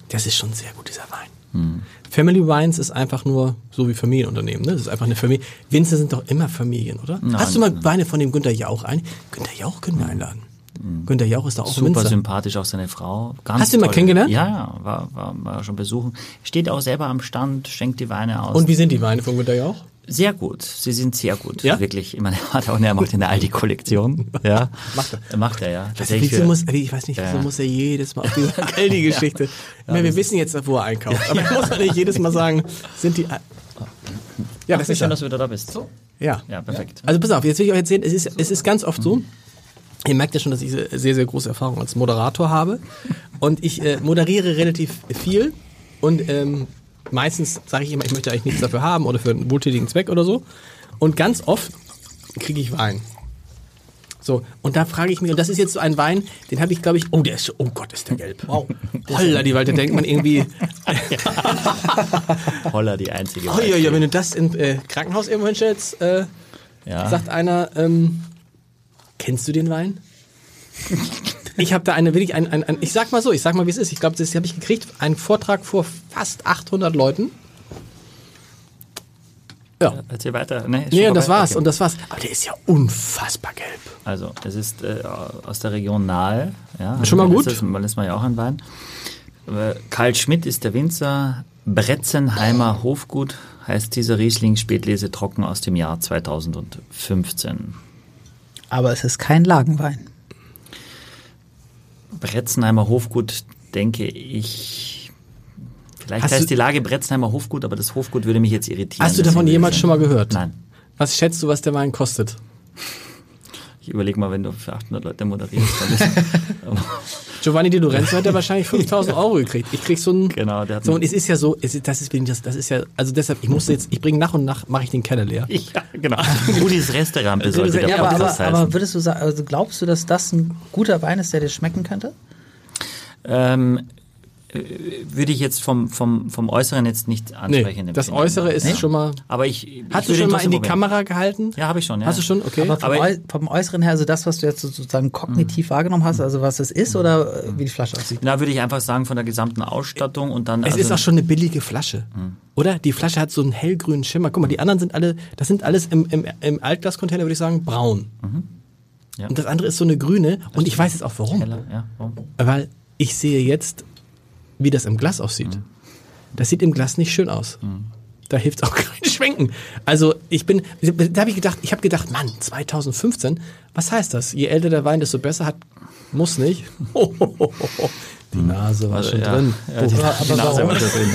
das ist schon sehr gut, dieser Wein. Hm. Family Wines ist einfach nur so wie Familienunternehmen. Ne? Das ist einfach eine Familie. Winzer sind doch immer Familien, oder? Hast du mal Weine von dem Günter Jauch ein? Günter Jauch können wir einladen. Günter Jauch ist da auch ein Hm. Super Winzer. sympathisch, auch seine Frau. Ganz Hast du ihn mal toll. kennengelernt? Ja, ja, war, war, war schon besuchen. Steht auch selber am Stand, schenkt die Weine aus. Und wie sind die Weine von Günter Jauch? Sehr gut. Sie sind sehr gut. Ja? Wirklich. Ich meine, er hat auch er macht eine alte Kollektion. Ja. macht er. Macht er, ja. Also wieso für- muss, ich weiß nicht, wieso Ja. muss er jedes (laughs) Mal auf diese Aldi-Geschichte. Ich meine, wir wissen jetzt, wo er einkauft. Aber ich muss doch nicht jedes Mal sagen, sind die. Al- Ja, das Schön, ist ja. dass du wieder da bist. So? ja. Ja, perfekt. Also pass auf, jetzt will ich euch erzählen, es ist, es ist ganz oft so. Ihr merkt ja schon, dass ich sehr, sehr große Erfahrung als Moderator habe. Und ich äh, moderiere relativ viel. Und ähm, meistens sage ich immer, ich möchte eigentlich nichts dafür haben oder für einen wohltätigen Zweck oder so. Und ganz oft kriege ich Wein. So, und da frage ich mich, und das ist jetzt so ein Wein, den habe ich, glaube ich, oh, der ist, oh Gott, ist der gelb. Wow. Holla, die Wald, da denkt man irgendwie, Holler, die einzige. oh, ja, ja, wenn du das im äh, Krankenhaus irgendwo hinstellst, äh, ja. sagt einer, ähm, kennst du den Wein? Ich habe da eine wirklich, ein, ein, ein, ich sag mal so, ich sag mal, wie es ist. Ich glaube, das habe ich gekriegt, einen Vortrag vor fast 800 Leuten. Ja, Erzähl weiter. Nee, ist nee, schon das vorbei? war's Okay. und das war's. Aber der ist ja unfassbar gelb. Also, es ist äh, aus der Region Nahe. Ja, also Schon mal man gut. Ist, das- man ist mal ja auch ein Wein. Äh, Karl Schmidt ist der Winzer. Bretzenheimer Hofgut heißt dieser Riesling Spätlese trocken aus dem Jahr 2015. Aber es ist kein Lagenwein. Bretzenheimer Hofgut, denke ich. Vielleicht Hast du- heißt die Lage Bretzenheimer Hofgut, aber das Hofgut würde mich jetzt irritieren. Hast du davon Deswegen- jemals schon mal gehört? Nein. Was schätzt du, was der Wein kostet? Ich überlege mal, wenn du für 800 Leute moderierst. (laughs) Dann ist, Giovanni Di Lorenzo hätte (laughs) wahrscheinlich 5000 Euro gekriegt. Ich krieg so ein. Genau, der hat so, einen- und es ist ja so, es ist, das ist, das, das ist ja, also deshalb, ich musste jetzt, ich bringe nach und nach, mache ich den Keller leer. ja, (laughs) genau. Rudis Resterampe sollte der Ja, aber, Podcast aber, heißen. aber würdest du sagen, also glaubst du, dass das ein guter Wein ist, der dir schmecken könnte? ähm, äh, würde ich jetzt vom, vom, vom Äußeren jetzt nicht ansprechen. Nee, das empfehlen. Äußere ist schon mal- Aber genau. ich, ich Hast du würde schon ihn mal in trotzdem die probieren. Kamera gehalten? Ja, habe ich schon. Ja. Hast du schon? Okay. Aber, vom, Aber- Äu vom Äußeren her, also das, was du jetzt sozusagen kognitiv wahrgenommen hast, also was es ist oder äh, wie die Flasche aussieht. Na, würde ich einfach sagen, von der gesamten Ausstattung und dann. Es also- Hm. ist auch schon eine billige Flasche, oder? Die Flasche hat so einen hellgrünen Schimmer. Guck mal, die anderen sind alle, das sind alles im, im, im Altglascontainer, würde ich sagen, braun. Mhm. Ja. Und das andere ist so eine grüne. und ich weiß jetzt auch warum. Ja, warum? Weil ich sehe jetzt, wie das im Glas aussieht. Mhm. Das sieht im Glas nicht schön aus. Da hilft auch (laughs) kein Schwenken. Also ich bin, da habe ich gedacht, ich habe gedacht, Mann, 2015, was heißt das? Je älter der Wein, desto besser hat, muss nicht. (laughs) Die Nase war schon Also ja. drin. Ja, die- Oh, die Nase war schon drin,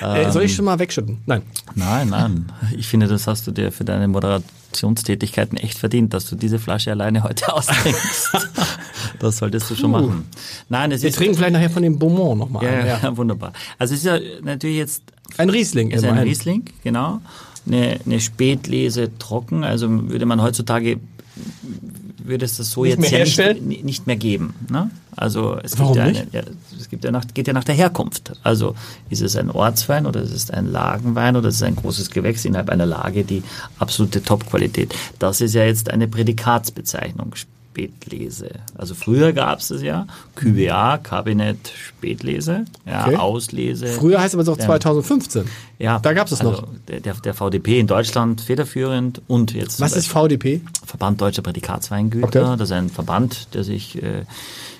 ja. Ähm. äh, soll ich schon mal wegschütten? Nein. Nein, nein. Ich finde, das hast du dir für deine Moderationstätigkeiten echt verdient, dass du diese Flasche alleine heute (laughs) austrinkst. das solltest du schon machen. Nein, es Wir ist. trinken vielleicht nachher von dem Beaumont nochmal ja, (laughs) ein. ja, wunderbar. Also es ist ja natürlich jetzt Ein Riesling ist ein immerhin. Riesling, genau. eine, eine Spätlese trocken. Also würde man heutzutage, würde es das so Nicht jetzt mehr ja nicht, herstellen? ni- nicht mehr geben. Ne? Also es, Warum gibt ja nicht? Eine, ja, es gibt ja nach, geht ja nach der Herkunft. Also ist es ein Ortswein oder ist es ein Lagenwein oder ist es ein großes Gewächs innerhalb einer Lage, die absolute Top-Qualität. Das ist ja jetzt eine Prädikatsbezeichnung. Spätlese. Also früher gab es das ja. QBA, Kabinett, Spätlese, ja, Okay. Auslese. Früher heißt aber es auch Ja. 2015. Ja, Also, Da gab's es noch. Der, der, der VDP in Deutschland federführend und jetzt zum Was ist Beispiel VDP? Verband Deutscher Prädikatsweingüter. Okay. Das ist ein Verband, der sich äh,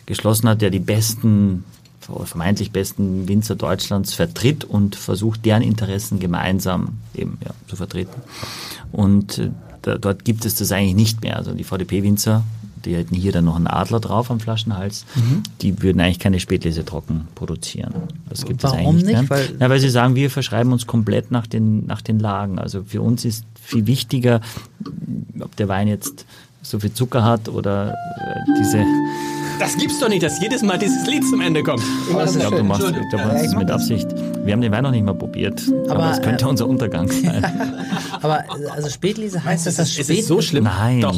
geschlossen hat, der die besten, vermeintlich besten Winzer Deutschlands vertritt und versucht, deren Interessen gemeinsam eben ja, zu vertreten. Und äh, da, dort gibt es das eigentlich nicht mehr. Also die VDP-Winzer, die hätten hier dann noch einen Adler drauf am Flaschenhals, Mhm. die würden eigentlich keine Spätlese trocken produzieren. Oh. Das gibt es Warum eigentlich nicht? mehr. Weil- Na, weil sie sagen, wir verschreiben uns komplett nach den, nach den Lagen. Also für uns ist viel wichtiger, ob der Wein jetzt so viel Zucker hat oder äh, diese. Das gibt's doch nicht, dass jedes Mal dieses Lied zum Ende kommt. Ich glaube, du machst, ich glaub, das ist mit Absicht. Wir haben den Wein noch nicht mal probiert, aber, Aber, es könnte äh, unser Untergang (laughs) sein. Aber äh, also Spätlese heißt, dass das Es spät, ist so schlimm. Nein. Doch.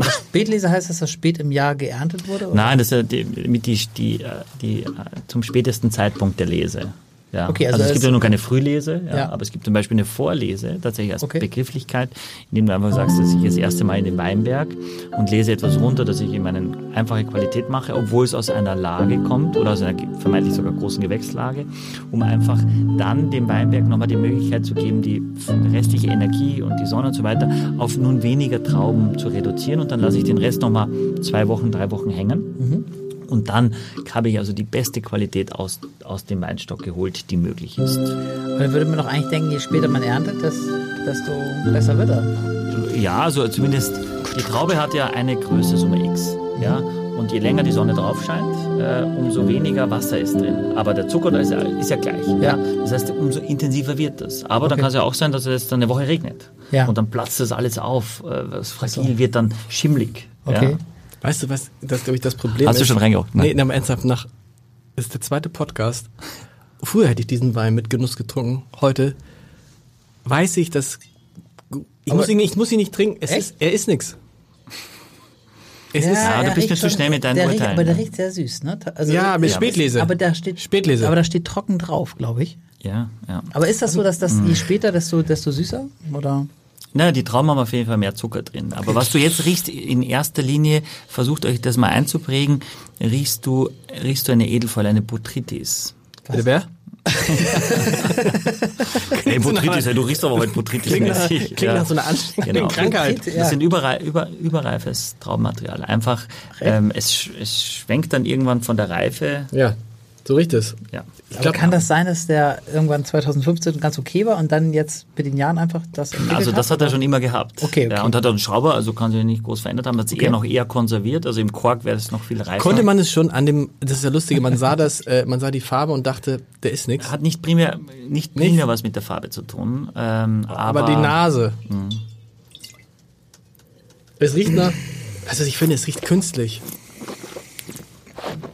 Spätlese heißt, dass das spät im Jahr geerntet wurde? oder? Nein, das ist ja die, mit die, die, äh, die, äh, zum spätesten Zeitpunkt der Lese. Ja. Okay, also also, es es- gibt ja nur keine Frühlese, ja, Ja. aber es gibt zum Beispiel eine Vorlese, tatsächlich als Okay. Begrifflichkeit, indem du einfach sagst, dass ich das erste Mal in den Weinberg und lese etwas runter, dass ich eben eine einfache Qualität mache, obwohl es aus einer Lage kommt oder aus einer ge- vermeintlich sogar großen Gewächslage, um einfach dann dem Weinberg nochmal die Möglichkeit zu geben, die restliche Energie und die Sonne und so weiter auf nun weniger Trauben zu reduzieren und dann lasse ich den Rest nochmal zwei Wochen, drei Wochen hängen. Und dann habe ich also die beste Qualität aus, aus dem Weinstock geholt, die möglich ist. Aber Dann würde man doch eigentlich denken, je später man erntet, das- desto besser wird er. Ja, also zumindest die Traube hat ja eine Größe Summe X. Ja? Und je länger die Sonne drauf scheint, äh, Mhm. umso weniger Wasser ist drin. Aber der Zucker da ist, ja, ist ja gleich. Ja? Das heißt, umso intensiver wird das. Aber dann kann es ja auch sein, dass es dann eine Woche regnet. Ja. Und dann platzt das alles auf. äh, Das Fragil wird dann schimmelig. Okay. Ja? Weißt du, was, das glaube ich das Problem Hast ist? du schon reingehockt, ne? Ne? Nee, na, aber ernsthaft, nach, das ist der zweite Podcast. Früher hätte ich diesen Wein mit Genuss getrunken. Heute weiß ich, dass, ich, muss ihn, nicht- ich muss ihn nicht trinken. Es ist, er ist nix. Es ist, du er bist riecht mir zu schon- schnell mit deinen der riecht- Urteilen, Aber der ne? riecht sehr süß, ne? Ta- Also, ja, mit äh, Spätlese. Aber da steht Spätlese. Aber da steht trocken drauf, glaube ich. Ja, ja. Aber ist das so, dass das Hm. je später, desto, desto süßer? Oder? Na, die Trauben haben auf jeden Fall mehr Zucker drin. Aber was du jetzt riechst, in erster Linie, versucht euch das mal einzuprägen, riechst du, riechst du eine Edelfäule, eine Botrytis. Bitte wer? Hey, Botrytis, hey, du riechst aber heute Botrytis. Klingt nach- klingt nach so einer anstrengenden (laughs) genau. Krankheit. Botrytis, ja. Das sind überrei über, überreifes Traubenmaterial. Einfach, ähm, es, sch- es schwenkt dann irgendwann von der Reife. Ja, so riecht es. Ja. Ich Aber glaub, kann das sein, dass der irgendwann 2015 ganz okay war und dann jetzt mit den Jahren einfach das entwickelt Also das hat er schon immer gehabt. Okay, okay. Ja, und hat auch einen Schrauber, also kann sich nicht groß verändert haben, hat sich eher noch eher konserviert. Also im Kork wäre das noch viel reifer. Konnte man es schon an dem, das ist ja lustige, man sah das, äh, man sah die Farbe und dachte, der ist nix. hat nicht primär, nicht primär was mit der Farbe zu tun. Ähm, aber, Aber Mhm. die Nase. Es riecht nach. Also ich finde, es riecht künstlich.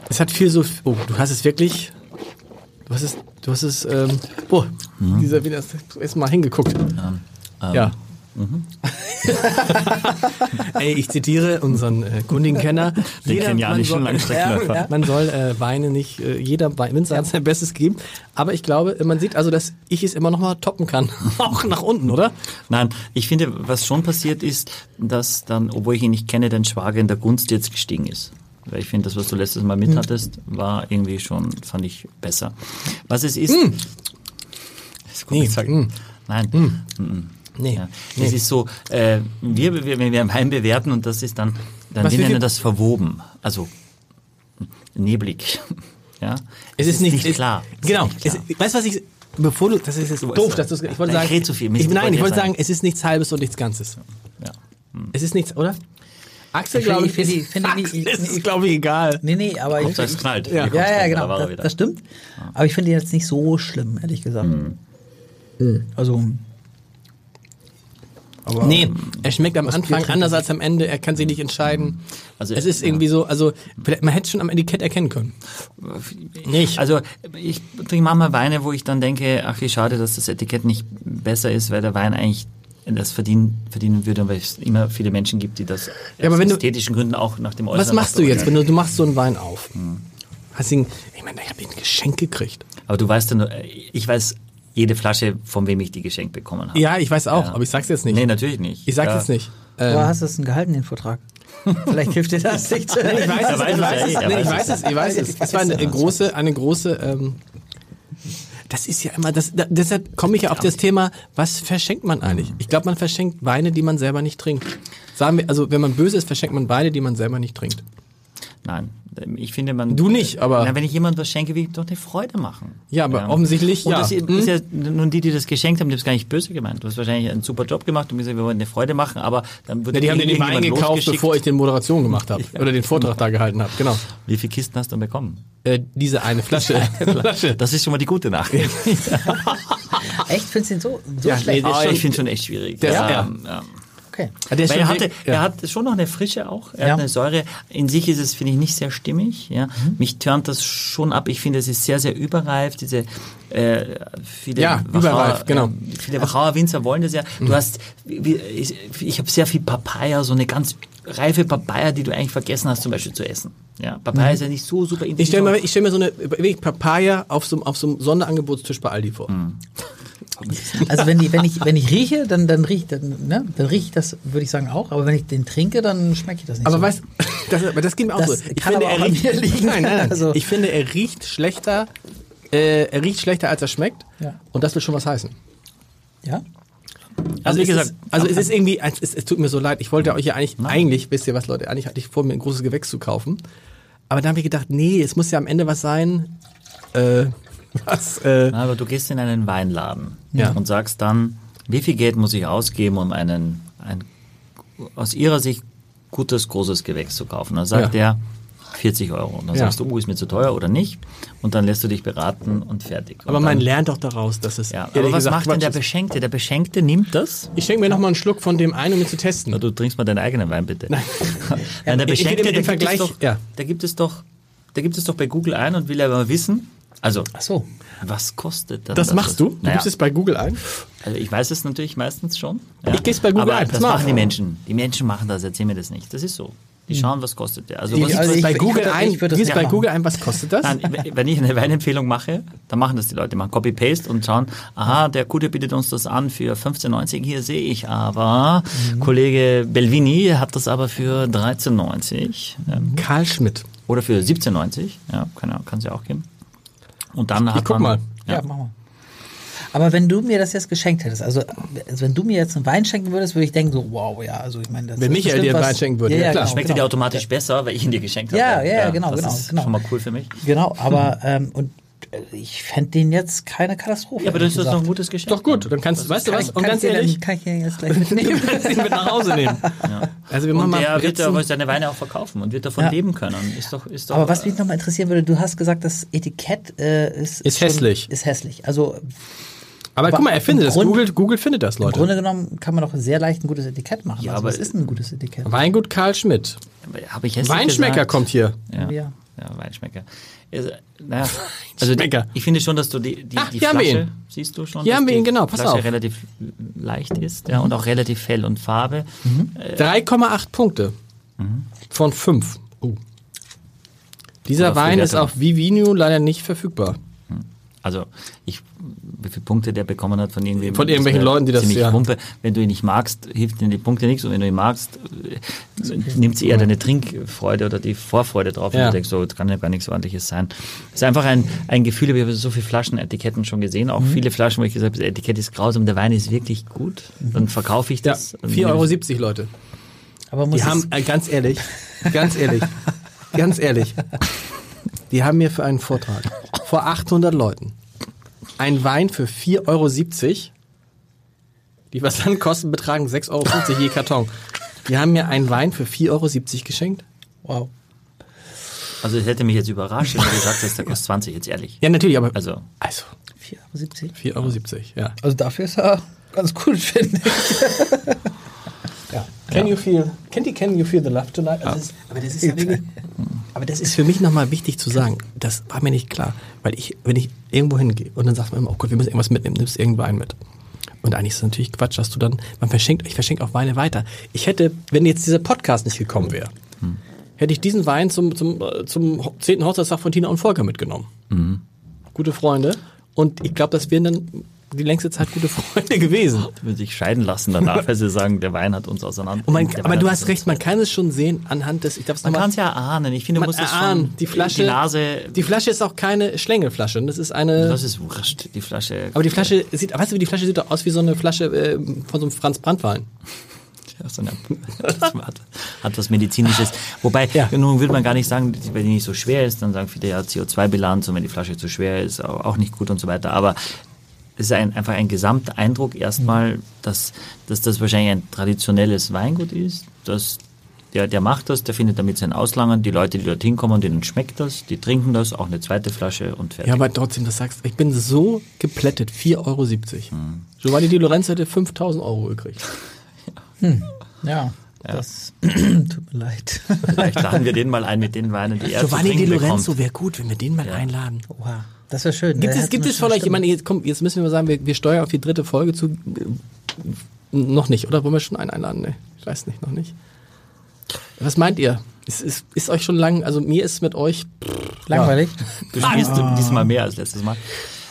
Es hat viel so. Oh, du hast es wirklich. Du hast es. Du hast es. Ähm, oh, dieser Wiener ist erstmal hingeguckt. ja. ähm, mhm. (laughs) Ey, ich zitiere unseren äh, Kundenkenner. Den Jeder- kenianischen man soll- Langstreckenläufer. Ja, Man soll äh, Weine nicht, äh, jeder Wein- Winzer hat sein Bestes gegeben. Aber ich glaube, man sieht also, dass ich es immer noch mal toppen kann. (laughs) Auch nach unten, oder? Nein, ich finde, was schon passiert ist, dass dann, obwohl ich ihn nicht kenne, dein Schwager in der Gunst jetzt gestiegen ist. Weil ich finde, das, was du letztes Mal mithattest, Hm. war irgendwie schon, fand ich besser. Was es ist, das kommt Hm. Nee, jetzt- sag- mm. nein, Hm. Nee. Ja. Es ist so, äh, wir, wir, wenn wir einen Wein bewerten und das ist dann, dann Was wir wir- nennen das verwoben, also neblig. (laughs) Ja? Es ist nicht, es- klar. Es ist Genau. nicht klar. Es, weißt du, was ich. Bevor du. Das ist jetzt doof, es. dass du es. Ich wollte Ich sagen. rede zu viel, Mist, ich, nein, ich ich wollte wollte sagen. Mhm. sagen, es ist nichts Halbes und nichts Ganzes. ja. Es ist nichts, oder? Axel, Ich finde- glaube ich ich. finde- ist- ich finde- ich- Axel, Es ich- ist, glaube ich, egal. Nee, nee, aber ich, Hauptsache es knallt. Ja. Hier kommt's Ja, ja, gleich, genau. da war er Das, wieder. das stimmt. Aber ich finde ihn jetzt nicht Hm. Äh. Ähm. so schlimm, ehrlich gesagt. Also, Aber Nee, er schmeckt am Anfang trinkt anders als am Ende. Er kann sich nicht entscheiden. Also, es ist ja. irgendwie so, also vielleicht- man hätte es schon am Etikett erkennen können. Nicht. Also ich trinke manchmal Weine, wo ich dann denke, ach, wie schade, dass das Etikett nicht besser ist, weil der Wein eigentlich das verdienen, verdienen würde, weil es immer viele Menschen gibt, die das aber aus wenn du- ästhetischen Gründen auch nach dem Äußeren Was machst du jetzt, abbeurteilen. wenn du, du machst so einen Wein auf? Hast ihn, ich meine, ich habe ihn Geschenk gekriegt. Aber du weißt ja nur, ich weiß jede Flasche, von wem ich die geschenkt bekommen habe. Ja, ich weiß auch, Ja. aber ich sag's jetzt nicht. Nee, natürlich nicht. ich sag's Ja. jetzt nicht. Aber hast du es denn gehalten, den Vertrag? (laughs) Vielleicht hilft dir das nicht (laughs) Ich weiß, zu Er es, weiß ich es weiß ja es, eh, er nee, ich weiß weiß es, ich weiß es. Es (laughs) war eine äh, große, eine große, ähm, das ist ja immer, das, da, deshalb komme ich ja auf das Thema, was verschenkt man eigentlich? Ich glaube, man verschenkt Weine, die man selber nicht trinkt. Sagen wir, also wenn man böse ist, verschenkt man Weine, die man selber nicht trinkt. Nein, Ähm, ich finde man. Du nicht, aber- Na, wenn ich jemandem was schenke, will ich doch eine Freude machen. Ja, aber offensichtlich, Und ja. das Hm? ist ja nun die, die das geschenkt haben, die haben es gar nicht böse gemeint. Du hast wahrscheinlich einen super Job gemacht und gesagt, wir wollen eine Freude machen, aber dann wird Ja, die haben den Wein irgendjemand gekauft, losgeschickt. bevor ich den Moderation gemacht (laughs) habe oder den Vortrag da gehalten habe. Genau, Wie viele Kisten hast du denn bekommen? äh, diese eine Flasche. (laughs) Flasche. Das ist schon mal die gute Nachricht. Echt? Findest du ihn so, (laughs) so Ja, schlecht? nee, Ah, schon- ich finde schon echt schwierig. Der- ja. ja. Okay. Der ist Weil schon er, hatte, weg. er Ja. hat schon noch eine Frische auch, er Ja. hat eine Säure. In sich ist es, finde ich, nicht sehr stimmig. Ja. Mhm. Mich turnt das schon ab. Ich finde, es ist sehr, sehr überreif. Diese äh, viele Ja, überreif, genau. Mhm. äh, Viele Wachauer Winzer wollen das ja. Du hast, wie- ich, ich habe sehr viel Papaya, so eine ganz reife Papaya, die du eigentlich vergessen hast, zum Beispiel zu essen. Ja, Papaya ist ja nicht so super intensiv. Mhm. Ich stelle mir, ich stell mir so eine wirklich Papaya auf so, einem- auf so einem Sonderangebotstisch bei Aldi vor. Also wenn, die, wenn, ich, wenn ich rieche, dann, dann riecht dann, ne? dann riech ich das, würde ich sagen, auch. Aber wenn ich den trinke, dann schmecke ich das nicht Aber so. weißt das, aber Also, das geht mir auch Das so. Ich kann finde, aber auch er an riecht, mir (laughs) liegen. Nein, nein, nein. Also- ich finde, er riecht schlechter, äh, er riecht schlechter, als er schmeckt. Ja. Und das will schon was heißen. Ja? Also, wie es gesagt, ist, also es ist irgendwie, es, es, es tut mir so leid. Ich wollte euch ja eigentlich, eigentlich, wisst ihr was, Leute, eigentlich hatte ich vor, mir ein großes Gewächs zu kaufen. Aber dann habe ich gedacht, nee, es muss ja am Ende was sein, äh, (laughs) was, äh, aber du gehst in einen Weinladen Ja. und sagst dann, wie viel Geld muss ich ausgeben, um einen, ein aus ihrer Sicht gutes, großes Gewächs zu kaufen. Dann sagt Ja. er 40 Euro. Und dann Ja. sagst du, oh, ist mir zu teuer oder nicht. Und dann lässt du dich beraten und fertig. aber und man dann, lernt doch daraus, dass es, ja, aber ehrlich was gesagt, macht denn Quatsch der ist. Beschenkte? Der Beschenkte nimmt das. Ich schenke mir noch mal einen Schluck von dem einen, um ihn zu testen. Na, du trinkst mal deinen eigenen Wein bitte. (laughs) Nein, der ich- ich rede Beschenkte, da mit dem gibt, es Vergleich, doch, ja. da gibt es doch, da gibt es doch bei Google ein und will aber wissen, also Ach so. was kostet denn Das machst du? Du Also, Naja. gibst es bei Google ein? Also ich weiß es natürlich meistens schon. Ich geh's bei Google Aber ein, pass das mal auf. machen die Menschen. Die Menschen machen das, erzähl mir das nicht. Das ist so. Die schauen, was kostet der. Also, Hm. Die- was, also was, ich- bei Google würde- ein, ich würde das gehst nicht bei machen. Google ein, was kostet das? nein, wenn ich eine Weinempfehlung mache, dann machen das die Leute. Machen Copy-Paste und schauen, aha, der Gute bietet uns das an für 15,90. Hier sehe ich aber, Mhm. Kollege Belvini hat das aber für 13,90 ähm, Karl Schmidt. oder für 17,90. Ja, keine Ahnung, kann es ja auch geben. Und dann hat guck man... mal. Ja, Ja. mach mal. Aber wenn du mir das jetzt geschenkt hättest, also, also wenn du mir jetzt einen Wein schenken würdest, würde ich denken so, wow, ja, also ich meine, das Wenn ist Michael bestimmt dir einen was- Wein schenken würde, ja, ja, ja, klar. Genau, Schmeckt genau. dir automatisch besser, weil ich ihn dir geschenkt habe. Ja, ja, ja, genau, das genau, ist genau. schon mal cool für mich. Genau, aber ähm, und äh, ich fände den jetzt keine Katastrophe. Ja, aber das ist doch ehrlich noch ein gesagt. gutes Geschenk. Doch gut, dann kannst du, weißt du was? Und Kann ganz ich dir ehrlich, Dann, kann ich den jetzt gleich mitnehmen? ihn mit nach Hause nehmen. Also wir machen Und mal der wird Ritzen. ja seine Weine auch verkaufen und wird davon Ja. leben können. Ist doch, ist doch, Aber was mich nochmal interessieren würde, du hast gesagt, das Etikett äh, ist, Ist hässlich. Ist hässlich. Also Aber guck mal, er findet Im das. Grund- Google, Google findet das, im Leute. Grunde genommen kann man doch sehr leicht ein gutes Etikett machen. Ja, also, aber- was ist denn ein gutes Etikett? Weingut Karl Schmidt. äh, Hab ich hässlich Weinschmecker gesagt? kommt hier. Ja, Ja. ja. Weinschmecker. Also, (laughs) naja, also die, Weinschmecker. ich finde schon, dass du die, die, Ah, die hier haben wir Flasche, ihn. siehst du schon, Hier dass haben wir die ihn, genau, pass Flasche auf. relativ leicht ist ja, Mhm. und auch relativ hell und Farbe. 3,8 Punkte von 5. Uh. Dieser Oder vier Wein ist Werte. auf Vivino leider nicht verfügbar. Also ich, wie viele Punkte der bekommen hat von irgendwem. Von ist irgendwelchen mir Leuten, die das- ziemlich ja. Wumpe. Wenn du ihn nicht magst, hilft dir die Punkte nichts. Und wenn du ihn magst, äh, nimmt sie eher deine Trinkfreude oder die Vorfreude drauf. Ja. Und du denkst, so, das kann ja gar nichts Ordentliches sein. Es ist einfach ein, ein Gefühl, ich habe so viele Flaschenetiketten schon gesehen, Mhm. auch viele Flaschen, wo ich gesagt habe, das Etikett ist grausam, der Wein ist wirklich gut. Dann verkaufe ich Mhm. Ja, das. Dann nehme ich- 4,70 Euro, Leute. Aber muss Die haben, es, äh, ganz ehrlich, ganz ehrlich, ganz ehrlich, die haben mir für einen Vortrag vor 800 Leuten einen Wein für 4,70 Euro, die was dann kosten, betragen 6,50 Euro je Karton. Die haben mir einen Wein für 4,70 Euro geschenkt. wow. Also es hätte mich jetzt überrascht, wenn du (laughs) gesagt hast, der kostet 20, jetzt ehrlich. Ja, natürlich, aber Also, also 4,70 Euro. 4,70 Euro, ja. (laughs) Also dafür ist er ganz gut, finde ich. Can you feel, can you, can you feel the love tonight? Also das ist- aber das ist ja wirklich, aber das ist für mich nochmal wichtig zu sagen. Das war mir nicht klar, weil ich, wenn ich irgendwo hingehe und dann sagt man immer, oh Gott, wir müssen irgendwas mitnehmen, nimmst irgendwo einen mit. Und eigentlich ist es natürlich Quatsch, dass du dann, man verschenkt, ich verschenke auch Weine weiter. Ich hätte, wenn jetzt dieser Podcast nicht gekommen wäre, hätte ich diesen Wein zum, zum, äh, zum ho- 10. Hochzeitstag von Tina und Volker mitgenommen. Gute Freunde. Und ich glaube, das wären dann die längste Zeit gute (laughs) Freunde gewesen. Würde sich scheiden (laughs) lassen danach, weil sie sagen, der Wein hat uns auseinander. Und man, der Wein aber hat du uns hast recht, man kann es schon sehen anhand des, ich darf es Man nochmal- kann es ja ahnen. Ich finde, du Man musst es erahnt, schon die Flasche, die Nase. die Flasche ist auch keine Schlängelflasche, ne? das ist eine, das ist wurscht. Die Flasche. aber die Flasche sieht, weißt du, wie die Flasche sieht doch aus wie so eine Flasche äh, von so einem Franz Brandwein. Ja, so eine- das hat, hat was Medizinisches. Wobei, Ja. nun will man gar nicht sagen, wenn die nicht so schwer ist, dann sagen viele ja CO2-Bilanz und wenn die Flasche zu schwer ist, au- auch nicht gut und so weiter. Aber es ist ein, einfach ein Gesamteindruck erstmal, dass, dass das wahrscheinlich ein traditionelles Weingut ist, dass der, der macht das, der findet damit seinen Auslangen, die Leute, die dorthin kommen, denen schmeckt das, die trinken das, auch eine zweite Flasche und fertig. Ja, aber trotzdem, das sagst ich bin so geplättet, 4,70 Euro. Hm. Giovanni Di Lorenzo hätte 5000 Euro gekriegt. Ja, das (clears throat) tut mir leid. (laughs) Vielleicht laden wir den mal ein mit den Weinen, die er Giovanni Di zu trinken Lorenzo bekommt. wäre gut, wenn wir den mal einladen. Oha, das wäre schön. ne? Gibt Der es, hat gibt eine es schöne vielleicht Stimme. jemanden, jetzt, komm, jetzt müssen wir mal sagen, wir, wir steuern auf die dritte Folge zu. Noch nicht, oder? Wollen wir schon einen einladen? Nee, ich weiß nicht, noch nicht. Was meint ihr? Ist, ist, ist euch schon lang, also mir ist mit euch. Langweilig? Du spielst diesmal mehr als letztes Mal.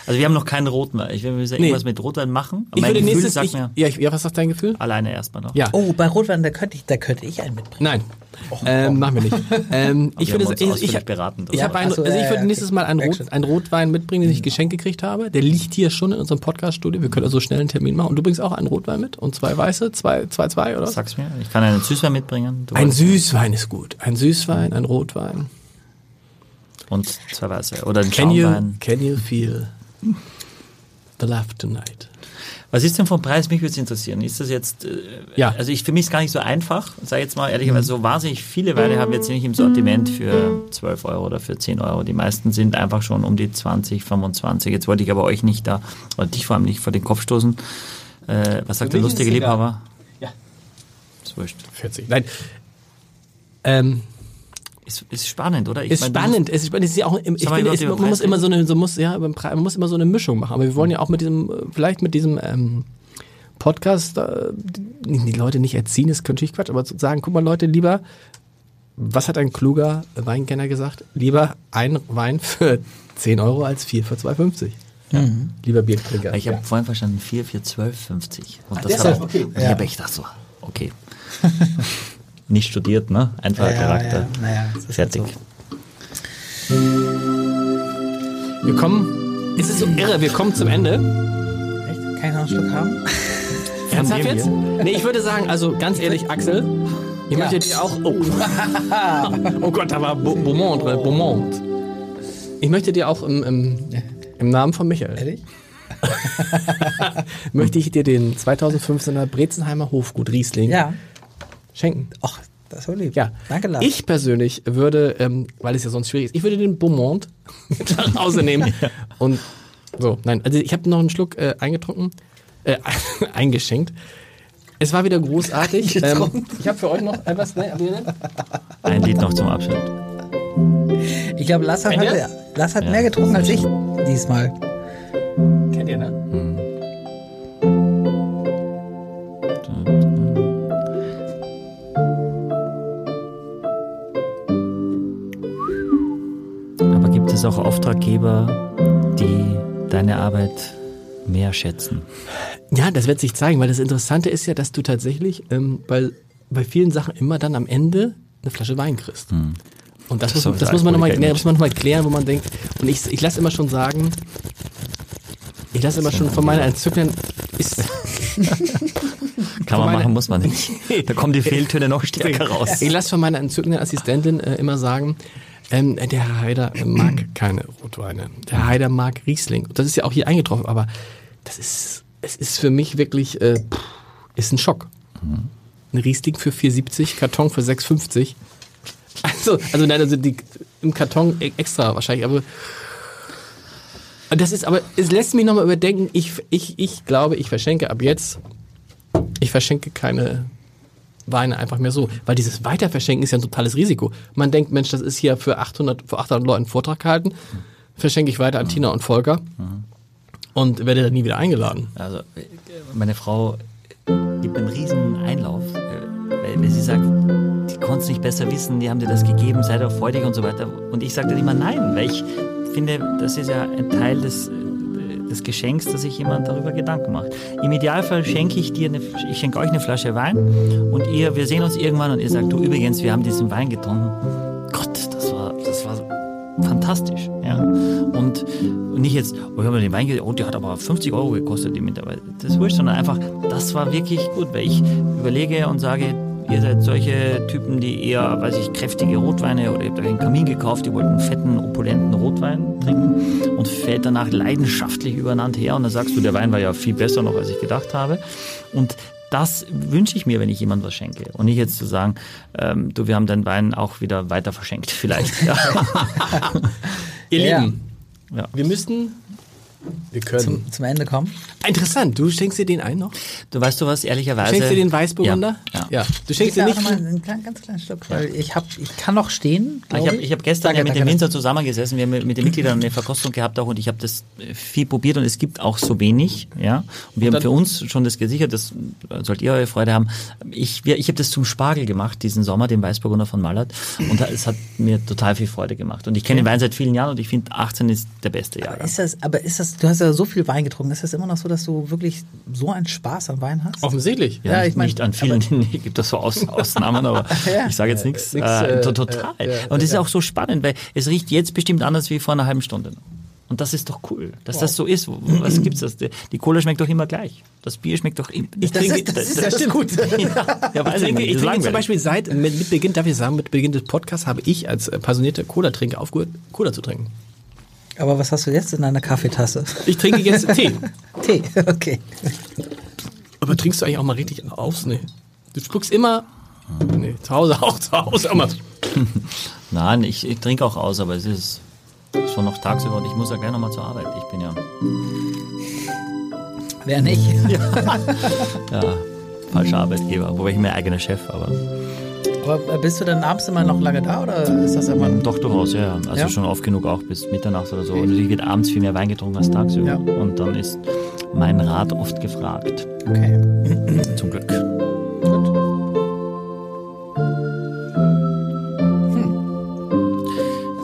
Also wir haben noch keinen Rotwein. Ich will wir müssen Nee. irgendwas mit Rotwein machen. Aber Ich mein würde Gefühl nächstes. sagt Ich, mir, ja, ich, ja, was sagt dein Gefühl? alleine erstmal noch. Ja. Oh, bei Rotwein, da könnte ich, da könnte ich einen mitbringen. Nein. ähm, machen wir (laughs) nicht. Ähm, ich wir würde haben uns ich, ausführlich ich, beraten ich, darüber. hab einen, Ach so, also ich ja, würde ja, nächstes okay. Mal einen, Rot, Action. Mhm. einen Rotwein mitbringen, den ich geschenkt gekriegt habe. Der liegt hier schon in unserem Podcast-Studio. Wir können also schnell einen Termin machen. Und du bringst auch einen Rotwein mit und zwei weiße, zwei, zwei, zwei, oder? Sag's mir. Ich kann einen Süßwein mitbringen. Du Ein wolltest- Süßwein ist gut. Ein Süßwein, ein Rotwein. Und zwei Weiße. Oder einen Can you, Schaumwein. can you feel the love tonight? Was ist denn vom Preis? Mich würde es interessieren. Ist das jetzt, äh, Ja. Mhm. also ich, für mich ist gar nicht so einfach. Sag jetzt mal ehrlicherweise, so wahnsinnig viele Weine haben wir jetzt nicht im Sortiment für 12 Euro oder für 10 Euro. Die meisten sind einfach schon um die 20, 25. Jetzt wollte ich aber euch nicht da, oder dich vor allem nicht vor den Kopf stoßen. Äh, was sagt Für der mich lustige ist es egal. Liebhaber? Ja. Ist wurscht. 40. Nein. Ähm, Ist, ist spannend, oder? Ich ist meine, du spannend. Es ist spannend. Es ist ja auch, im- ich Sollen finde, wir über es, den man muss Preis immer so eine, so muss, ja, über den Preis- man muss immer so eine Mischung machen. Aber wir wollen ja auch mit diesem, äh, vielleicht mit diesem ähm, Podcast äh, die, die Leute nicht erziehen, ist natürlich Quatsch, aber zu sagen, guck mal, Leute, lieber, was hat ein kluger Weinkenner gesagt? Lieber ein Wein für 10 Euro als vier für 2,50. Lieber Biertrinker. Ich habe vorhin verstanden, 4 für 12,50. Und das deshalb, hat, okay. Und ich habe echt gedacht so, okay. (laughs) Nicht studiert, ne? Einfacher Charakter. Ja, naja, das ist Fertig. halt so. Wir kommen. Es ist so irre, wir kommen zum Ende. Echt? Kann ich noch einen Schluck haben? Ernsthaft jetzt? Nee, ich würde sagen, also ganz ehrlich, Axel, ich möchte dir auch. Oh, (laughs) oh Gott, da war Beau- Beaumont drin. Beaumont. Ich möchte dir auch im, im, im Namen von Michael, Ehrlich? möchte ich dir den 2015er Brezenheimer Hofgut Riesling Ja. schenken. Och, das ist so lieb. Ja. Danke, Lars. Ich persönlich würde, ähm, weil es ja sonst schwierig ist, ich würde den Beaumont (laughs) mit nach Hause (laughs) nehmen. Und so, nein, also ich habe noch einen Schluck äh, eingetrunken, äh, (laughs) eingeschenkt. Es war wieder großartig. Ähm, ich habe für euch noch etwas. Ne, habt ihr denn? Ein Lied noch zum Abschluss. Ich glaube, Lars hat, heute, Lars hat mehr getrunken als ich diesmal. Kennt ihr, ne? Aber gibt es auch Auftraggeber, die deine Arbeit mehr schätzen? Ja, das wird sich zeigen, weil das Interessante ist ja, dass du tatsächlich ähm, bei, bei vielen Sachen immer dann am Ende eine Flasche Wein kriegst. Und das, ist muss, auch das das muss man nochmal Alkoholiker-Image. nee, muss man noch mal klären, wo man denkt. Und ich, ich lasse immer schon sagen, ich lasse immer schon von meiner entzückenden. Ist, Kann man meine- machen, muss man nicht. Da kommen die Fehltöne noch stärker raus. ich lasse von meiner entzückenden Assistentin äh, immer sagen, ähm, der Herr Haider mag keine Rotweine. Der Herr Haider mag Riesling. Und Das ist ja auch hier eingetroffen, aber das ist, es ist für mich wirklich, äh, pff, ist ein Schock. Ein Riesling für 4,70, Karton für 6,50. Also, also nein, also die, im Karton e- extra wahrscheinlich, aber das ist aber, es lässt mich nochmal überdenken, ich, ich, ich glaube, ich verschenke ab jetzt, ich verschenke keine Weine einfach mehr so. Weil dieses Weiterverschenken ist ja ein totales Risiko. Man denkt, Mensch, das ist hier für 800, für 800 Leute einen Vortrag gehalten. Verschenke ich weiter an Tina und Volker. Und werde dann nie wieder eingeladen. Also, äh, meine Frau gibt einen riesen Einlauf, äh, weil, weil sie sagt, die konnten es nicht besser wissen, die haben dir das gegeben, sei doch freudig und so weiter. Und ich sage dann immer nein, weil ich finde, das ist ja ein Teil des, äh, des Geschenks, dass sich jemand darüber Gedanken macht. Im Idealfall schenke ich dir, eine, ich schenke euch eine Flasche Wein und ihr, wir sehen uns irgendwann und ihr sagt, du übrigens, wir haben diesen Wein getrunken. Gott, das war, das war fantastisch. Ja. Und nicht jetzt, oh, ich habe mir den Wein ge- oh, der hat aber 50 Euro gekostet, die Mitarbeiter. Das ist wurscht, sondern einfach, das war wirklich gut, weil ich überlege und sage, ihr seid solche Typen, die eher, weiß ich, kräftige Rotweine oder ihr habt euch einen Kamin gekauft, ihr wollt einen fetten, opulenten Rotwein trinken und fällt danach leidenschaftlich übereinander her und dann sagst du, der Wein war ja viel besser noch, als ich gedacht habe. Und das wünsche ich mir, wenn ich jemandem was schenke. Und nicht jetzt zu sagen, ähm, du, wir haben deinen Wein auch wieder weiter verschenkt, (laughs) vielleicht. Ja. Ihr Ja. Lieben, Ja. wir müssen. Wir können. Zum, zum Ende kommen. Ah, Interessant, du schenkst dir den ein noch? Du weißt du was, ehrlicherweise. Schenkst du dir den Weißburgunder? Also, Ja. ja. ja. Du schenkst dir ja nicht. mal einen kleinen, ganz kleinen Schluck, weil ich, hab, ich kann noch stehen. Ah, Ich glaub habe ich hab gestern Danke, ja mit danke, dem danke. Winzer zusammengesessen, wir haben mit den Mitgliedern eine Verkostung gehabt auch und ich habe das äh, viel probiert und es gibt auch so wenig. Ja? Und wir haben für uns schon das gesichert, das äh, sollt ihr eure Freude haben. Ich, wir- ich habe das zum Spargel gemacht diesen Sommer, den Weißburgunder von Mallert und da- es hat mir total viel Freude gemacht. Und ich kenne den Wein seit vielen Jahren und ich finde 18 ist der beste Jahrgang. Ist das, aber ist das, du hast ja so viel Wein getrunken, ist das immer noch so, dass du wirklich so einen Spaß am Wein Oh. hast? Offensichtlich. Ja, Ja, nicht- ich mein, nicht an vielen, (laughs) nee, gibt das so Aus Ausnahmen, (laughs) aber ich sage jetzt nichts. nix, Äh, äh, to- total. äh, ja, und es ist ja. auch so spannend, weil es riecht jetzt bestimmt anders wie vor einer halben Stunde. Und das ist doch cool, dass das so ist. Wo- Was gibt's das? Die die Cola schmeckt doch immer gleich. Das Bier schmeckt doch immer. Ich Das trinke- ist- das ist- das stimmt. (laughs) Gut. ja, ja, Also, Ich weiß ich trinke, nicht. ich Das ist trinke zum langweilig. Beispiel seit, mit, mit Beginn, darf ich sagen, mit Beginn des Podcasts habe ich als äh, passionierter Cola-Trinker aufgehört, Cola zu trinken. Aber was hast du jetzt in deiner Kaffeetasse? Ich trinke (laughs) jetzt Tee. (laughs) Tee, (laughs) okay. Aber trinkst du eigentlich auch mal richtig aus? Nee. Du spuckst immer. Nee, zu Hause auch, zu Hause auch mal. Nein, ich, ich trinke auch aus, aber es ist schon noch tagsüber und ich muss ja gleich nochmal zur Arbeit. Ich bin ja, Wer nicht? ja falscher Arbeitgeber, wobei ich mein eigener Chef, aber Aber bist du dann abends immer noch lange da oder ist das immer doch durchaus, ja. ja. Also Ja? schon oft genug auch bis Mitternacht oder so. Und natürlich wird abends viel mehr Wein getrunken Oh, als tagsüber. Ja. Und dann ist mein Rat oft gefragt. okay? Zum Glück.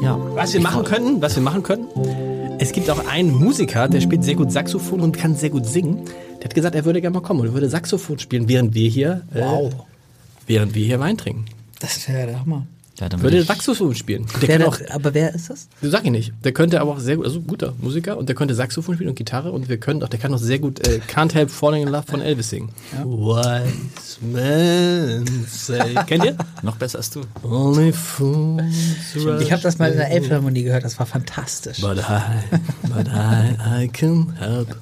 Ja. Was wir machen können, was wir machen können. Es gibt auch einen Musiker, der spielt sehr gut Saxophon und kann sehr gut singen. Der hat gesagt, er würde gerne mal kommen und würde Saxophon spielen, während wir hier, äh, während wir hier Wein trinken. Das wäre der Hammer. Ja, dann Würde würde ich, Saxophon spielen. Der Wer kann auch da- aber wer ist das? Du sag ich nicht. Der könnte aber auch sehr gut, also guter Musiker und der könnte Saxophon spielen und Gitarre und wir können auch, der kann auch sehr gut äh, Can't Help Falling in Love von Elvis singen. Wise men say. Kennt ihr? noch besser als du. Only fools Ich habe das mal in der Elbphilharmonie gehört, das war fantastisch. But I, but I, I can help.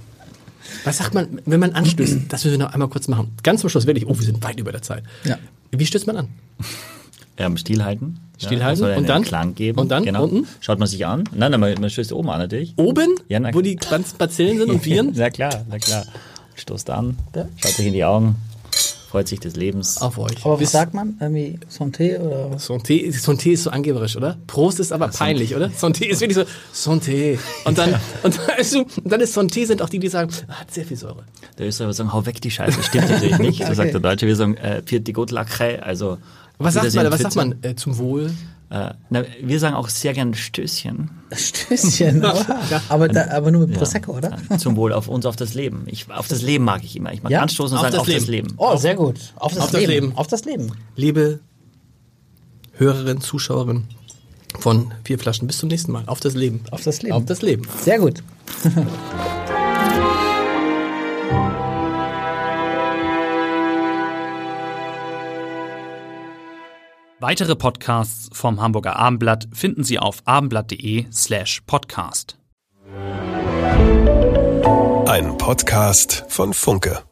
Was sagt man, wenn man (clears throat) anstößt? Das müssen wir noch einmal kurz machen. Ganz zum Schluss, wirklich. Oh, wir sind weit über der Zeit. Ja. Wie stößt man an? Ähm, Stillhalten. Still halten soll und einen dann? Klang geben. Und dann? Genau. Unten? Schaut man sich an. Nein, nein, man, man stößt oben an natürlich. Oben, Ja, na- wo die ganzen Bazillen sind (laughs) und (laughs) Viren? na klar, na klar. Stoßt an, schaut sich in die Augen, freut sich des Lebens. Auf euch. aber was Bis- sagt man? Irgendwie Santé oder was? Santé, Santé ist so angeberisch, oder? Prost ist aber peinlich, oder? Santé ist wirklich so Santé. Und (laughs) dann, und dann, ist, und dann ist Santé sind auch die, die sagen, hat sehr viel Säure. Der Österreicher sagen, hau weg die Scheiße. Stimmt natürlich (laughs) nicht. So Okay. sagt der Deutsche. Wir sagen, äh, Pier die Gotlacke. Also, Was sagt man? Was sagt Wiedersehen, man? Äh, zum Wohl. Pfütze. Äh, na, wir sagen auch sehr gern Stößchen. Stößchen. aber, da, aber nur mit Prosecco, oder? Ja, Zum Wohl auf uns, auf das Leben. Ich, auf das Leben mag ich immer. Ich mag Ja? anstoßen und Auf sagen, das auf das Leben. Leben. Oh, sehr gut. Auf das, auf das Leben. Leben. Auf das Leben. Liebe Hörerin, Zuschauerin von Vier Flaschen, bis zum nächsten Mal. Auf das Leben. Auf das Leben. Auf das Leben. Sehr gut. Weitere Podcasts vom Hamburger Abendblatt finden Sie auf abendblatt.de slash podcast. Ein Podcast von Funke.